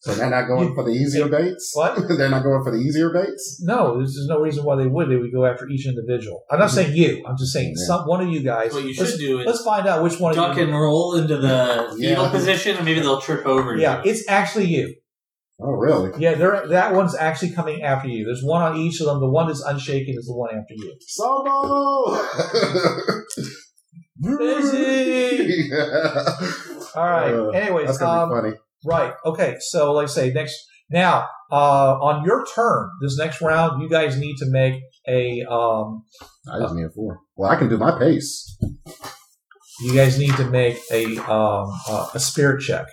So they're not going for the easier baits? what? they're not going for the easier baits? No, there's there's no reason why they would. They would go after each individual. I'm not saying you. I'm just saying Mm-hmm. Yeah. some one of you guys. What you let's, should do is let's find out which one duck of and you. roll into the Yeah. fetal position, and maybe they'll trip over Yeah, you. it's actually you. Oh, really? Yeah, they're, that one's actually coming after you. There's one on each of them. The one that's unshaken is the one after you. Sambo! Busy. yeah. All right. Uh, Anyways, That's going to um, be funny. Right. Okay. So, like I say, next now uh, on your turn, this next round, you guys need to make a. Um, I just need a four. Well, I can do my pace. you guys need to make a um, uh, a spirit check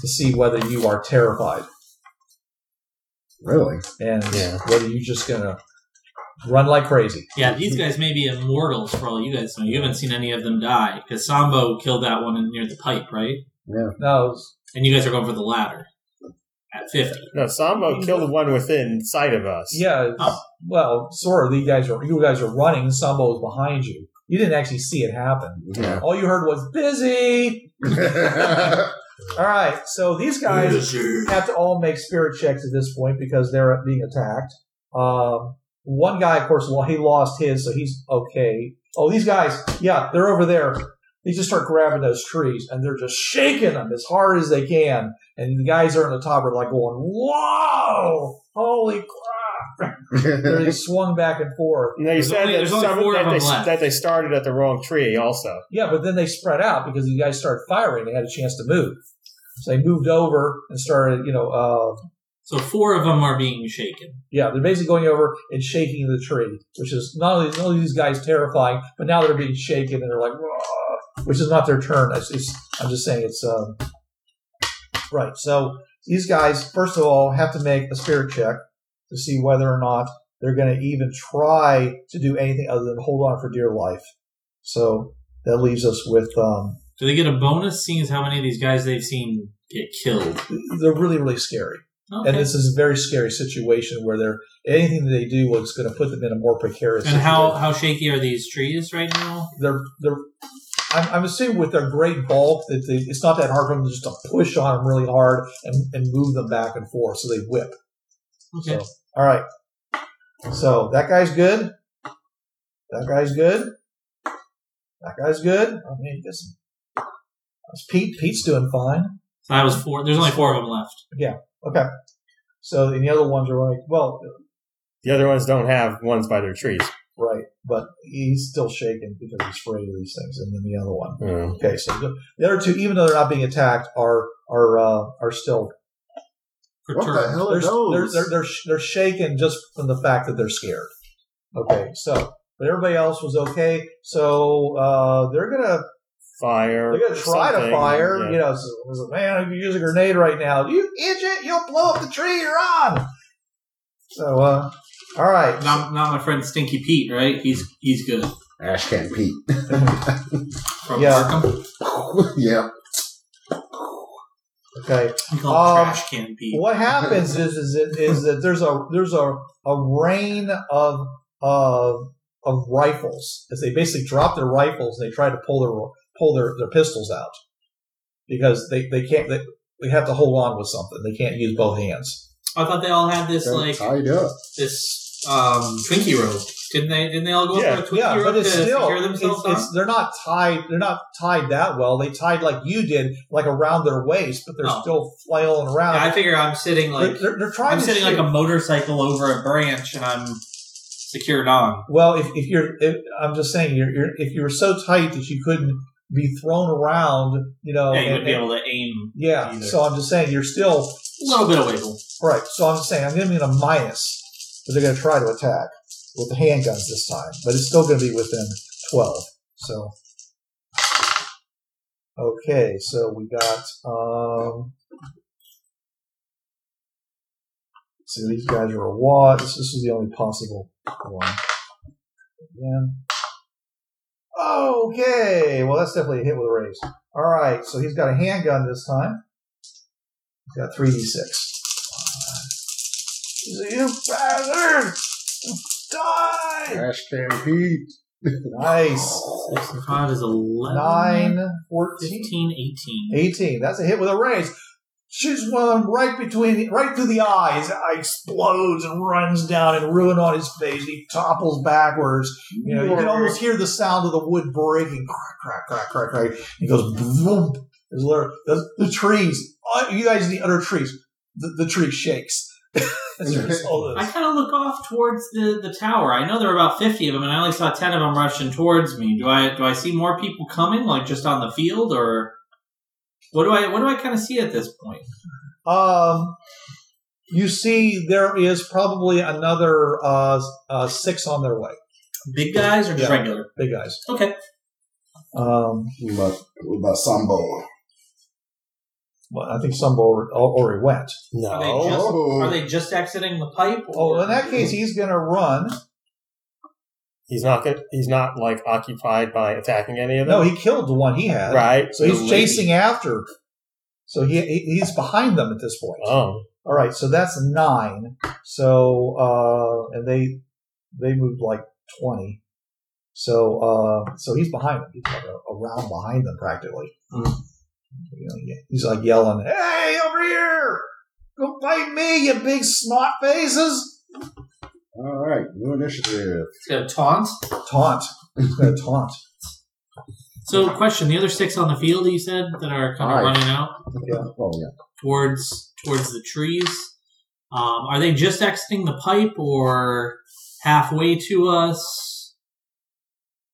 to see whether you are terrified Really? and Yeah. whether you're just gonna run like crazy. Yeah, these guys may be immortals for all you guys know. You haven't seen any of them die because Sambo killed that one in- near the pipe, right? No. it's- And you guys are going for the ladder at fifty. No, Sambo killed the one within sight of us. Yeah. it's- Oh. Well, sort of. You guys are you guys are running. Sambo was behind you. You didn't actually see it happen. Yeah. All you heard was busy. All right. So these guys. have to all make spirit checks at this point because they're being attacked. Um, one guy, of course, well, he lost his, so he's okay. Oh, these guys, yeah, they're over there. They just start grabbing those trees and they're just shaking them as hard as they can. And the guys that are in the top are like going, "Whoa, holy crap!" They're just swung back and forth. Now you There's said only- that, there's only some, four that, of they, them left. that they started at the wrong tree. Also, Yeah, but then they spread out because the guys started firing. They had a chance to move, so they moved over and started, you know, uh, So four of them are being shaken. Yeah, they're basically going over and shaking the tree, which is not only, not only these guys terrifying, but now they're being shaken and they're like, "Rah," which is not their turn. It's, it's, I'm just saying it's um, right. So these guys, first of all, have to make a spirit check to see whether or not they're going to even try to do anything other than hold on for dear life. So that leaves us with um, Do they get a bonus seeing as how many of these guys they've seen get killed? they're really really scary. Okay. And this is a very scary situation where they're anything that they do is going to put them in a more precarious. And how, situation. how shaky are these trees right now? they're they're I'm, I'm assuming with their great bulk that they, it's not that hard for them just to push on them really hard and, and move them back and forth so they whip. Okay. So, all right. So that guy's good. That guy's good. That guy's good. Oh, I mean, this, this Pete. Pete's doing fine. So that was four. There's only four of them left. So and the other ones are like, well, the other ones don't have ones by their trees. right, but he's still shaken because he's afraid of these things. And then the other one. Mm. Okay, so the, the other two, even though they're not being attacked, are are uh, are still what the Perturbed. hell they're, they're, are those? they're, they're, sh- they're shaken just from the fact that they're scared. Okay, so but everybody else was okay. So uh, they're gonna Fire. they're gonna try to something, fire. yeah. You know, so, so, man, if you use a grenade right now, you idiot, you'll blow up the tree you're on. So, uh, all right, Not, not my friend Stinky Pete, right? He's he's good Ash can't Pete. from Yeah. Arkham. yeah. okay. We call him Um, Trash Can Pete. What happens is is, it, is that there's a there's a a rain of of of rifles as they basically drop their rifles and they try to pull their pull their, their pistols out because they they can't they, they have to hold on with something they can't use both hands. I thought they all had this They're like tied up. this um, Twinkie rope. Didn't they? Didn't they all go Yeah. for a Twinkie Yeah, rope but to it's still secure it's, themselves it's they're not tied they're not tied that well. They tied like you did like around their waist, but they're Oh. still flailing around. on? Yeah, I figure I'm sitting They're- like they're, they're trying I'm to sitting shoot. like a motorcycle over a branch, and I'm secured on. Well, if, if you're, if, I'm just saying, you're, you're, if you were so tight that you couldn't be thrown around, you know, yeah, you and- wouldn't be and- able to aim yeah. either. So I'm just saying, you're still a little bit of wiggle. right. So I'm just saying, I'm going to be in a minus, but they're going to try to attack with the handguns this time, but it's still going to be within twelve. So okay, so we got um. So these guys are a wad. This, this is the only possible one. Again. Okay, well that's definitely a hit with a raise. All right, so he's got a handgun this time. He's got three d six. You bastard! Die! Trash can Pete. Nice. Six and five is 11. 9, 14, 15, 18. 18. That's a hit with a raise. Shoots one of them right between, right through the eye. His eye explodes and runs down and ruin on his face. He topples backwards. You know, you can almost hear the sound of the wood breaking. Crack, crack, crack, crack, crack. He goes, boom. There's literally- The, the trees, uh, you guys, the other trees, the, the tree shakes. That's just all I this. kind of look off towards the, the tower. I know there are about 50 of them, and I only saw 10 of them rushing towards me. Do I do I see more people coming, like just on the field, or what do I what do I kind of see at this point? Um, you see, there is probably another uh, uh, six on their way. Big guys or just Yeah. regular? Big guys. Okay. Um, But, but Sambo. well, I think some already, already went. Are they No. just, Oh. are they just exiting the pipe? Oh, or- in that case, he's going to run. He's not good. He's not like occupied by attacking any of them. No, he killed the one he had. right. So he's The chasing after. So he, he he's behind them at this point. Oh, All right, so that's nine. So uh, and they they moved like twenty. So uh, so he's behind them. He's like a, a round behind them practically. Hmm. You know, yeah. he's like yelling, "Hey, over here! Go fight me, you big snot faces!" All right, new initiative. It's gonna taunt. Taunt. He's gonna taunt. So, question: the other six on the field, you said that are kind of Five. running out Oh yeah. towards towards the trees. Um, are they just exiting the pipe, or halfway to us?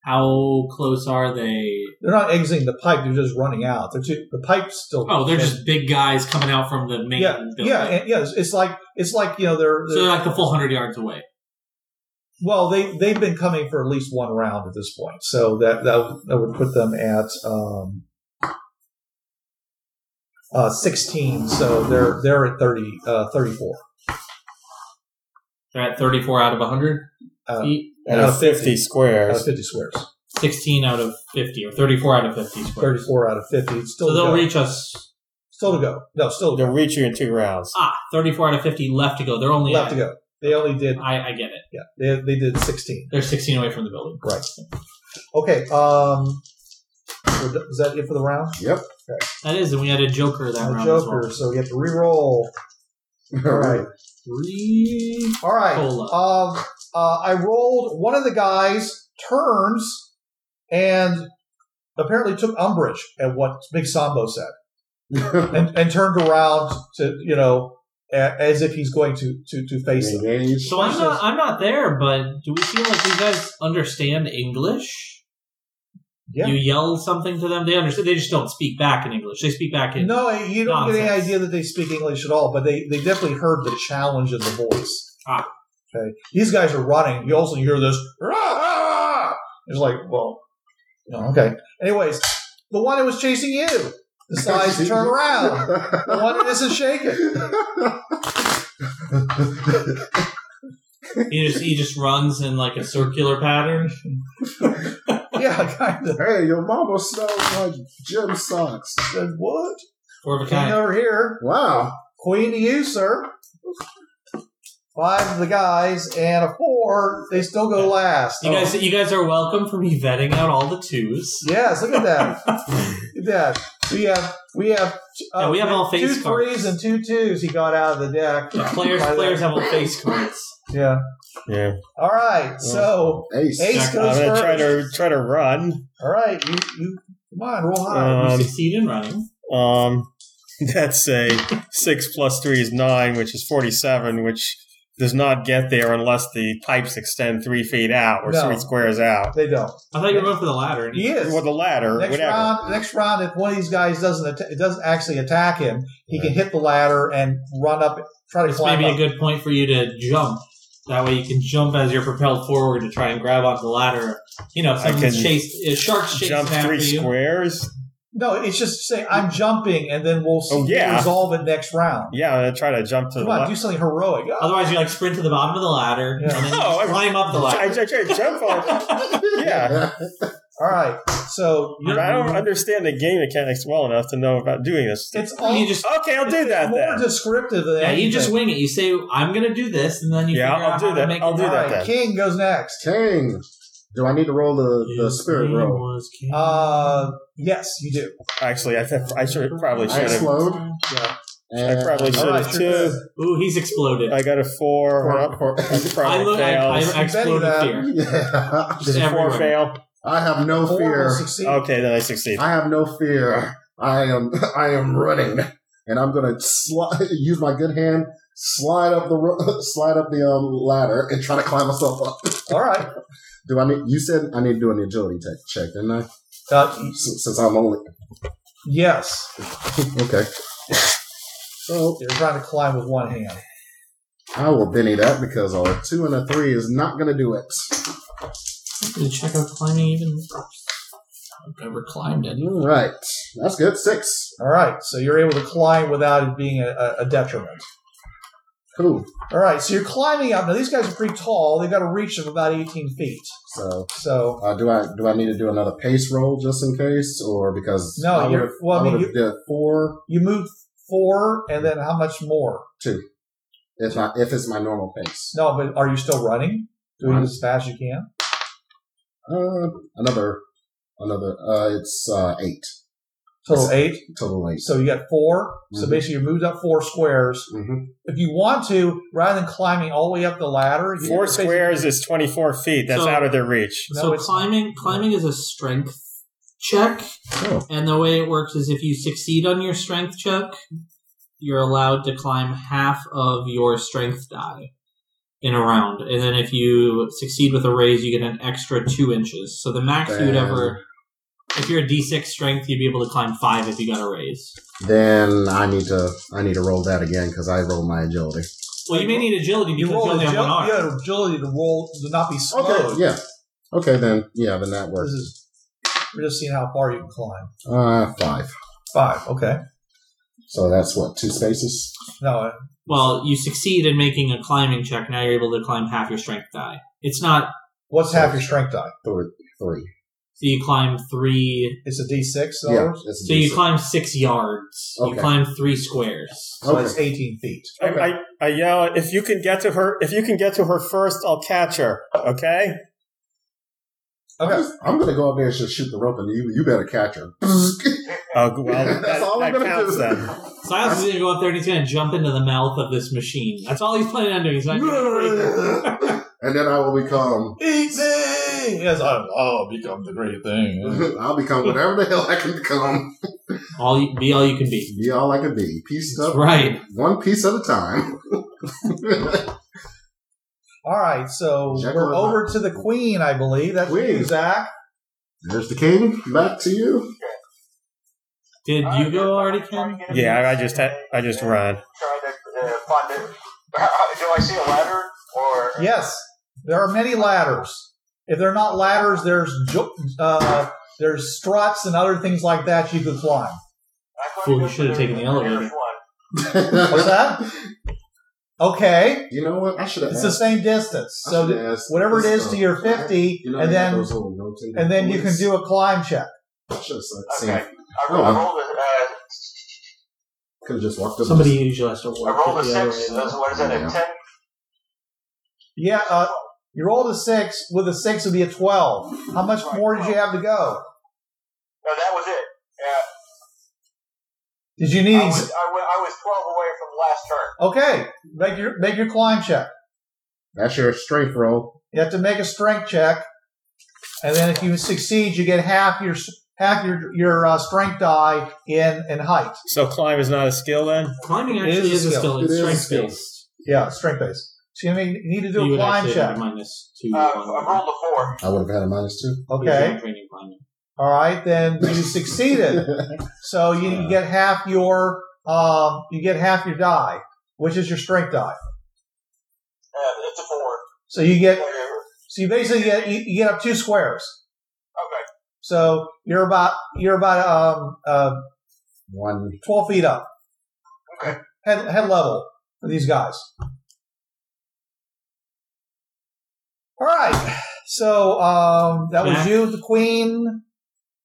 How close are they? They're not exiting the pipe; they're just running out. They're too, the pipe's still. Oh, they're just big guys coming out from the main yeah, building. yeah, and, yeah. It's, it's like it's like you know they're, so they're they're like the full hundred yards away. Well, they they've been coming for at least one round at this point, so that that, that would put them at um, uh, sixteen. So they're they're at 30, uh, 34. They're at thirty-four out of hundred Uh, feet, out of Out of fifty Out of squares. fifty squares, sixteen out of fifty, or thirty-four out of fifty. Square. thirty-four out of fifty. It's still So to they'll go. reach us. still to go. No, still to They'll reach you in two rounds. Ah, 34 out of 50 left to go. They're go. only left at- to go. They only did. I, I get it. Yeah, they, they did sixteen. They're 16 away from the building. Right. Okay. Um, so th- is that it for the round? Yep. That is, and we had a Joker that The round Joker. as well. So we have to re-roll. All All right. right. Three. All right. Cola. Um, uh, I rolled. One of the guys turns and apparently took umbrage at what Big Sambo said, and, and turned around to you know a, as if he's going to to to face them. Engage. So I'm not, I'm not there, but do we feel like you guys understand English? Yeah. You yell something to them, they understand. They just don't speak back in English. They speak back in. No, you don't get any Nonsense. idea that they speak English at all, but they, they definitely heard the challenge in the voice. Ah. Okay. These guys are running. You also hear this. "Rah, rah, rah." It's like, well, you know, okay. Anyways, the one that was chasing you decides to turn around. The one that isn't shaking. He just he just runs in like a circular pattern. Yeah, kind of. hey, your mama smells like gym socks. Said, what? Four of a King kind. over here. Wow. Queen to you, sir. Five of the guys and a four. They still go last. You guys, you guys are welcome for me vetting out all the twos. Yes, look at that. look at that. We have we have uh, Yeah, we have all face two cards. threes and two twos. He got out of the deck. The players, By the- players have all face cards. Yeah. Yeah. All right. So Ace. Ace Jack- goes I'm gonna first. try to try to run. All right. You you come on. Roll high. You Um, succeed in running. um, that's a six plus three is nine, which is forty-seven, which does not get there unless the pipes extend three feet out or No. three squares out. they don't. I thought you were going for the ladder. and He you- is. Or the ladder, Next whatever. round, next round, if one of these guys doesn't atta- doesn't actually attack him, he can hit the ladder and run up, try to This may climb be up. a good point for you to jump That way you can jump as you're propelled forward to try and grab onto the ladder. You know, if I someone's can chased, if shark's chasing Jump after three you. squares. No, it's just say I'm jumping, and then we'll see Oh, yeah. resolve it next round. Yeah, I'm gonna try to jump to Come the on, left. do something heroic. Oh, Otherwise, you like sprint to the bottom of the ladder Yeah. and then you No, I- climb up the I, ladder. I tried to jump on. Yeah, all right, so but I don't understand the game mechanics well enough to know about doing this. it's all you just Okay, I'll do it's that more then. descriptive than yeah, you anything. just wing it. You say, "I'm going to do this," and then you Yeah, figure I'll out do how to that. make I'll it do All work. that right, then. King goes next. King. Do I need to roll the, the spirit roll? Uh, yes, you do. Actually, I, think- I should, probably I should have. slowed. Yeah. And- I probably All should right, have you're too. good. Ooh, he's exploded. I got a four. Or- Well, or- that's I, probably look, I, I, fails. I exploded Betty, fear. yeah. Just Does a four everywhere. fail? I have no Four fear. will succeed. Okay, then I succeed. I have no fear. I am I am running, and I'm gonna sli- use my good hand, slide up the ro- slide up the um, ladder, and try to climb myself up. All right. Do I need? You said I need to do an agility tech check, didn't I? Uh, Since, since I'm only yes, okay, so you're trying to climb with one hand. I will Benny that because a two and a three is not gonna do it. Did check out climbing even? I've never climbed any. All right, that's good. Six. All right, so you're able to climb without it being a, a- a detriment. Cool. All right, so you're climbing up. Now these guys are pretty tall. They've got a reach of about 18 feet. So So uh, do I do I need to do another pace roll just in case, or because No, I you're- would've- well, I I mean, would have did four. you move four, and then how much more? If not, if it's my normal pace, No, but are you still running? Doing it as fast as you can? uh, another, another. Uh, it's uh, eight Total eight. total eight. So you got 4 So Mhm. basically, you moved up four squares. Mhm. If you want to, rather than climbing all the way up the ladder, you Four basically- squares is 24 feet. That's So- out of their reach. No, so it's- climbing climbing is a strength check, Oh. and the way it works is if you succeed on your strength check, you're allowed to climb half of your strength die in a round, and then if you succeed with a raise, you get an extra two inches. So the max you would Damn. ever, if you're a D6 strength, you'd be able to climb five if you got a raise. Then I need to I need to roll that again because I rolled my agility. Well, you may need agility You because you roll only agility, have you one arm. had agility to roll to not be slowed. Okay, yeah. Okay, then yeah, then that This works. is we're just seeing how far you can climb. Uh, five. Five, okay. uh, So that's what two spaces. No, Well, you succeed in making a climbing check. Now you're able to climb half your strength die. It's not. what's half your strength die? Three, three. So you climb three It's a D six, so, Yeah, it's So you decent. climb six yards. You Okay. climb three squares. so Okay. it's eighteen feet. I, I, I yell, if you can get to her, if you can get to her first, I'll catch her. Okay? I'm, Okay. just- I'm gonna go up there and just shoot the rope, and you you better catch her. Oh, well, that, That's all I'm that gonna counts do. then. Silas is going to go up there and he's going to jump into the mouth of this machine. That's all he's planning on doing. He's not gonna break it. and then I will become Eat me! Yes, I, oh, become the great thing. I'll become whatever the hell I can become. all you, be all you can be. Be all I can be. Pieced That's up right. one piece at a time. All right, so Jekyll we're and over to the queen, I believe. That's you, Queen. Zach. There's the king. Back to you. Did you go already, Ken? Yeah, I- I just, had- I just run. Trying to uh, find it. Do I see a ladder or? Yes, there are many ladders. If they're not ladders, there's jo- uh, there's struts and other things like that you could climb. I'm going to Fool, go you should have for taken the elevator. first one. What's that? Okay, You know what? I should have. it's the same distance. So th- whatever it is to your 50 and then and then you can do a climb check I should have Okay. I, Oh, I wow. rolled a, uh, Could have just walked up. Somebody usually has to work. I rolled a it the other six. way, That's though. what is that? Yeah. A ten? yeah uh, you rolled a six with a six would be a 12 how much more did you have to go No, that was it. did you I need was, I, wa- I was twelve away from the last turn. okay make your make your climb check That's your strength roll. you have to make a strength check and then if you succeed you get half your s- half your your uh, strength die in in height So climb is not a skill then? Climbing actually It is is a a skill. skill. It It's is a strength skill. based. yeah strength base so you need, you need to do You a would climb actually have check a minus two. Uh, I on rolled a four. I would have had a minus two. your okay training climbing. All right, then you succeeded. so you Yeah. get half your um, you get half your die, which is your strength die. Uh, it's a four. So you get Whatever. so you basically get you, you get up two squares. Okay. So you're about you're about um uh, One. twelve feet up. Okay. Head head level for these guys. All right. So um that was Jack. you, the queen.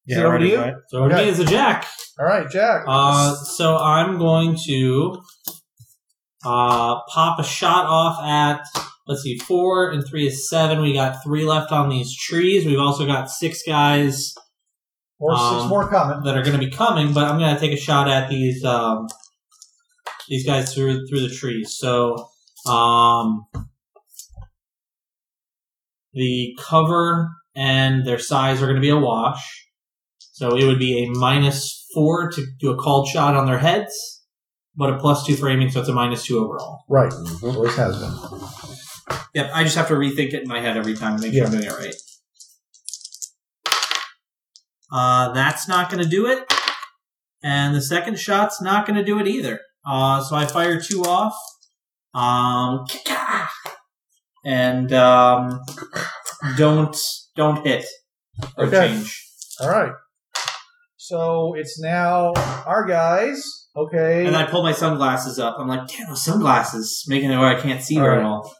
Yeah, Zero to already, you? right? So we're Okay. me as a jack. All right, Jack. Uh, so I'm going to uh, pop a shot off at let's see, four and three is seven. We got three left on these trees. We've also got six guys or um, six more coming. that are going to be coming, but I'm going to take a shot at these um, these guys through through the trees. So um, the cover and their size are going to be a wash. So it would be a minus four to do a called shot on their heads, but a plus two for aiming, so it's a minus two overall. Right. Mm-hmm. Mhm. Always has been. Yep, I just have to rethink it in my head every time to make sure I'm doing it right. Uh, that's not going to do it. And the second shot's not going to do it either. Uh, so I fire two off. Um, and um, don't don't hit or Okay. change. All right. So it's now our guys. Okay. And I pull my sunglasses up. I'm like, damn, those sunglasses making it where I can't see very well.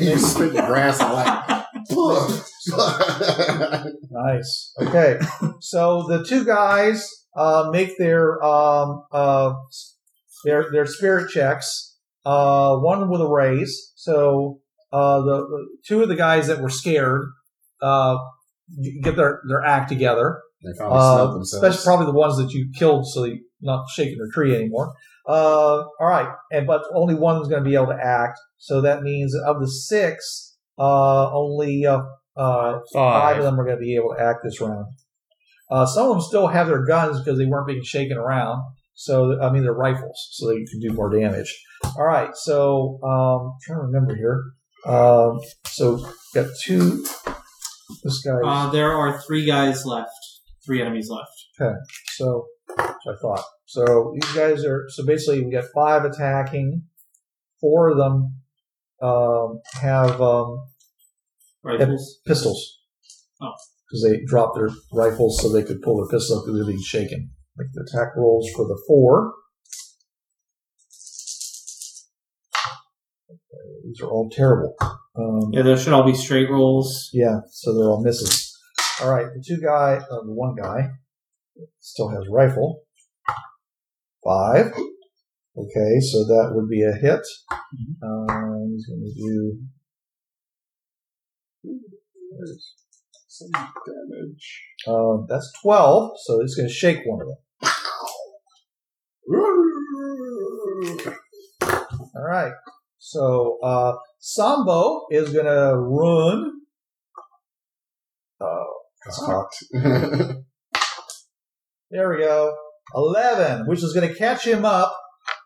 you spit the grass and like. nice. Okay. so the two guys uh, make their um, uh, their their spirit checks. Uh, one with a raise. So uh, the- the two of the guys that were scared uh, get their their act together. they finally Uh, smelled especially themselves. probably the ones that you killed, so you're not shaking their tree anymore. Uh, all right, and but only one's going to be able to act, so that means of the six, uh, only uh, uh, five Five. of them are going to be able to act this round. Uh, some of them still have their guns because they weren't being shaken around. So I mean, they're rifles, so they can do more damage. All right, so um, trying to remember here. Um, so got two. This guy. Uh, there are three guys left, three enemies left. So, so I thought. So these guys are so basically we got five attacking. Four of them um, have um, Rifles. pistols. Oh. Because they dropped their rifles so they could pull their pistol because they're being shaken. Make the attack rolls for the four. Okay, These are all terrible. Um, Yeah, those should all be straight rolls. Yeah, so they're all misses. All right, the two guy, uh, the one guy, still has rifle. Five. Okay, so that would be a hit. Um, he's going to do. Um, that's twelve, so it's going to shake one of them. All right, so uh, Sambo is going to run. Oh, that's cocked. There we go. 11, which is going to catch him up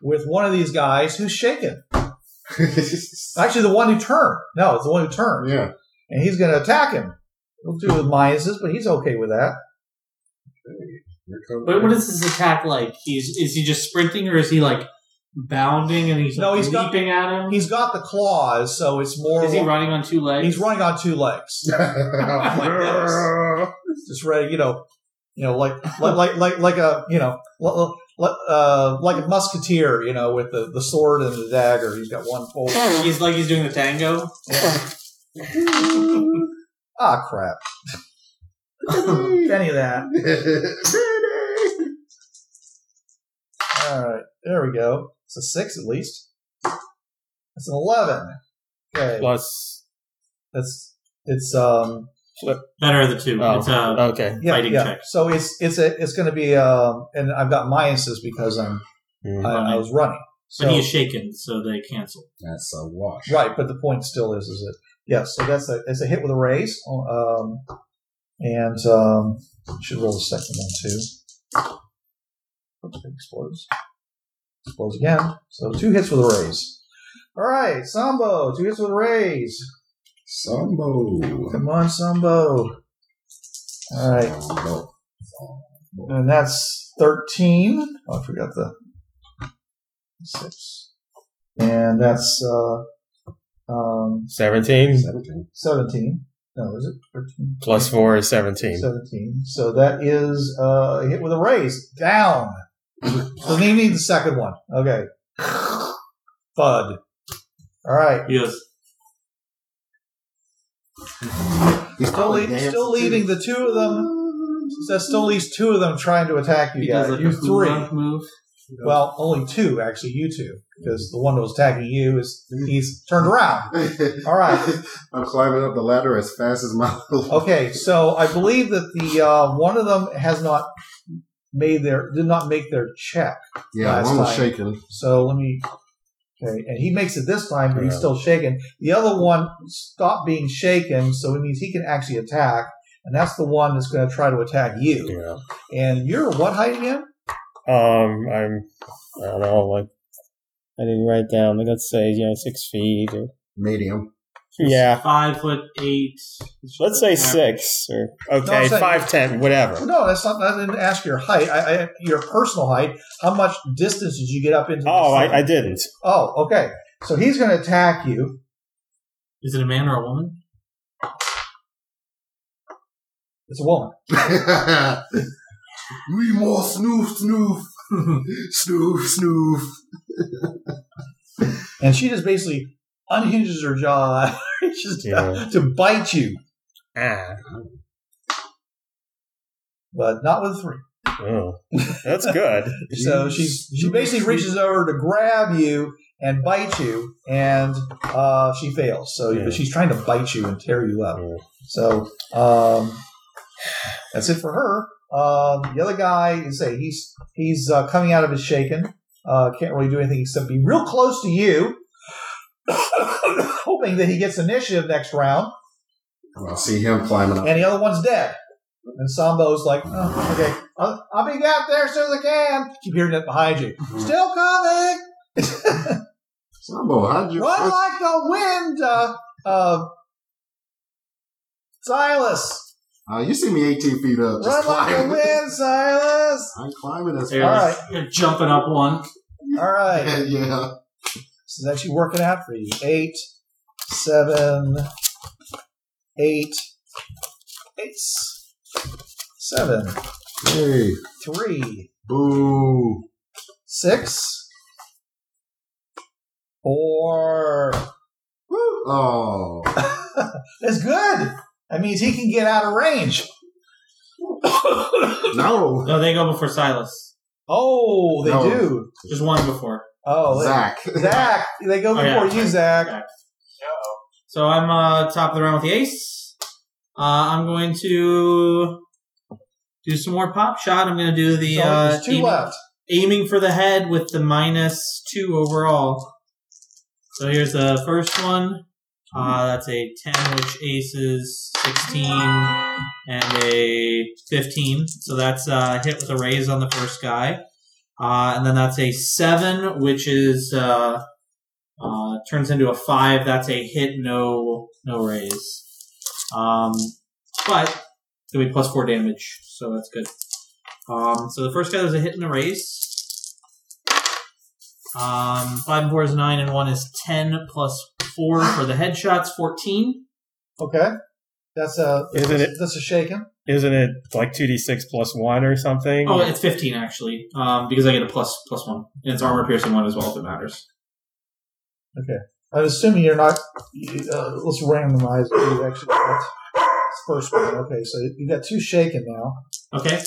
with one of these guys who's shaken. Actually, the one who turned. No, it's the one who turned. yeah. And he's going to attack him. We'll do it with minuses, but he's okay with that. Here come- But what is his attack like? He's is he just sprinting or is he like bounding and he's No, like, he's got- leaping at him? He's got the claws, so it's more. is he running on two legs? he's running on two legs. Oh my goodness. Just ready, you know, you know, like like like like, like a you know, li- li- uh, like a musketeer, you know, with the, the sword and the dagger. He's got one fold. He's like he's doing the tango. Ah, crap. Any of that. All right. There we go. It's a six at least. It's an 11. Okay. Plus, That's, it's, um, Better of the two. Oh. It's uh, okay. yeah, Fighting yeah. check. So it's, it's a, it's going to be, um, and I've got minuses because I'm, Mm. I, I was running. So, but he is shaken, so they cancel. That's a wash. right. But the point still is, is it, yes. So that's a, it's a hit with a raise. Um, and, um, should roll the second one too. Oops, it explodes. Explodes again. So two hits with a raise. All right, Sambo, two hits with a raise. Sambo. Come on, Sambo. All right, Sambo. and that's 13. Oh, I forgot the six. And that's uh, Um, 17 17. 17. No, is it 13? plus 4 is 17. 17. So that is uh, a hit with a raise. Down. Doesn't even need the second one. Okay. Bud. All right. Yes. He's Still, probably lea- dancing still too. leaving the two of them. That still leaves two of them trying to attack you He guys. does like you a food three. rush move. Well, only two, actually, you two. Because the one that was attacking you is he's turned around. All right. Oh, I'm climbing up the ladder as fast as my little Okay, so I believe that the uh, one of them has not made their did not make their check. Yeah, Last one was time. shaking. So let me. Okay, and he makes it this time, but he's Yeah. still shaken. The other one stopped being shaken, so it means he can actually attack, and that's the one that's going to try to attack you. Yeah. And you're what height again? Um, I'm, I don't know, like, I didn't write down, like, let's say, you know, six feet. Or, Medium. yeah. Five foot eight. Let's say Yeah. six or No, okay, I'm saying- five ten, whatever. No, that's not. I didn't ask your height. I, I your personal height. How much distance did you get up into? the Oh, sun? I, I didn't. Oh, okay. So he's going to attack you. Is it a man or a woman? It's a woman. we more snoof snoof. snoof snoof. And she just basically unhinges her jaw just to- Yeah. to bite you, Ah, but not with three. oh, that's good. So she she basically reaches over to grab you and bite you, and uh, she fails. So Yeah. she's trying to bite you and tear you up. Yeah. So um, that's it for her. Um, the other guy, you say he's he's uh, coming out of his shaken. Uh, can't really do anything except be real close to you, hoping that he gets initiative next round. I'll see him climbing up. and the other one's dead. And Sambo's like, oh, okay, I'll, I'll be out there as soon as I can. Keep hearing it behind you. Still coming. Sambo, how'd you Run like the wind. Uh, uh, Silas. Uh, you see me 18 feet up. Run Just like the climbing. wind, Silas. I'm climbing as There All fast. it is. You're jumping up one. All right. yeah. So that's you working out for you. Eight, seven, eight, eight, seven, Hey. three, Boo. six, four. Oh. That's good. That means he can get out of range. No. No, they go before Silas. Oh, they No. do. Just one before. Oh, they- Zach. Zach. They go Oh, before yeah. you, Zach. So I'm uh, top of the round with the ace. Uh, I'm going to do some more pop shot. I'm going to do the So uh, there's two aiming, left. aiming for the head with the minus two overall. So here's the first one. Uh, that's a 10, which aces 16 and a 15. So that's uh, hit with a raise on the first guy. Uh, and then that's a 7, which is uh, uh, turns into a 5. That's a hit, no no raise. Um, but it's going to be plus 4 damage, so that's good. Um, so the first guy was a hit and a raise. Um, five and four is nine, and one is ten plus four for the headshots, fourteen. Okay. That's a Isn't it? that's a shaken. Isn't it like two d six plus one or something? Oh, it's fifteen actually, um, because I get a plus plus one, and it's armor piercing one as well if it matters. I'm assuming you're not. you- Uh, let's randomize. it. Actually, that's that's first one. Okay, so you got two shaken now. Okay,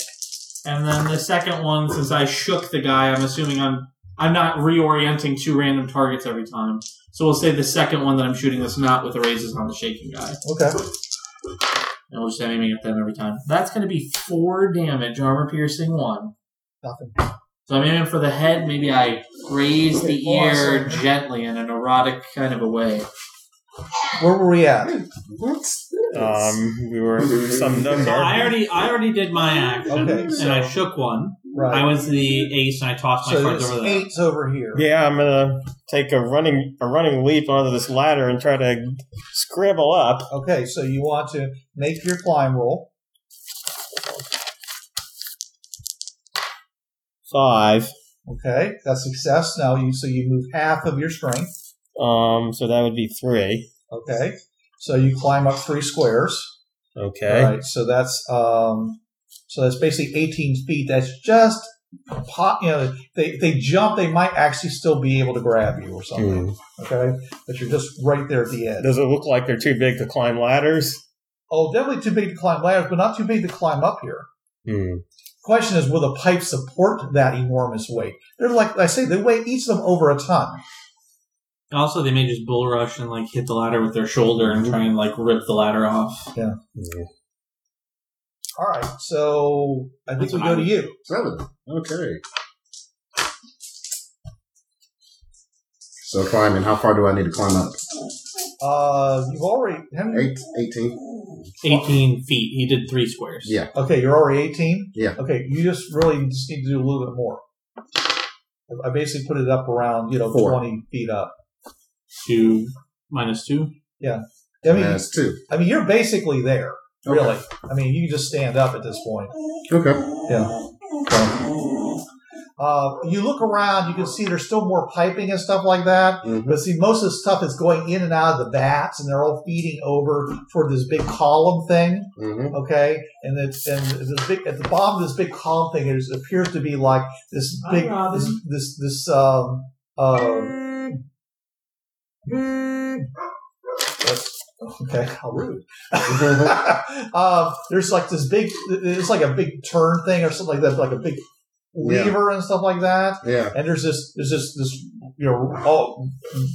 and then the second one, since I shook the guy, I'm assuming I'm I'm not reorienting two random targets every time. So we'll say the second one that I'm shooting that's not with the raises on the shaking guy, Okay. and we'll just have aiming at them every time. That's going to be four damage, armor piercing one. Nothing. So I'm aiming for the head. Maybe I raise the ear gently in an erotic kind of a way. Where were we at? What's um, we were some number. So I already, I already did my action, Okay, and so- I shook one. I Right. was the ace, and I tossed my So cards it's over there. eight's over here. Yeah, I'm gonna take a running a running leap onto this ladder and try to scramble up. Okay, so you want to make your climb roll. Five. Okay, that's success. Now you so you move half of your strength. Um, so that would be three. Okay. So you climb up three squares. Okay. All right. So that's um, so that's basically 18 feet. That's just pop. You know, they if they jump, they might actually still be able to grab you or something. Hmm. Okay. But you're just right there at the edge. Does it look like they're too big to climb ladders? Oh, definitely too big to climb ladders, but not too big to climb up here. Hmm. Question is, will the pipe support that enormous weight? They're like I say, they weigh each of them over a ton. Also, they may just bull rush and like hit the ladder with their shoulder and try and like rip the ladder off. All right, so I think That's we what go I to would- you. Seven. Okay. So climbing. How far do I need to climb up? Uh, you've already haven't you- Eight, 18. Eighteen feet. He did three squares. Yeah. Okay, you're already 18? Yeah. Okay, you just really just need to do a little bit more. I- I basically put it up around, you know, Four. 20 feet up. Two minus two. I mean, That's two. I mean, you're basically there, Okay. really. I mean, you can just stand up at this point. Okay. Uh, you look around, you can see there's still more piping and stuff like that. Mhm. But see, most of the stuff is going in and out of the vats, and they're all feeding over toward this big column thing. Mm-hmm. okay? And it's and the big at the bottom of this big column thing, there's appears to be like this Hi, big Robin. this this this um uh. that's- Okay, how rude. um, there's like this big, it's like a big turn thing or something like that, like a big Yeah. lever and stuff like that Yeah. and there's this there's this this you know all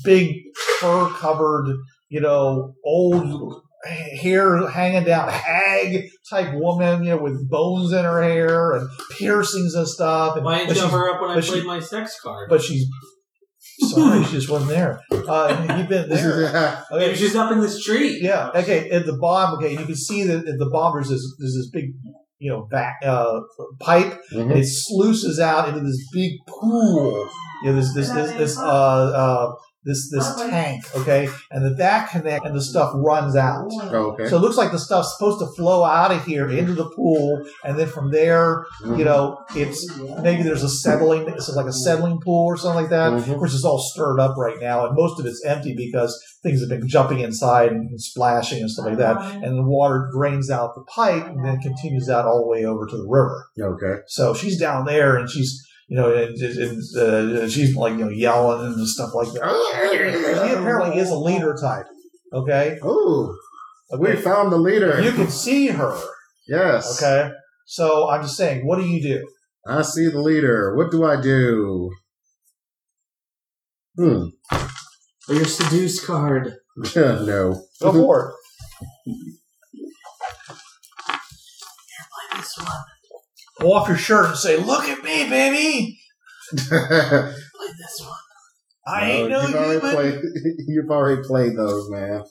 big fur covered you know old hair hanging down hag type woman you know with bones in her hair and piercings and stuff and Why didn't but you she's- have her up when I but she- played my sex card? but she's sorry she just wasn't there uh, you've been there Maybe okay she's up in this tree. yeah okay at the bottom okay you can see that at the bottom there's this, there's this big you know back uh, pipe Mhm. and it sluices out into this big pool. You know, this this this this uh, uh, this this tank, okay? And the that connect and the stuff runs out. Okay. So it looks like the stuff's supposed to flow out of here into the pool, and then from there, you know, it's maybe there's a settling. This is like a settling pool or something like that. Mhm. Of course, it's all stirred up right now, and most of it's empty because things have been jumping inside and splashing and stuff like that. And the water drains out the pipe and then continues out all the way over to the river. Okay. So she's down there, and she's you know, and, and, uh, she's like you know yelling and stuff like that. She apparently is a leader type. Okay, Oh, we okay. found the leader. You can see her. yes. Okay, so I'm just saying, what do you do? I see the leader. What do I do? Hmm. Or your seduce card. no. Go for it. Pull off your shirt and say, "Look at me, baby. I ain't no you've already human." played. You've already played those, man.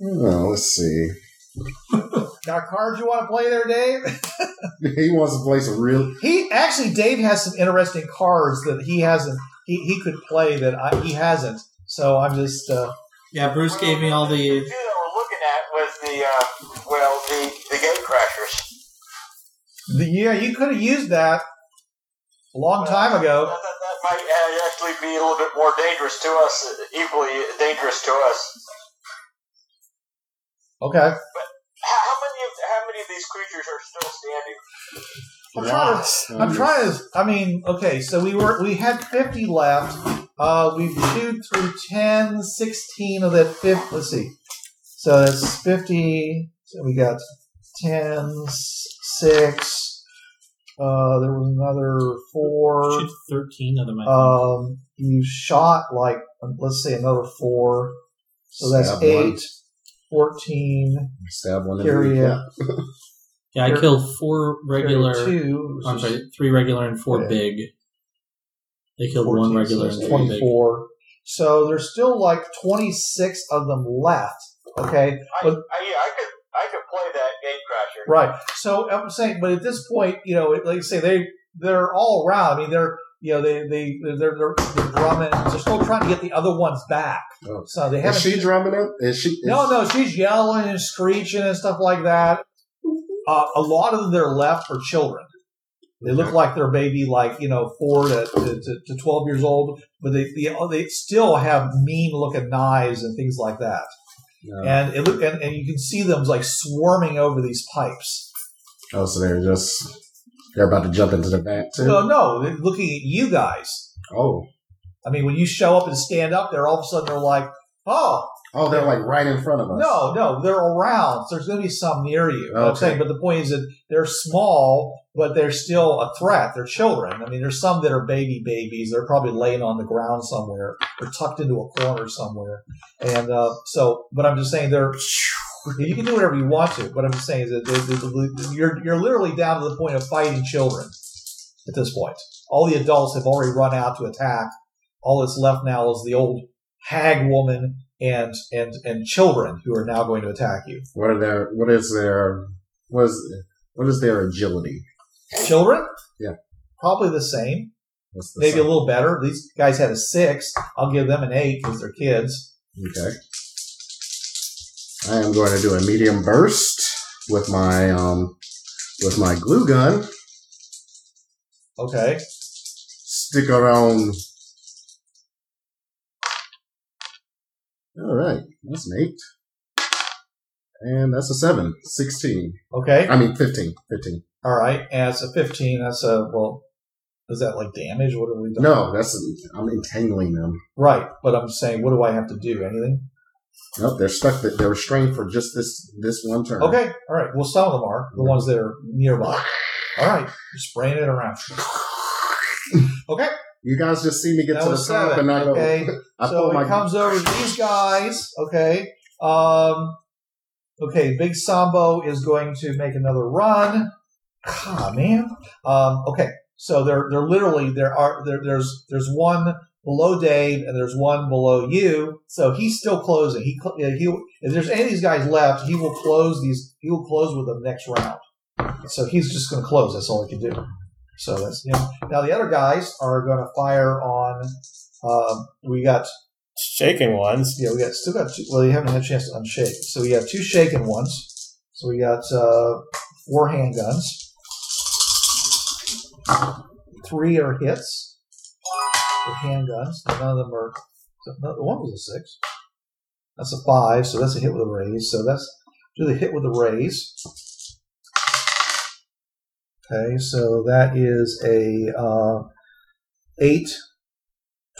Well, let's see. Got cards you want to play there, Dave? He wants to play some real. He actually, Dave has some interesting cards that he hasn't. He, he could play that I, he hasn't. So I'm just. Uh, Yeah, Bruce gave me all The the. two that we're looking at was the uh, well, the the gate crashers. The, yeah, you could have used that a long time That, ago. that, that might uh, actually be a little bit more dangerous to us, equally dangerous to us. Okay. How how many of how many of these creatures are still standing? I'm trying to. I'm trying to. I mean, okay. So we were we had 50 left. Uh, we chewed through 10, 16 of that fifth. Let's see. So that's 50. So we got 10, 6. Uh, there was another four. Shoot thirteen of them. I think. Um, you shot like um, let's say another four. So that's Stab one. eight, 14, Stab one. in the carry knee. out yeah, I you're- killed four Carry regular. two, I'm sorry, three regular and four Yeah. big. They killed 14, one regular so and that's three big. twenty-four. So there's still like twenty-six of them left. Okay, I, I, But- Uh, yeah, I could I could play that gate crasher. right. So I'm saying, but at this point, you know, like I say, they they're all around. I mean, they're you know they they they're, they're, they're drumming. They're still trying to get the other ones back. Oh. So they Is haven't. she drumming it? Is she? Is, No, no, she's yelling and screeching and stuff like that. Uh, a lot of them that are left are children. They look like they're maybe like you know four to, to, to, to twelve years old, but they, they they still have mean looking knives and things like that. Yeah. And it look and, and you can see them like swarming over these pipes. Oh, so they're just they're about to jump into the vent too. No, no, they're looking at you guys. Oh, I mean, when you show up and stand up, they're all of a sudden they're like, oh, oh, they're like right in front of us. No, no, they're around. So there's going to be some near you. But I'm Okay. saying, but the point is that they're small, but they're still a threat. They're children. I mean, there's some that are baby babies. They're probably laying on the ground somewhere or tucked into a corner somewhere. And uh, so, but I'm just saying they're. You can do whatever you want to. What I'm just saying is that they- they- they- you're you're literally down to the point of fighting children at this point. All the adults have already run out to attack. All that's left now is the old hag woman and and and children who are now going to attack you. What are their? What is their? What is what is their agility? Children, Yeah. probably the same, What's the maybe sign? a little better. These guys had a six. I'll give them an eight because they're kids. Okay. I am going to do a medium burst with my um with my glue gun. Okay, Stick around. All right, that's an eight, and that's a seven. Sixteen. okay, I mean, fifteen. Fifteen. all right. And it's a fifteen. That's a well. Is that like damage? What have we done? No, that's I'm entangling them. Right, but I'm saying, what do I have to do? Anything? Nope, they're stuck. They're restrained for just this this one turn. Okay, all right. Well, some of them are the ones that are nearby. All right, you're spraying it around. Okay, You guys just see me get that to the was top, seven. and I go. Okay, I so pull it my comes over to these guys. Okay. Um, okay. Big Sambo is going to make another run. Ah, man. Um, okay. So they're they're literally there are there, there's there's one below Dave and there's one below you. So he's still closing. He cl- uh, he if there's any of these guys left, he will close these. He will close with them next round. So he's just going to close. That's all he can do. So that's him. Now the other guys are going to fire on. Um, we got Shaking ones. yeah, we got still got two. Well, you haven't had a chance to unshake, so we got two shaken ones. So we got uh, four handguns. Three are hits. for handguns. None of them are. no, the One was a six. That's a five, so that's a hit with a raise. So that's do the hit with a raise. Okay, so that is a uh, eight.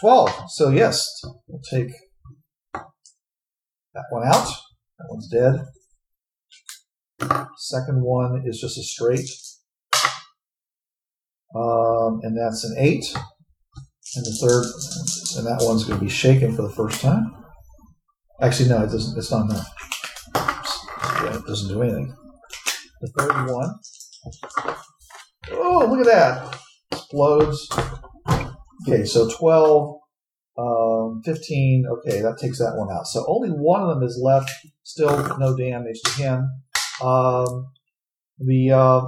12. So, yes, we'll take that one out. That one's dead. Second one is just a straight. Um, and that's an eight. And the third, and that one's going to be shaken for the first time. Actually, no, it doesn't. It's not enough. Yeah, it doesn't do anything. The third one. Oh, look at that! Explodes. Okay, so twelve. Um, 15. Okay, that takes that one out. So only one of them is left. Still no damage to him. Um, the uh,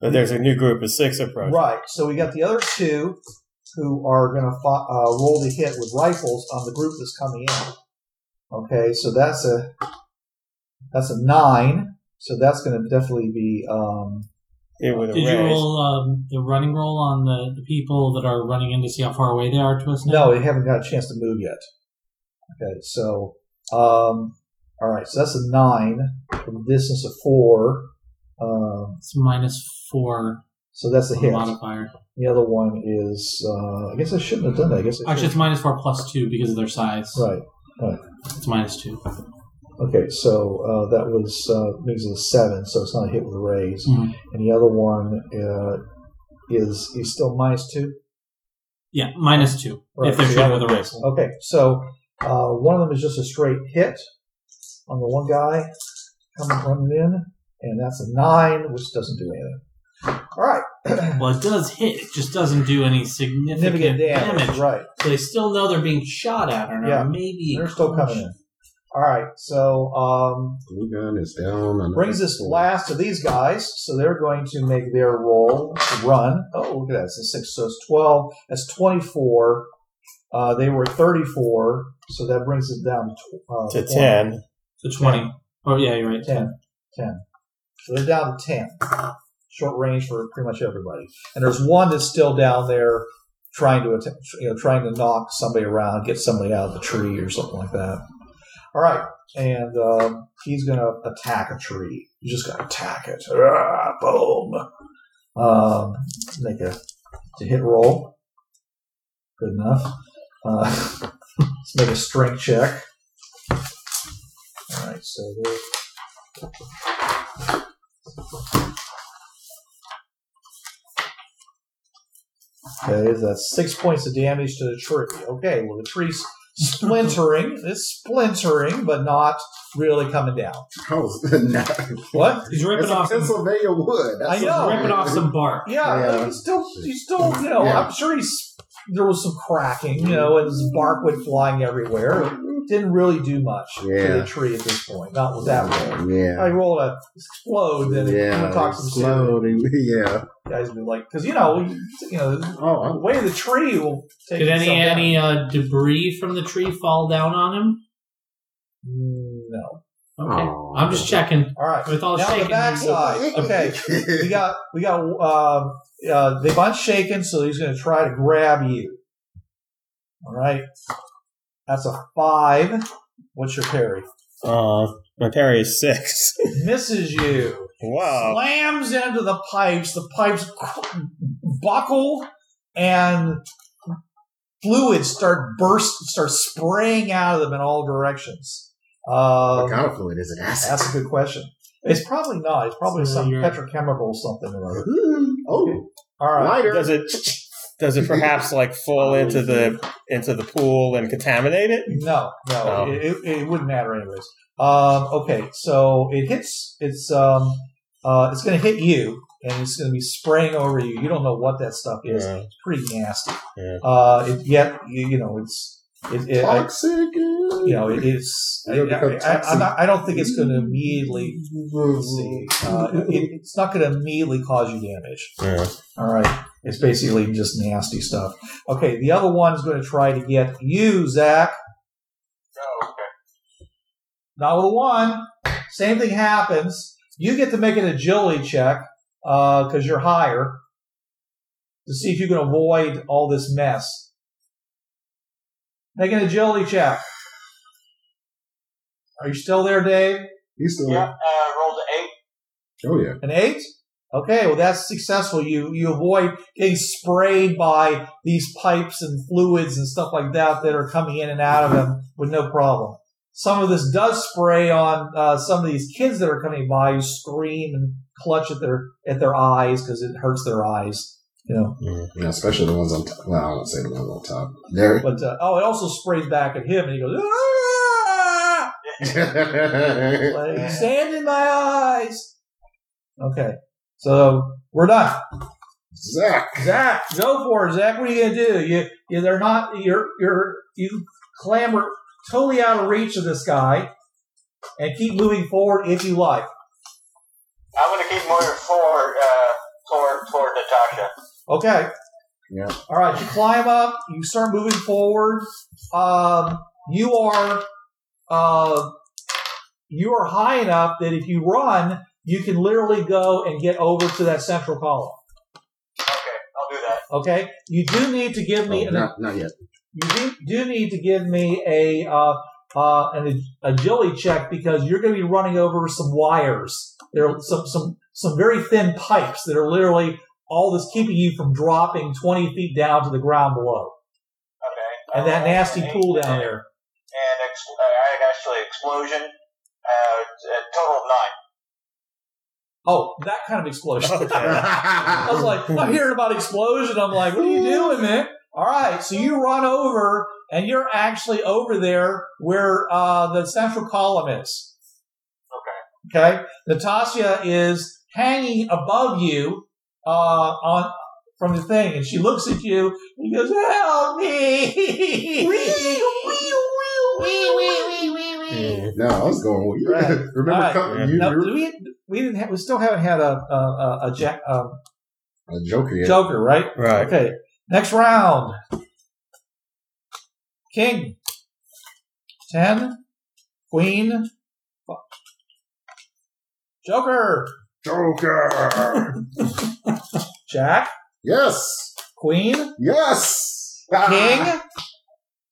But there's a new group of six approaching. Right. So we got the other two who are going to fi- uh, roll the hit with rifles on the group that's coming in. Okay. So that's a that's a nine. So that's going to definitely be um, It would have Did you raised. roll um, the running roll on the, the people that are running in to see how far away they are to us now? No, they haven't got a chance to move yet. Okay, so um, all right, so that's a nine from distance of four. Um, It's minus four so that's a on the hit. modifier. The other one is uh, I guess I shouldn't have done that. I guess I Actually, it's should- minus four plus two because of their size. right. It's minus two. Okay, so uh, that was uh, makes it a seven, so it's not a hit with a raise. Mhm. And the other one uh, is is still minus two. Yeah, minus two Right, if they're so shooting that- with a rifle. Okay, so uh, one of them is just a straight hit on the one guy coming running in, and that's a nine, which doesn't do anything. All right, Well, it does hit. It just doesn't do any significant significant damage. damage, right? So they still know they're being shot at, or Yeah, yeah, maybe They're still coming in. All right, so um, glue gun is down. another brings us four. last to these guys, so they're going to make their roll run. Oh, look at that! It's a six, so it's twelve. That's twenty-four. Uh, they were thirty-four, so that brings it down to, tw- uh, to 20. ten. to twenty. Oh yeah, you're right. Ten. Ten. So they're down to ten. short range for pretty much everybody. And there's one that's still down there trying to attack, you know trying to knock somebody around, get somebody out of the tree or something like that. All right, and um, he's going to attack a tree. He's just going to attack it. Ah, boom. Um, let's make a to hit roll. Good enough. Uh, let's make a strength check. All right, so there. Okay, that's six points of damage to the tree. Okay, well the tree's splintering. it's splintering, but not really coming down. Oh, nah. What? He's ripping It's a off some, Pennsylvania wood. I know. ripping off some bark. Yeah, Yeah. he's still, he's still, you know, Yeah. I'm sure he's, there was some cracking, you know, and his bark went flying everywhere. It didn't really do much to Yeah. the tree at this point, not with that roll. I Yeah. rolled a explode, then yeah, yeah. we talk some shit. Exploding. Yeah. Guys would be like, because, you know, you, you know, Oh, the I'm, way of the tree will take Did any itself down. any uh, debris from the tree fall down on him? No. Okay. oh. I'm just checking. All right. With all Now shaking. the backside. Okay. we got we got uh, uh, they've unshaken, so he's going to try to grab you. All right, that's a five. What's your parry? Uh, my parry is six. Misses you. wow. Slams into the pipes. The pipes cr- buckle and fluids start burst, start spraying out of them in all directions. What Um, kind of fluid is it? Acid. that's a good question. It's probably not. It's probably So some you're- petrochemical or something or other. Hmm. Oh, All right. lighter. Does it does it perhaps like fall into the into the pool and contaminate it? No, no, No. It, it, it wouldn't matter anyways. Um, okay, so it hits. It's um, uh, it's going to hit you, and it's going to be spraying over you. You don't know what that stuff is. Yeah. It's pretty nasty. Yeah. Uh, it, yet you, you know it's it. it I, Toxic. you know it is. I, You'll become I, I, I'm toxic. not, I don't think it's going to immediately. Let's see, uh, it, it's not going to immediately cause you damage. Yeah. All right. It's basically just nasty stuff. Okay, the other one is going to try to get you, Zach. Oh, okay. Not with a one. Same thing happens. You get to make an agility check because you're higher to see if you can avoid all this mess. Make an agility check. Are you still there, Dave? He's still Yeah, there. uh, rolled an eight. Oh, yeah. An eight? Okay, well that's successful. You you avoid getting sprayed by these pipes and fluids and stuff like that that are coming in and out of them with no problem. Some of this does spray on uh, some of these kids that are coming by who scream and clutch at their at their eyes because it hurts their eyes, you know. Mm-hmm. Yeah, especially the ones on top. Well, I won't say the ones on top. There. But uh, oh, it also sprays back at him and he goes, "Ah!" like, sand in my eyes. Okay, so we're done. Zach. Zach, go for it, Zach. What are you gonna do? You, you they're not you're you're you clamber totally out of reach of this guy and keep moving forward if you like. I'm going to keep moving forward uh, toward, toward Natasha. Okay. Yeah. All right, you climb up, you start moving forward. Um you are uh you are high enough that if you run, you can literally go and get over to that central column. Okay, I'll do that. Okay? You do need to give me Oh, an not, not yet. you do, do need to give me a uh, uh, an ag- agility check because you're going to be running over some wires. There are some some some very thin pipes that are literally all that's keeping you from dropping 20 feet down to the ground below, Okay. and that I rolled an nasty eight pool down and- there. And ex- uh, I- actually, explosion. Uh, a total of nine. Oh, that kind of explosion. I was like, I'm hearing about explosion. I'm like, what are you doing, man? All right, so you run over, and you're actually over there where uh, the central column is. Okay. Okay. Natasha is hanging above you uh, on from the thing, and she looks at you and goes, "Help me!" Yeah. no, I was going with you. Right. Remember, All right. coming, you, Now, you we we didn't have, we still haven't had a a, a, a jack um, were a joker. Yeah. Joker, right? Right. Okay. Next round. King. Ten. Queen. Joker. Joker. Jack, yes. Queen, Yes. King,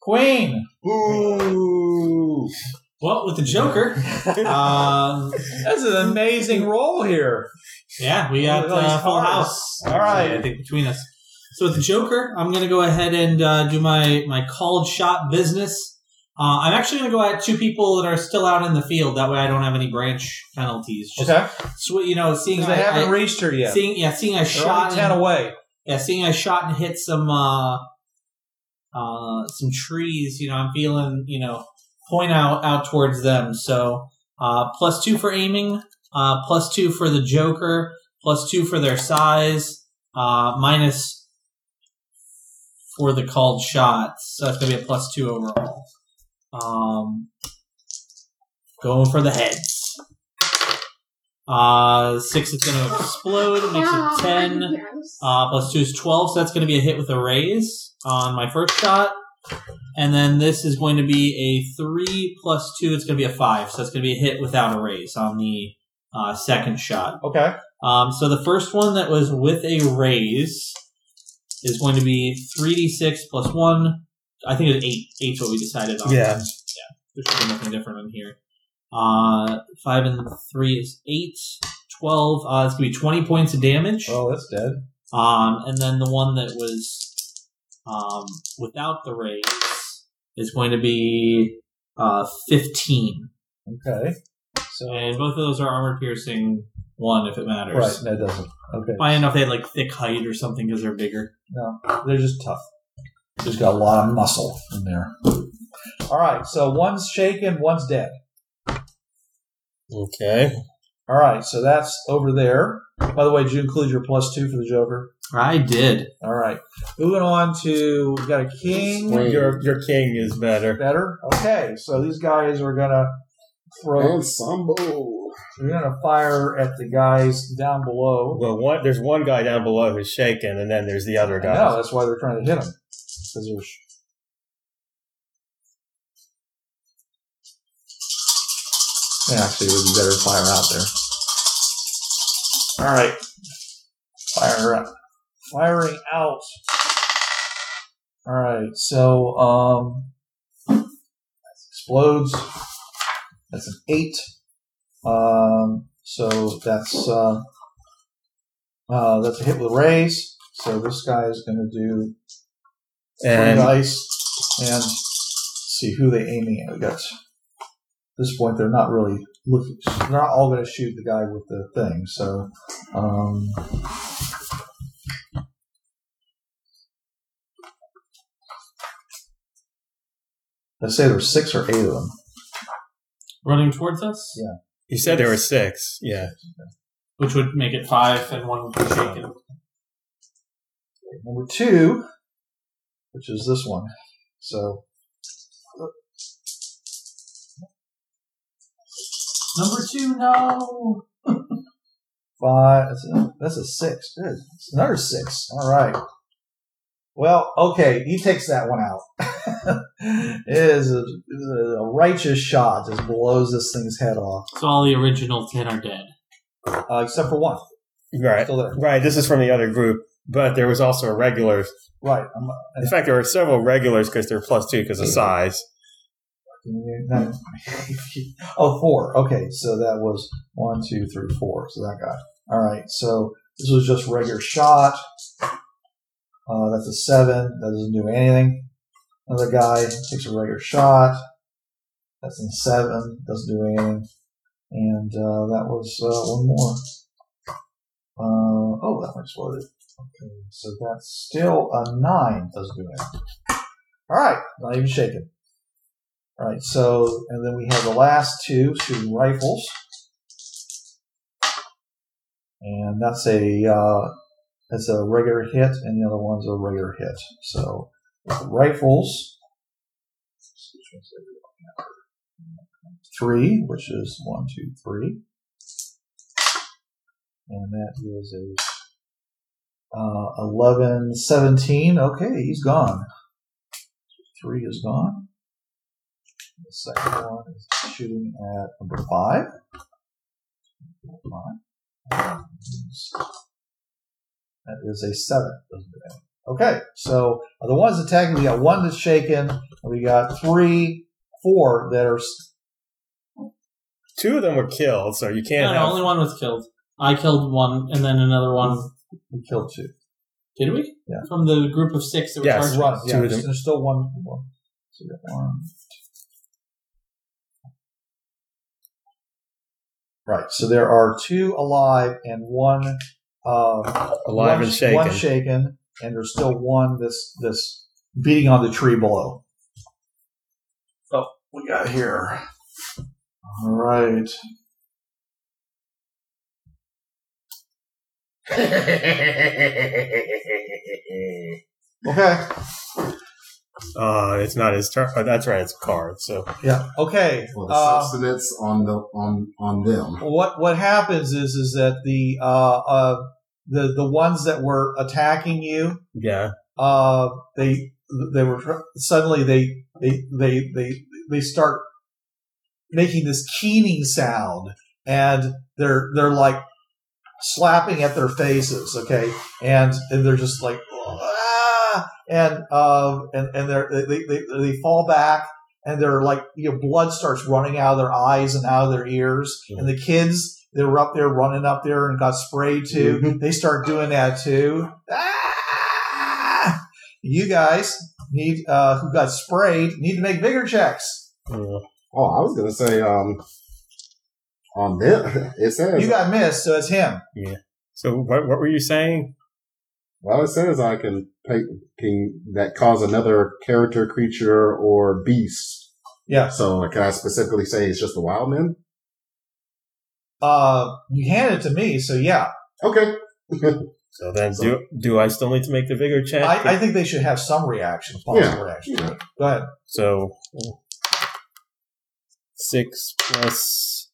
Queen. Ooh. Well, with the Joker, uh, That's an amazing role here. yeah, we got Look at all these uh, full cards. house. All right. I think between us. So with the Joker, I'm going to go ahead and uh, do my my called shot business. Uh, I'm actually going to go at two people that are still out in the field. That way, I don't have any branch penalties. Just, Okay, so, you know, seeing because I, they haven't I- reached her yet. seeing yeah, seeing I They're only shot ten and- away. yeah, seeing I shot and hit some uh, uh, some trees, you know, I'm feeling, you know, point out out towards them. So uh, plus two for aiming, uh, plus two for the Joker, plus two for their size, uh, minus for the called shots. So that's gonna be a plus two overall. Um, going for the heads. Uh, six is gonna explode. It makes it ten. Uh, plus two is 12, so that's going to be a hit with a raise on my first shot. And then this is going to be a 3 plus 2, it's going to be a 5, so that's going to be a hit without a raise on the uh, second shot. Okay, Um, so the first one that was with a raise is going to be 3d6 plus 1. I think it was 8. 8's what we decided on. Yeah. There should be nothing different on here. Uh, 5 and 3 is 8. 12, uh, it's going to be 20 points of damage. well Oh, that's dead. Um, and then the one that was um, without the raise is going to be uh, 15. Okay, so And both of those are armor piercing one if it matters. right, no, it doesn't. Okay, I don't know if they had like thick height or something because they're bigger. They're just tough. There's got a lot of muscle in there. All right, so one's shaken, one's dead. Okay. All right, so that's over there. By the way, did you include your plus two for the Joker? I did. All right, moving on to we've got a king. Swing. Your your king is better. Better. Okay, so these guys are gonna throw. And Sambo. They're gonna fire at the guys down below. Well, one, there's one guy down below who's shaken, and then there's the other guy. No, that's why they're trying to hit him. 'Cause they're sh- Yeah, Actually, it would be better to fire out there. All right, fire out. Firing out. All right, so um, explodes. That's an eight. Um, so that's uh, uh, that's a hit with raise. So this guy is going to do three And dice and see who they aiming at. We got- At this point, they're not really looking. They're not all going to shoot the guy with the thing. So, um, let's say there's six or eight of them. Running towards us, Yeah. you said there were six. Yeah. which would make it five and one would be shaken. Number two, which is this one. So Number two, no. Five. That's a, that's a six. Good. That's another six. All right. Well, okay. He takes that one out. it is a, a righteous shot. Just blows this thing's head off, So all the original ten are dead. uh, except for one. Right. Still there. Right. This is from the other group, but there was also a regular. Right. I'm, In fact, there were several regulars because they're plus two because of size. no. oh, four. Okay. So that was one, two, three, four. So that guy. All right. So this was just regular shot. Uh, that's a seven. That doesn't do anything. Another guy takes a regular shot. That's in seven. Doesn't do anything. And uh, that was uh, one more. Uh, oh, that one exploded. Okay, so that's still a nine. Doesn't do anything. All right, not even shaken. All right, so and then we have the last two shooting rifles, and that's a uh, that's a regular hit, and the other one's a regular hit. So with the rifles. Three, which is one, two, three. And that is a uh, 11, 17. Okay, he's gone. Three is gone. The second one is shooting at number five. Number five. That is a seven. Doesn't do anything. Okay, so of the ones attacking, we got one that's shaken, and we got three, four that are. s- Two of them were killed, so you can't No, no, have. only one was killed. I killed one, and then another one. We killed two. Did we? Yeah. From the group of six that were Yes. charged. Right, yeah, Two of there's, them. there's still one. one. So we got one. Right, so there are two alive and one uh, Alive one- and shaken. One shaken, and there's still one that's this beating on the tree below. So we got here. All right. Okay. Uh, it's not his turn. Oh, that's right, it's a card. So Yeah. Okay. Well, the Uh, substance on the on on them. what what happens is is that the uh, uh, the the ones that were attacking you yeah, uh, they they were suddenly they they they they they start making this keening sound and they're they're like slapping at their faces okay and and they're just like "Ah!" and um and and they're they, they they fall back and they're like you know blood starts running out of their eyes and out of their ears and the kids they were up there running up there and got sprayed too they start doing that too Ah! you guys need uh who got sprayed need to make bigger checks Mm. Oh, I was gonna say um on them. It says you got missed so it's him so what what were you saying? well, it says I can pay, can that cause another character, creature, or beast. Yeah. So can I specifically say it's just the wild men? uh you hand it to me so yeah Okay. So then, do do I still need to make the bigger check? I, I think they should have some reaction possible reaction Yeah. go ahead so six plus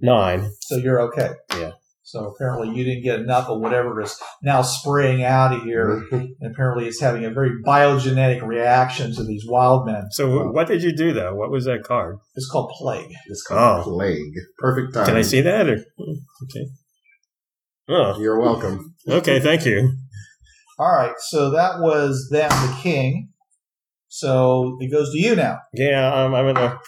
nine. so you're okay Yeah. so apparently you didn't get enough of whatever is now spraying out of here and apparently it's having a very biogenetic reaction to these wild men So wh- what did you do though? What was that card? it's called plague It's called Oh. plague. Perfect time. Can I see that? Or okay. Oh, You're welcome. okay. Thank you. all right so that was them the king so it goes to you now Yeah, um, I'm gonna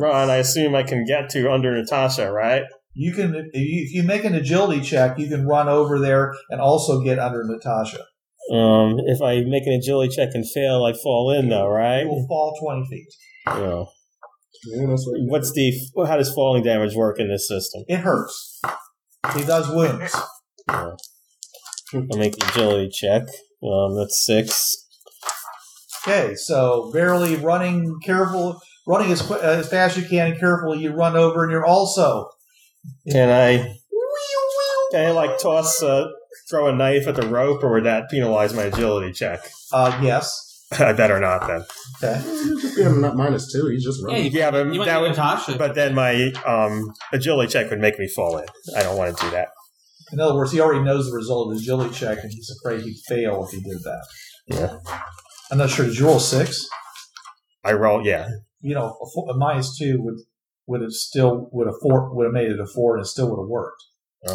run. I assume I can get to under Natasha, right? You can, if you, if you make an agility check, you can run over there and also get under Natasha. Um, if I make an agility check and fail, I fall in though, right? It will fall 20 feet. Yeah. Yeah, that's what you- What's the well, how does falling damage work in this system? It hurts. He does wounds. I'll make the agility check. Um, that's six. Okay, so barely running, careful, running as, qui- as fast as you can, and carefully you run over, and you're also Can I? Can I like toss, uh, throw a knife at the rope, or would that penalize my agility check? uh, yes. I better not then. Okay, Just give him not minus two. He's just running. Yeah, Yeah, but You went that to would. Natasha. But then my um, agility check would make me fall in. I don't want to do that. in other words, he already knows the result of his agility check, and he's afraid he'd fail if he did that. Yeah. I'm not sure. Did you roll six? I roll. Yeah. You know, a, four, a minus two would would have still would have four would have made it a four, and it still would have worked.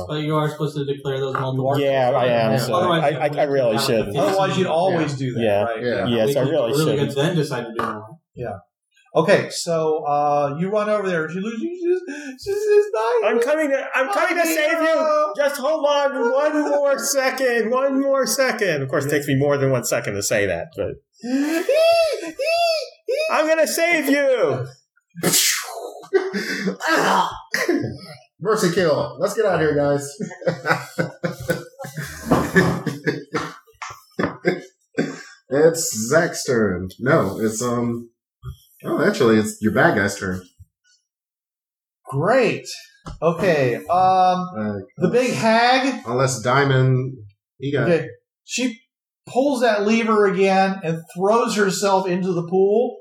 But you are supposed to declare those multiple. Yeah, I am. So Otherwise, I, I, I really shouldn't. Otherwise, you'd always do that, Yeah. right? Yeah. Yes, I really really shouldn't. good then decide to do more. Okay, so uh, you run over there. She loses. She's, she's, she's dying. I'm coming to I'm coming to save you. Just hold on one more second. One more second. Of course, it takes me more than one second to say that, but I'm gonna save you. Mercy kill. Let's get out of here, guys. it's Zach's turn. No, it's um. Oh, actually, it's your bad guy's turn. Great. Okay. Um, Uh, the big hag. unless Diamond, he got Okay. She pulls that lever again and throws herself into the pool.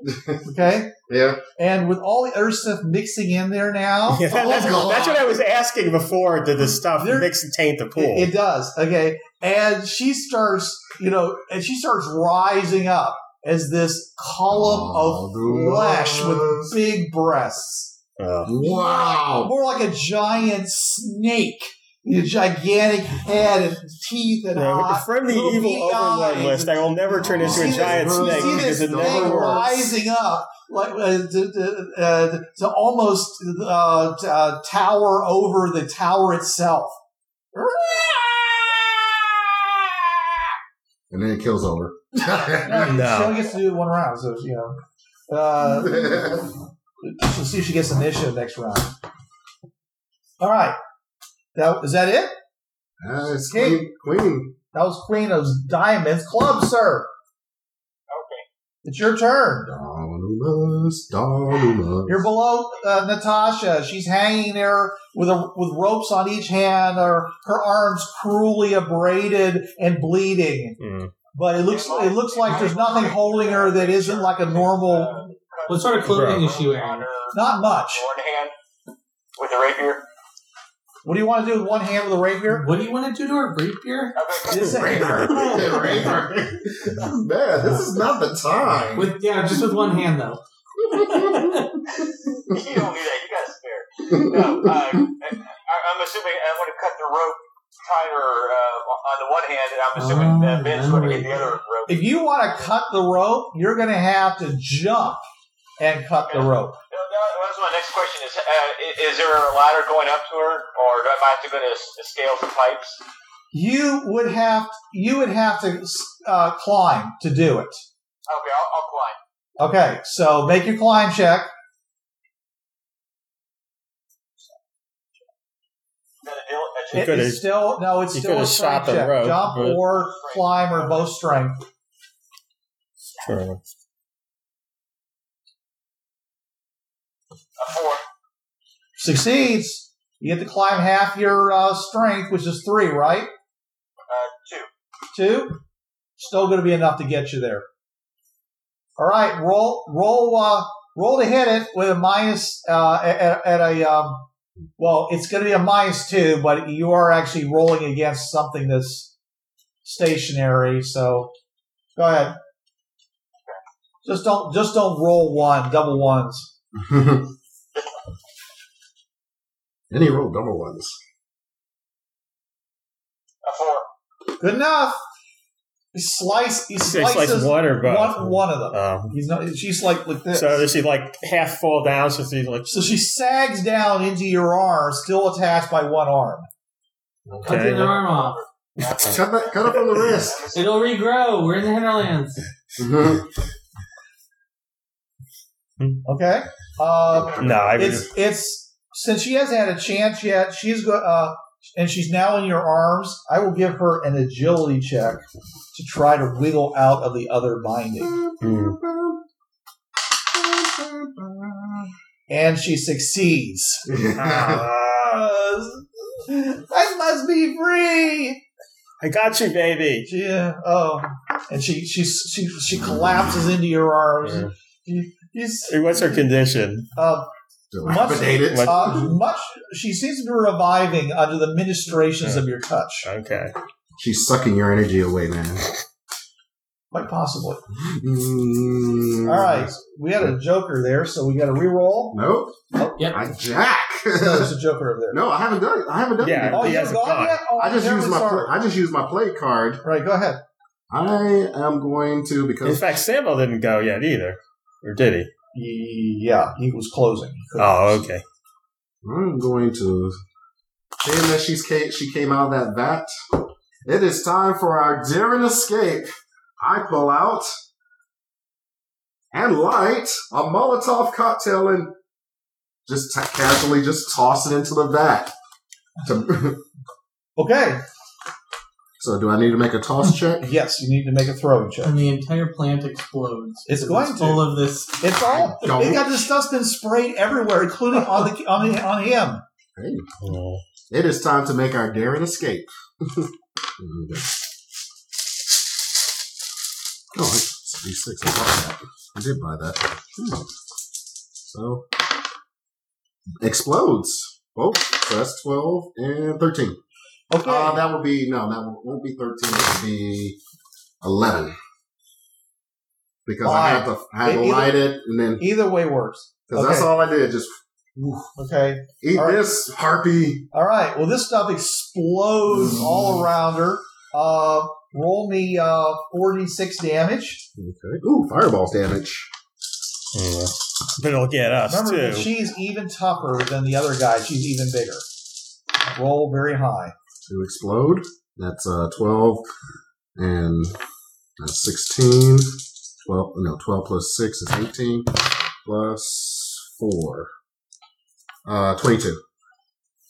Okay. yeah. and with all the other stuff mixing in there Oh, now, Yeah, that's, that's what I was asking before. Did the stuff There- mix and taint the pool? It, it does. Okay. And she starts, you know, and she starts rising up as this column Oh, of flesh with big breasts. Oh. Wow. More like a giant snake Your gigantic head and teeth and Yeah, eyes. from the little evil big overlord eyes. list, I will never turn into a See giant this, snake see because this it thing never works. rising up like uh, to, to, uh, to almost uh, to, uh, tower over the tower itself. And then it kills over. No. No, she only gets to do it one round, so you know. Uh, so see if she gets initiative next round. All right, that is that it. Ah, it's Okay. Queen. Queen. That was Queen of Diamonds Club, sir. Okay, it's your turn. Dolumus, Dolumus. You're below uh, Natasha. She's hanging there with a, with ropes on each hand, or her arms cruelly abraded and bleeding. Mm. But it looks it looks like there's nothing holding her that isn't like a normal. What sort of clothing Bro. is she On wearing? her Not much. one hand with a rapier. What do you want to do with one hand with a rapier? What do you want to do to her rapier? I've got- This Raver. Raver. Man, this is not the time. With yeah, just with one hand though. you don't need that. You got a spare. No, uh, I, I'm assuming I'm going to cut the rope tighter uh, on the one hand, and I'm assuming Oh, that Ben's going to right. get the other rope. If you want to cut the rope, you're going to have to jump and cut the rope. No, that that was my next question. Is uh, i- is there a ladder going up to her, or do I have to go to s- scale some pipes? You would have you would have to uh, climb to do it. Okay, I'll, I'll climb. Okay, so make your climb check. Is that a deal? A You It- could've- it's still no, it's you still a could've shot strength the check. rope, Jump but- or climb or both strength. Sure. a four. Succeeds. You get to climb half your uh, strength, which is three, right? Uh, two. Two. Still going to be enough to get you there. All right, roll roll uh, roll to hit it with a minus uh, at, at a um, well, it's going to be a minus two, but you are actually rolling against something that's stationary. So go ahead. Just don't just don't roll one double ones. and he rolled double ones. A four. Good enough. He slice. He It's like slices one, water, but one, of them. Um, He's not. She's like like this. so does she like half fall down? So she's like, So she sags down into your arm, still attached by one arm. Cut the Okay. other arm off. Cut that, cut up on the wrist. It'll regrow. We're in the hinterlands. Mhm. Okay. Um, no, I would. it's it's since she hasn't had a chance yet. She's go uh, and she's now in your arms. I will give her an agility check to try to wiggle out of the other binding, Mm. Uh, and she succeeds. Ah, I must be free. I got you, baby. Yeah. Oh, and she she she she collapses into your arms. She's What's her condition? uh, Dilapidated. Much- uh, much. She seems to be reviving under the ministrations of your touch, Okay. She's sucking your energy away, man. quite possibly. Mm. All right, we had a joker there, so we got a reroll. Nope. Yep. I jack. No, there's a joker over there. no, I haven't done it. I haven't done Yeah. it. Oh, he you're has a gone gun. yet? Oh, I just I'm used my sorry. pla- I just used my play card. Right, go ahead. I am going to In because fact, Sambo didn't go yet either, or did he? Yeah, he was closing. Oh, okay. I'm going to. Seeing that she's ca- she came out of that vat, it is time for our daring escape. I pull out and light a Molotov cocktail and just ta casually just toss it into the vat. To- Okay. so, do I need to make a toss check? Yes, you need to make a throwing check. And the entire plant explodes. It's Because going full to. of this. It's all. I don't. It got the stuff's been sprayed everywhere, including on the on the, on him. Hey, Oh. it is time to make our daring escape. oh, it's D6. I bought that. I did buy that. Hmm. So, explodes. Oh, so that's 12 and 13. Okay. Uh, that will be, no, that won't- won't be 13. It will be 11. Because I had to, I had to Either- light it, and then, Either way works. because that's Okay. all I did. Just Okay. Eat All right. this, harpy. All right. Well, this stuff explodes all around her. Uh, roll me uh, 46 damage. Okay. Ooh, fireballs damage. Yeah. But it'll get us Remember that too. she's even tougher than the other guy. She's even bigger. Roll very high. To explode. That's uh, 12 and that's 16. 12, no, 12 plus 6 is 18. Plus 4. Uh, 22.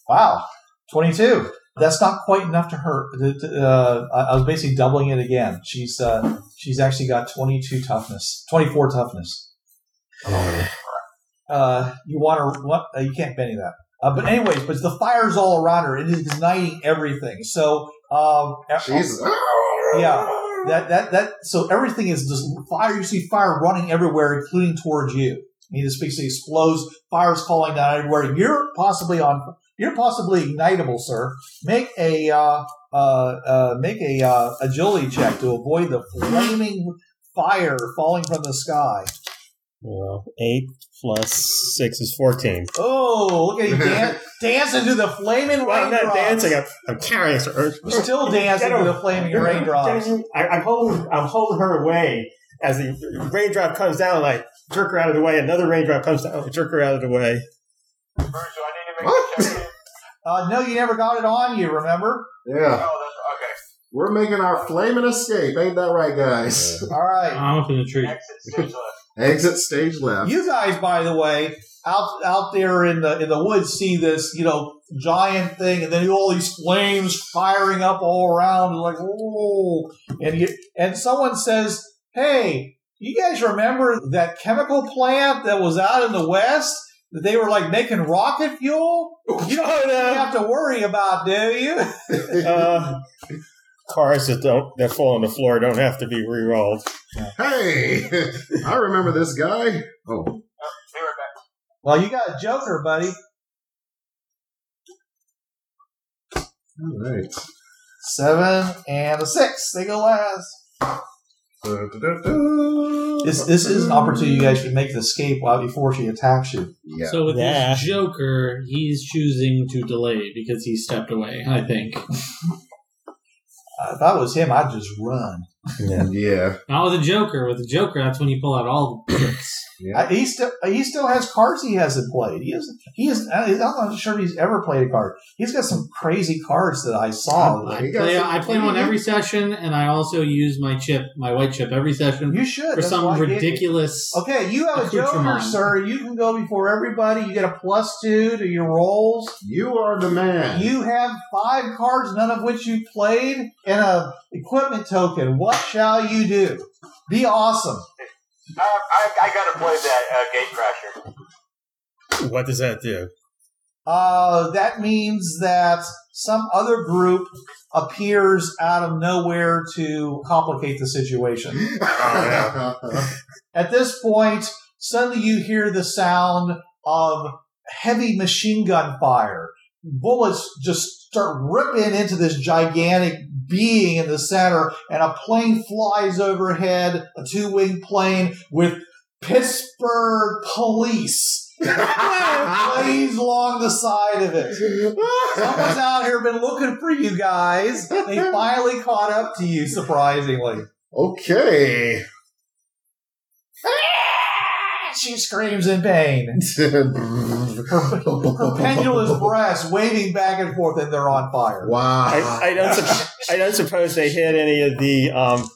Wow, 22. That's not quite enough to hurt. Uh, I I was basically doubling it again. She's uh, she's actually got 22 toughness, 24 toughness. Uh, you want to? What? Uh, you can't bend any of that. Uh, but anyways, but the fire's all around her. It is igniting everything. So um, Jesus. Ah! yeah, that that that. So everything is just fire. You see fire running everywhere, including towards you. I mean, this basically explodes. Fire's falling down everywhere. You're possibly on. You're possibly ignitable, sir. Make a uh, uh, uh, make a uh, agility check to avoid the flaming fire falling from the sky. Well, eight plus six is fourteen. Oh, look at you dan- dancing to the flaming Well, I'm raindrops. not dancing. I'm, I'm carrying her. You're still dancing Get to over- the flaming raindrops. I, I'm holding. I'm holding her away as the raindrop comes down. Like jerk her out of the way. Another raindrop comes down. oh, Jerk her out of the way. Virgil, I need to make a check. Uh, no, you never got it on you. Remember? Yeah. Oh, that's okay. We're making our flaming escape. Ain't that right, guys? All right. I'm up in the tree. Exit stage left. Exit stage left. You guys, by the way, out out there in the in the woods, see this you know giant thing, and then all these flames firing up all around, and like oh, and you, and someone says, "Hey, you guys remember that chemical plant that was out in the west that they were like making rocket fuel? You don't have to worry about, do you?" Uh, cars that don't that fall on the floor don't have to be re-rolled. Hey, I remember this guy. Oh, Be right back. Well, you got a joker, buddy. all right. Seven and a six. They go last. This this is an opportunity you guys should make the escape while before she attacks you. Yeah. So with Yeah. this Joker, he's choosing to delay because he stepped away. I think Uh, if I was him, I'd just run. Yeah. not with a Joker. With a Joker, that's when you pull out all the tricks. I, he still he still has cards he hasn't played. He is he is. I'm not sure he's ever played a card. He's got some crazy cards that I saw. I You got play, some- I play one every session, and I also use my chip, my white chip, every session You for should that's why I some gave you- ridiculous. Okay, you have a joker, Accoutrement. sir. You can go before everybody. You get a plus two to your rolls. You are the man. You have five cards, none of which you played, and a equipment token. What shall you do? Be awesome. I, I, I gotta play that uh, gate crasher. What does that do? Uh, that means that some other group appears out of nowhere to complicate the situation. At this point, suddenly you hear the sound of heavy machine gun fire. Bullets just start ripping into this gigantic being in the center, and a plane flies overhead, a two wing plane with Pittsburgh police. Planes along the side of it. Someone's out here been looking for you guys. They finally caught up to you, surprisingly. okay. She screams in pain. Her pendulous breasts waving back and forth, and they're on fire. wow. I, I don't. Sup- I don't suppose they hit any of the um,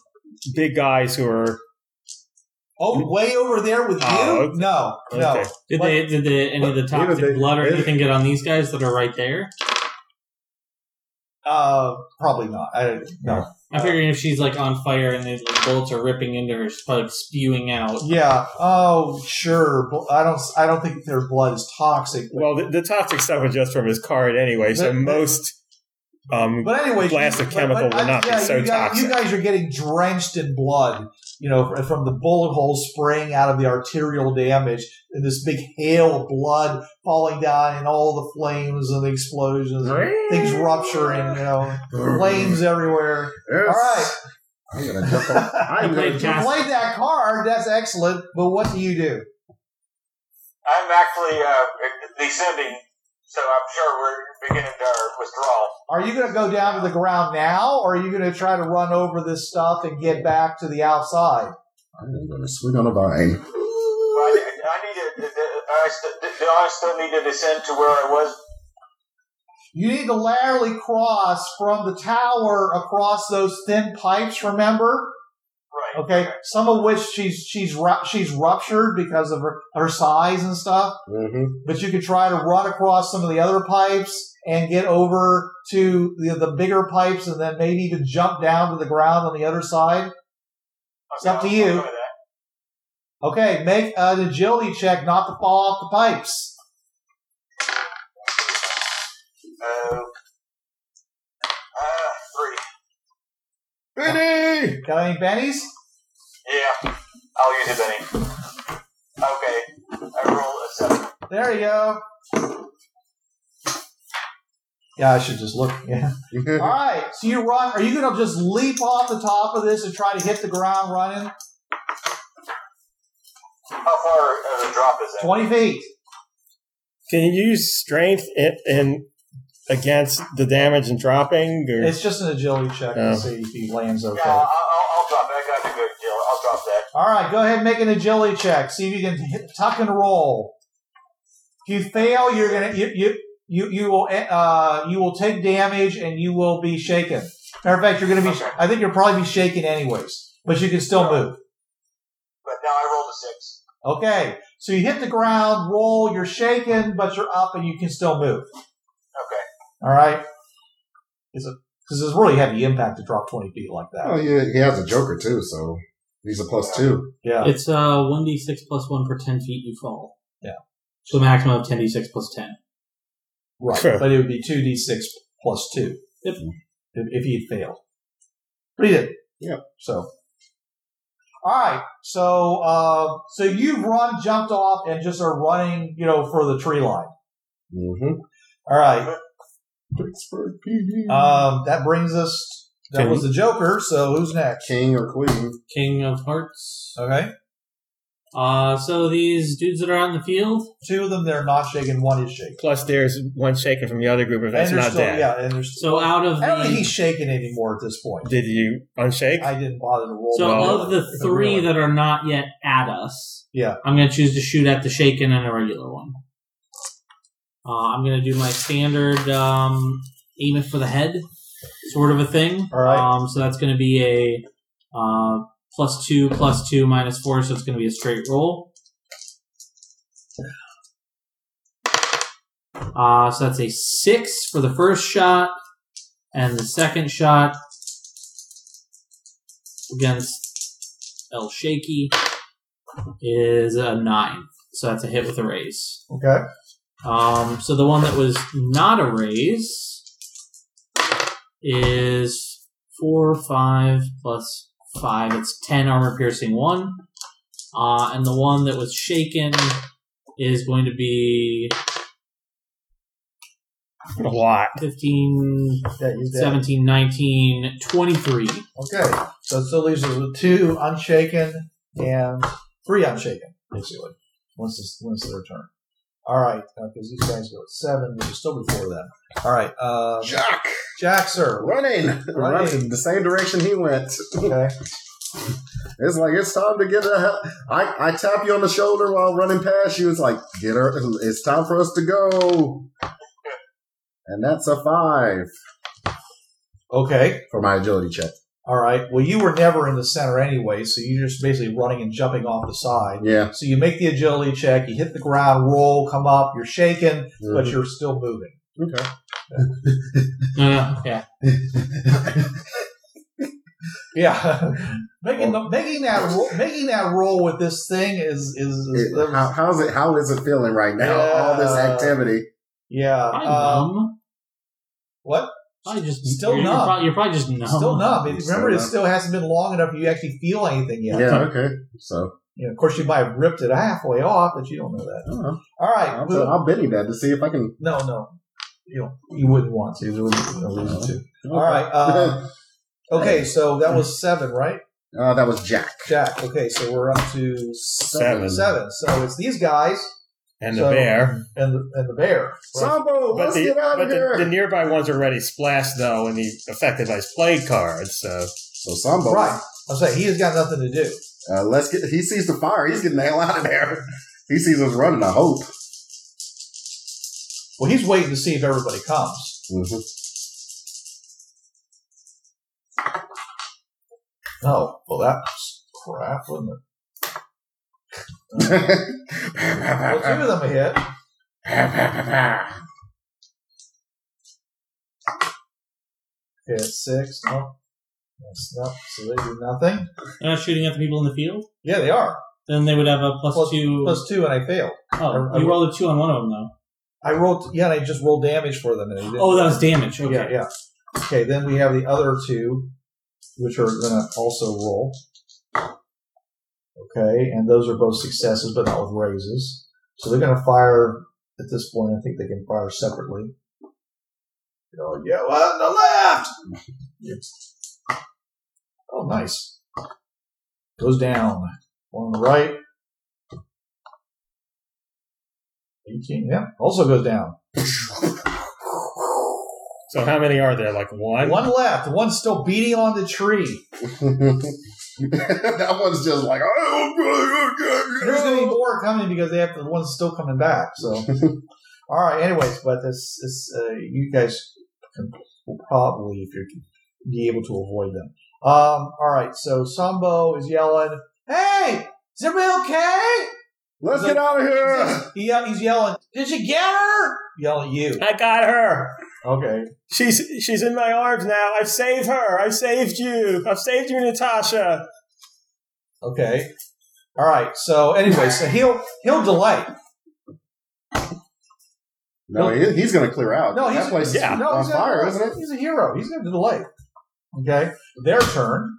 big guys who are. Oh, way over there with you? Oh, okay. No, no. Okay. Did they? Did they, any of the What- toxic they- blood or they- anything get on these guys that are right there? Uh, probably not. I, no. I'm figuring if she's like on fire and these like, bolts are ripping into her, she's probably spewing out. Yeah. Oh, sure. Bl- I don't. I don't think their blood is toxic. Well, the, the toxic stuff was just from his card anyway, so But- but- most um, But anyway, Blast you- of chemical would I- not be so you guys, toxic. You guys are getting drenched in blood, you know, fr- from the bullet holes spraying out of the arterial damage, and this big hail of blood falling down, and all the flames and the explosions, and things rupturing, you know, flames everywhere. Yes. All right, I'm gonna jump on. I'm I gonna played jump. Cas- played that card. That's excellent. But what do you do? I'm actually uh, descending, so I'm sure we're beginning our withdrawal. Are you going to go down to the ground now, or are you going to try to run over this stuff and get back to the outside? I'm going to swing on a vine. But I, I need to. I, st- do I still need to descend to where I was? You need to laterally cross from the tower across those thin pipes. Remember, Right. okay? Some of which she's she's ru- she's ruptured because of her, her size and stuff. Mm-hmm. But you could try to run across some of the other pipes and get over to the, the bigger pipes, and then maybe even jump down to the ground on the other side. It's up to I'll- you. I'll go with that. Okay, make an agility check not to fall off the pipes. Uh, uh, three. Benny! Got any bennies? Yeah, I'll use it, Benny. Okay, I roll a seven. There you go. Yeah, I should just look. Yeah. All right. So you run. Are you going to just leap off the top of this and try to hit the ground running? How far of a drop is that? 20 feet. Can you use strength in, in against the damage and dropping? Or? It's just an agility check Yeah. to see if he lands okay. Yeah, I'll, I'll, I'll drop that. I got a good deal. I'll drop that. All right. Go ahead and make an agility check. See if you can hit, tuck and roll. If you fail, you're going to, you, you, you, you will uh, you will take damage and you will be shaken. Matter of fact, you're going to be. Okay. I think you'll probably be shaken anyways, but you can still move. But now I rolled a six. Okay, so you hit the ground, roll, you're shaken, but you're up and you can still move. Okay. All right. Is it because it's really heavy impact to drop twenty feet like that? Oh, yeah, he has a Joker too, so he's a plus two. Yeah. It's uh one d six plus one for ten feet you fall. Yeah. So a maximum of ten d six plus ten. Right. Sure. But it would be two d six plus two Yep. if, if he had failed. But he did. Yeah. So. All right. So uh, so you've run, jumped off, and just are running, you know, for the tree line. Mm-hmm. All right. Pittsburgh PD. Um, that brings us. That Can- was the Joker. So who's next? King or queen? King of Hearts. Okay. Uh, so these dudes that are out in the field, Two of them they're not shaken, one is shaken. Plus, there's one shaken from the other group. If that's and they're not still, that, Yeah, and there's so out of I don't think the he's shaken anymore at this point. did you unshake? I didn't bother to roll. so Well, of the three that are not yet at us, Yeah. I'm gonna choose to shoot at the shaken and a regular one. Uh, I'm gonna do my standard um, aim it for the head sort of a thing. All right. Um, so that's gonna be a uh, plus two, plus two, minus four. So it's gonna be a straight roll. Uh, so that's a six for the first shot, and the second shot against El Shaky is a nine. So that's a hit with a raise. Okay. Um, so the one that was not a raise is four, five plus five. It's ten armor piercing one. Uh, and the one that was shaken is going to be a lot. 15, Yeah, he's dead. 17, 19, 23. Okay. So it still leaves us with two unshaken and three unshaken, basically. Once it's once their turn. All right, because these guys go at seven, which is still before them. All right, uh, Jack! Jack, sir. Running! Running the same direction he went. Okay. It's like it's time to get the hell. I, I tap you on the shoulder while running past you. It's like get her. It's time for us to go. And that's a five Okay. for my agility check. All right. Well, you were never in the center anyway, so you're just basically running and jumping off the side. Yeah, So you make the agility check, you hit the ground, roll, come up, you're shaken, but Mhm. you're still moving. okay. Uh, yeah. Yeah, making the, making that roll, making that roll with this thing is is, is It- how, how's it? How is it feeling right now? All this Yeah. activity. yeah. Probably uh, numb. what? Probably just Still you're, numb. You're probably, you're probably just numb. Still numb. It's Remember, still it numb. still hasn't been long enough you actually feel anything Yeah. yet. okay. So You know, of course, you might have ripped it halfway off, but you don't know that. I don't know. All right, I'll, move- I'll bet you that to see if I can. no, no, you don't, you wouldn't want to. There wouldn't be no reason to. All right. Uh, okay, so that was seven, right, Uh, that was Jack. Jack? Okay, so we're up to Seven. seven. So it's these guys. and So- the bear. and the, and the bear. But, Sambo, let's the, get out but of here. the, the nearby ones are already splashed, though, and the affected by his plague cards. So so Sambo, Right. I say he has got nothing to do. uh, let's get. He sees the fire. He's getting the hell out of there. He sees us running. I hope. Well, he's waiting to see if everybody comes. Mhm. No. Well, that's crap, wasn't it? Well, two of them a hit. Okay, that's six. No. That's not, so they do nothing. They're not shooting at the people in the field. Yeah, they are. Then they would have a plus, Plus- two. Plus two, and I failed. oh, I- I- you rolled a two on one of them though. I rolled, yeah, and I just rolled damage for them. And they didn't. Oh, that was damage. Okay. Yeah, yeah. Okay, then we have the other two, which are going to also roll. Okay, and those are both successes, but not with raises. So they're going to fire at this point. I think they can fire separately. You know, yeah, well, on the left. Oh, nice. Goes down. One on the right. 18, yeah, also goes down. so how many are there? Like one? One left. One's still beating on the tree. that one's just like. There's gonna be more coming because they have the ones still coming back. So, all right. Anyways, but this, this, uh, you guys can, will probably, if you're be able to avoid them. Um. All right. So Sambo is yelling, "Hey, is everybody okay?" Let's get out of here. He, ye- he's yelling, "Did you get her?" Yelling at you. I got her. Okay. She's she's in my arms now. I've saved her. I've saved you. I've saved you, Natasha. Okay. All right. So, anyway, so he'll he'll delay. No, he, he's going to clear out. No, he's that place yeah. is No, on he's fire, a, isn't it? He's a hero. He's going to delay. Okay, their turn.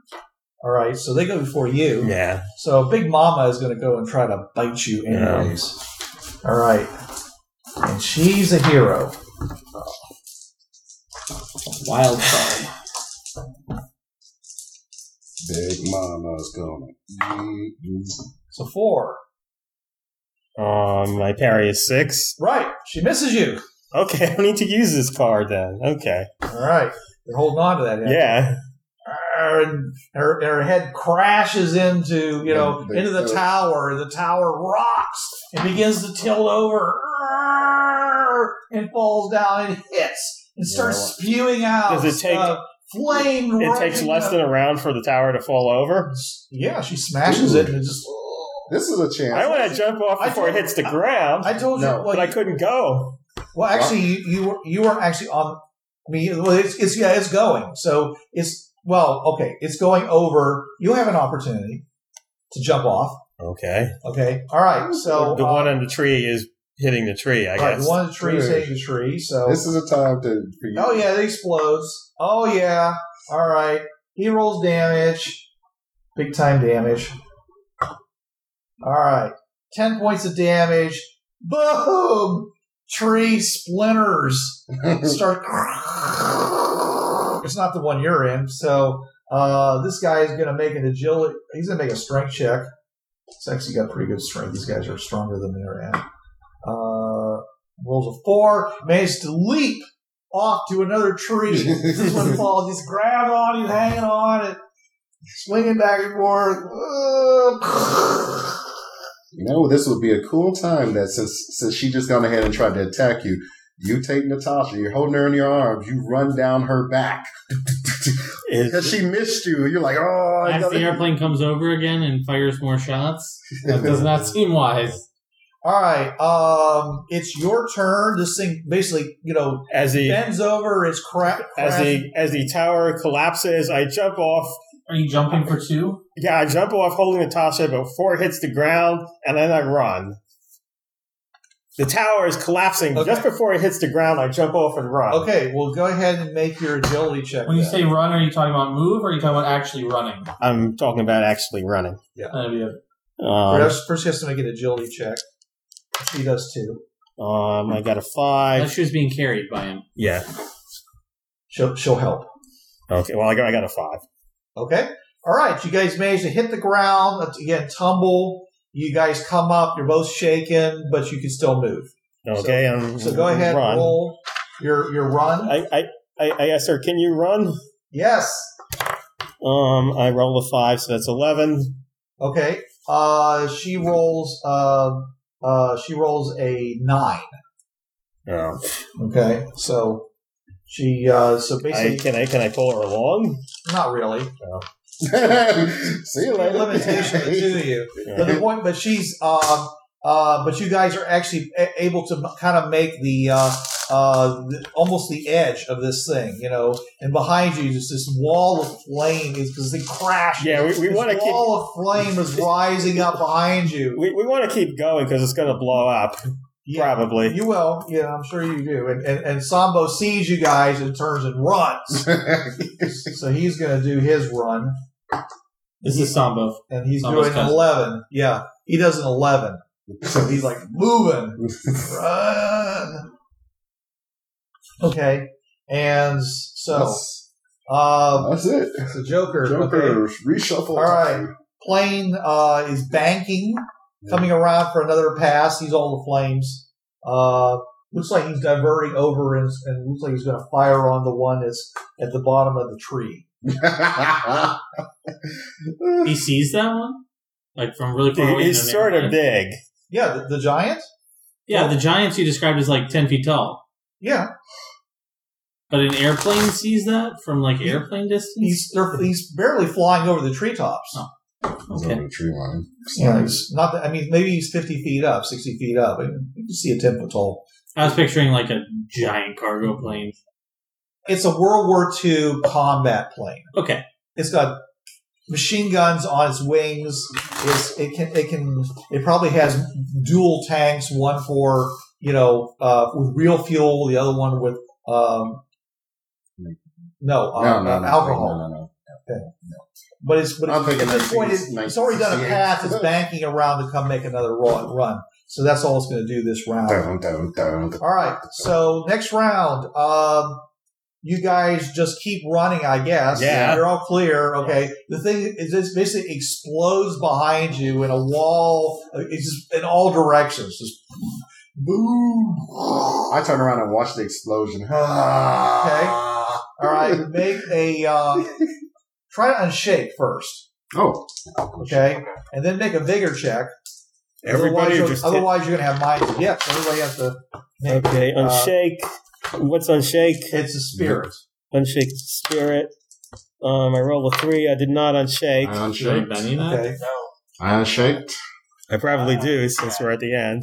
All right, so they go before you. Yeah. So Big Mama is going to go and try to bite you, Yeah. anyways. All right, and she's a hero. Wild card. Big Mama's going. So four. Um, my parry is six. Right, she misses you. Okay, I don't need to use this card then. Okay. All right, they're holding on to that. end. Yeah. Arr, And her, her head crashes into you know Yeah, they- into the they- tower. The tower rocks and begins to tilt over, Arr, and falls down and hits and starts spewing out. Does it take- uh, flame? It takes rushing less up. than a round for the tower to fall over. yeah. She smashes it and it just. This is a chance. I want to jump off I before it told- hits the ground, I told No, you, but well, I couldn't go. well actually, you, you were you weren't actually on. I mean, well, it's, it's yeah, it's going. So it's well, okay, it's going over. You have an opportunity to jump off. Okay. Okay, all right. So the uh, one on the tree is hitting the tree, I Right, guess. the one in the tree is hitting the tree. So, This is a time to for you. oh yeah, it explodes. Oh yeah. All right. He rolls damage, big time damage. All right, ten points of damage. Boom! Tree splinters start. it's not the one you're in. So uh, this guy is going to make an agility. He's going to make a strength check. He's actually got pretty good strength. These guys are stronger than they're at. Uh, rolls a four, managed to leap off to another tree. this one falls. He's grabbing on, he's hanging on, and swinging back and forth. Uh, You know, this would be a cool time that since since she just gone ahead and tried to attack you, you take Natasha, you're holding her in your arms, you run down her back because Is- she missed you. You're like, oh, I As got the airplane comes over again and fires more shots, that does not seem wise. all right, um, it's your turn. This thing basically, you know, as the bends over. It's cra- as crashing. the as the tower collapses, I jump off. Are you jumping for two? Yeah, I jump off holding Natasha before it hits the ground, and then I run. The tower is collapsing. Okay. Just before it hits the ground, I jump off and run. Okay, well, go ahead and make your agility check. When you then. say run, are you talking about move or are you talking about actually running? I'm talking about actually running. That'd be a- Um, first, first, he has to make an agility check. He does too. um, I got a five. Unless she was being carried by him. Yeah. She'll she'll help. Okay. Well, I got I got a five. Okay. All right, you guys managed to hit the ground again, tumble, You guys come up. You're both shaken, but you can still move. Okay, um, So go ahead, Run. roll your your run. I, I, I, I asked her, "Can you run?" Yes. Um, I roll a five, so that's eleven. Okay. Uh, she rolls. Uh, uh, she rolls a nine. Oh. Okay. So she. Uh, so I, basically, can I can I pull her along? not really. See you later. Limitation to you. But the point, but she's, uh, uh, but you guys are actually a- able to kind of make the, uh, uh, the, almost the edge of this thing, you know. And behind you, just this wall of flame is because they crash. Yeah, we, we this want to keep wall of flame is rising up behind you. we, we want to keep going because it's going to blow up Yeah. probably. You will, yeah, I'm sure you do. And and, and Sambo sees you guys and turns and runs. so he's going to do his run, This is Sambo. and he's Sambo's doing cousin. eleven. Yeah, he does an eleven. So he's like moving, run. Okay, and so That's, uh, that's it. it's a Joker. Okay. Joker, reshuffle. All right. Plane uh, is banking, coming around for another pass. He's all the flames. Uh, looks like he's diverting over and, and looks like he's going to fire on the one that's at the bottom of the tree. He sees that one, like from really far away. He's in the sort of neighborhood. big. Yeah, the, the giant. Yeah, the giants you described as like ten feet tall, Yeah, but an airplane sees that from like airplane distance. he's they're, he's barely flying over the treetops. Oh. He's Okay. over the tree line. Yeah, he's not. That, I mean, maybe he's fifty feet up, sixty feet up. I mean, you can see a ten foot tall. I was picturing like a giant cargo plane. It's a World War II combat plane. Okay, it's got machine guns on its wings. It's, it can it can it probably has dual tanks, one for you know uh, with real fuel, the other one with um, no, uh, No, no, no, alcohol. No, no, no. But it's but I'm it's, thinking at this point, it's, 1968. it's already done a path. It's banking around to come make another run. run. So that's all it's going to do this round. Dun, dun, dun, dun. All right. So next round, um, you guys just keep running, I guess. Yeah. You're all clear. Okay. The thing is, this basically explodes behind you in a wall. uh, It's just in all directions. Just boom. All I turn around and watch the explosion. Oh, right. Make a uh, try to unshake first. Oh. Okay. And then make a vigor check. Everybody otherwise, you'll- just hit- otherwise you're going to have minus. Yeah. Everybody has to. Make, okay. uh, Unshake. What's unshake? it's a spirit. Unshake spirit. Um, I rolled a three. I did not I unshake. should I have unshaked. been in that? Okay. I unshaked. I probably Oh, do since we're at the end.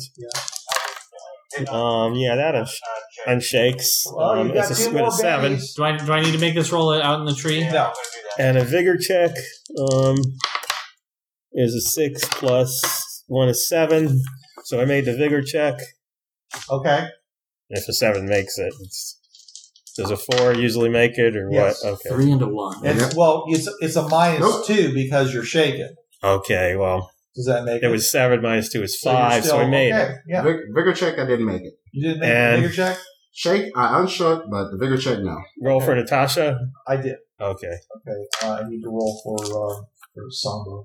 Um, yeah, that unsh- unshakes. Well, Um, you've got it's a, two with more a seven berries. Do I do I need to make this roll out in the tree? No. and a vigor check. Um, is a six plus one is seven. So I made the vigor check. Okay. If the seven makes it, it's, does a four usually make it or Yes. what? Okay. Three into one. It's well, it's it's a minus Nope. two because you're shaken. Okay. Well, Does that make it was seven minus two is So you're five. So, still- I made okay, it. Yeah, Vig- Vigor check, I didn't make it. you didn't make a And- bigger check. Shake, I unshook, but the vigor check, no. Roll for Natasha. I did. Okay. Okay, uh, I need to roll for uh, for Samba.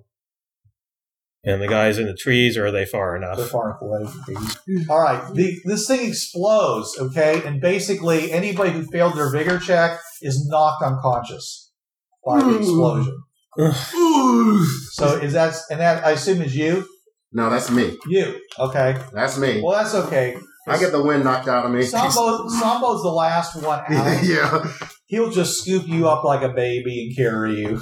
And the guys in the trees are they far enough? They're far away. All right, the, this thing explodes. Okay, and basically anybody who failed their vigor check is knocked unconscious by the Ooh. explosion. So is that and that I assume is you? No, that's me. You okay? That's me. Well, that's okay. I get the wind knocked out of me. Sambo, Sambo's the last one out. yeah. He'll just scoop you up like a baby and carry you.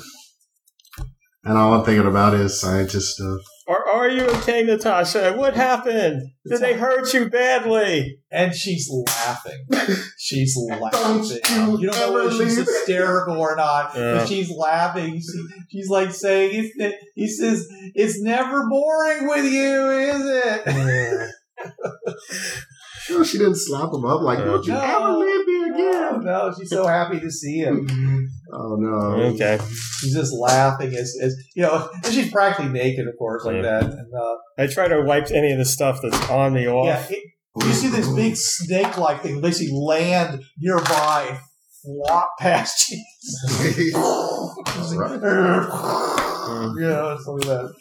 And all I'm thinking about is scientist stuff. Or are you okay, Natasha? What happened? Did they hurt you badly? And she's laughing. She's laughing. Don't you You don't know whether ever she's leave. hysterical or not, Yeah. but she's laughing. She, she's like saying, it's, ne- he says, it's never boring with you, is it? Sure, she didn't slap him up like, don't you No. ever leave me no, again. no, she's so happy to see him. Oh, no. Okay. She's just laughing. As, as, you know, and she's practically naked, of course, like Yeah. that. And, uh, I try to wipe any of the stuff that's on me off. yeah, it- you see this big snake-like thing basically land nearby and flop past you. big. yeah, something like that.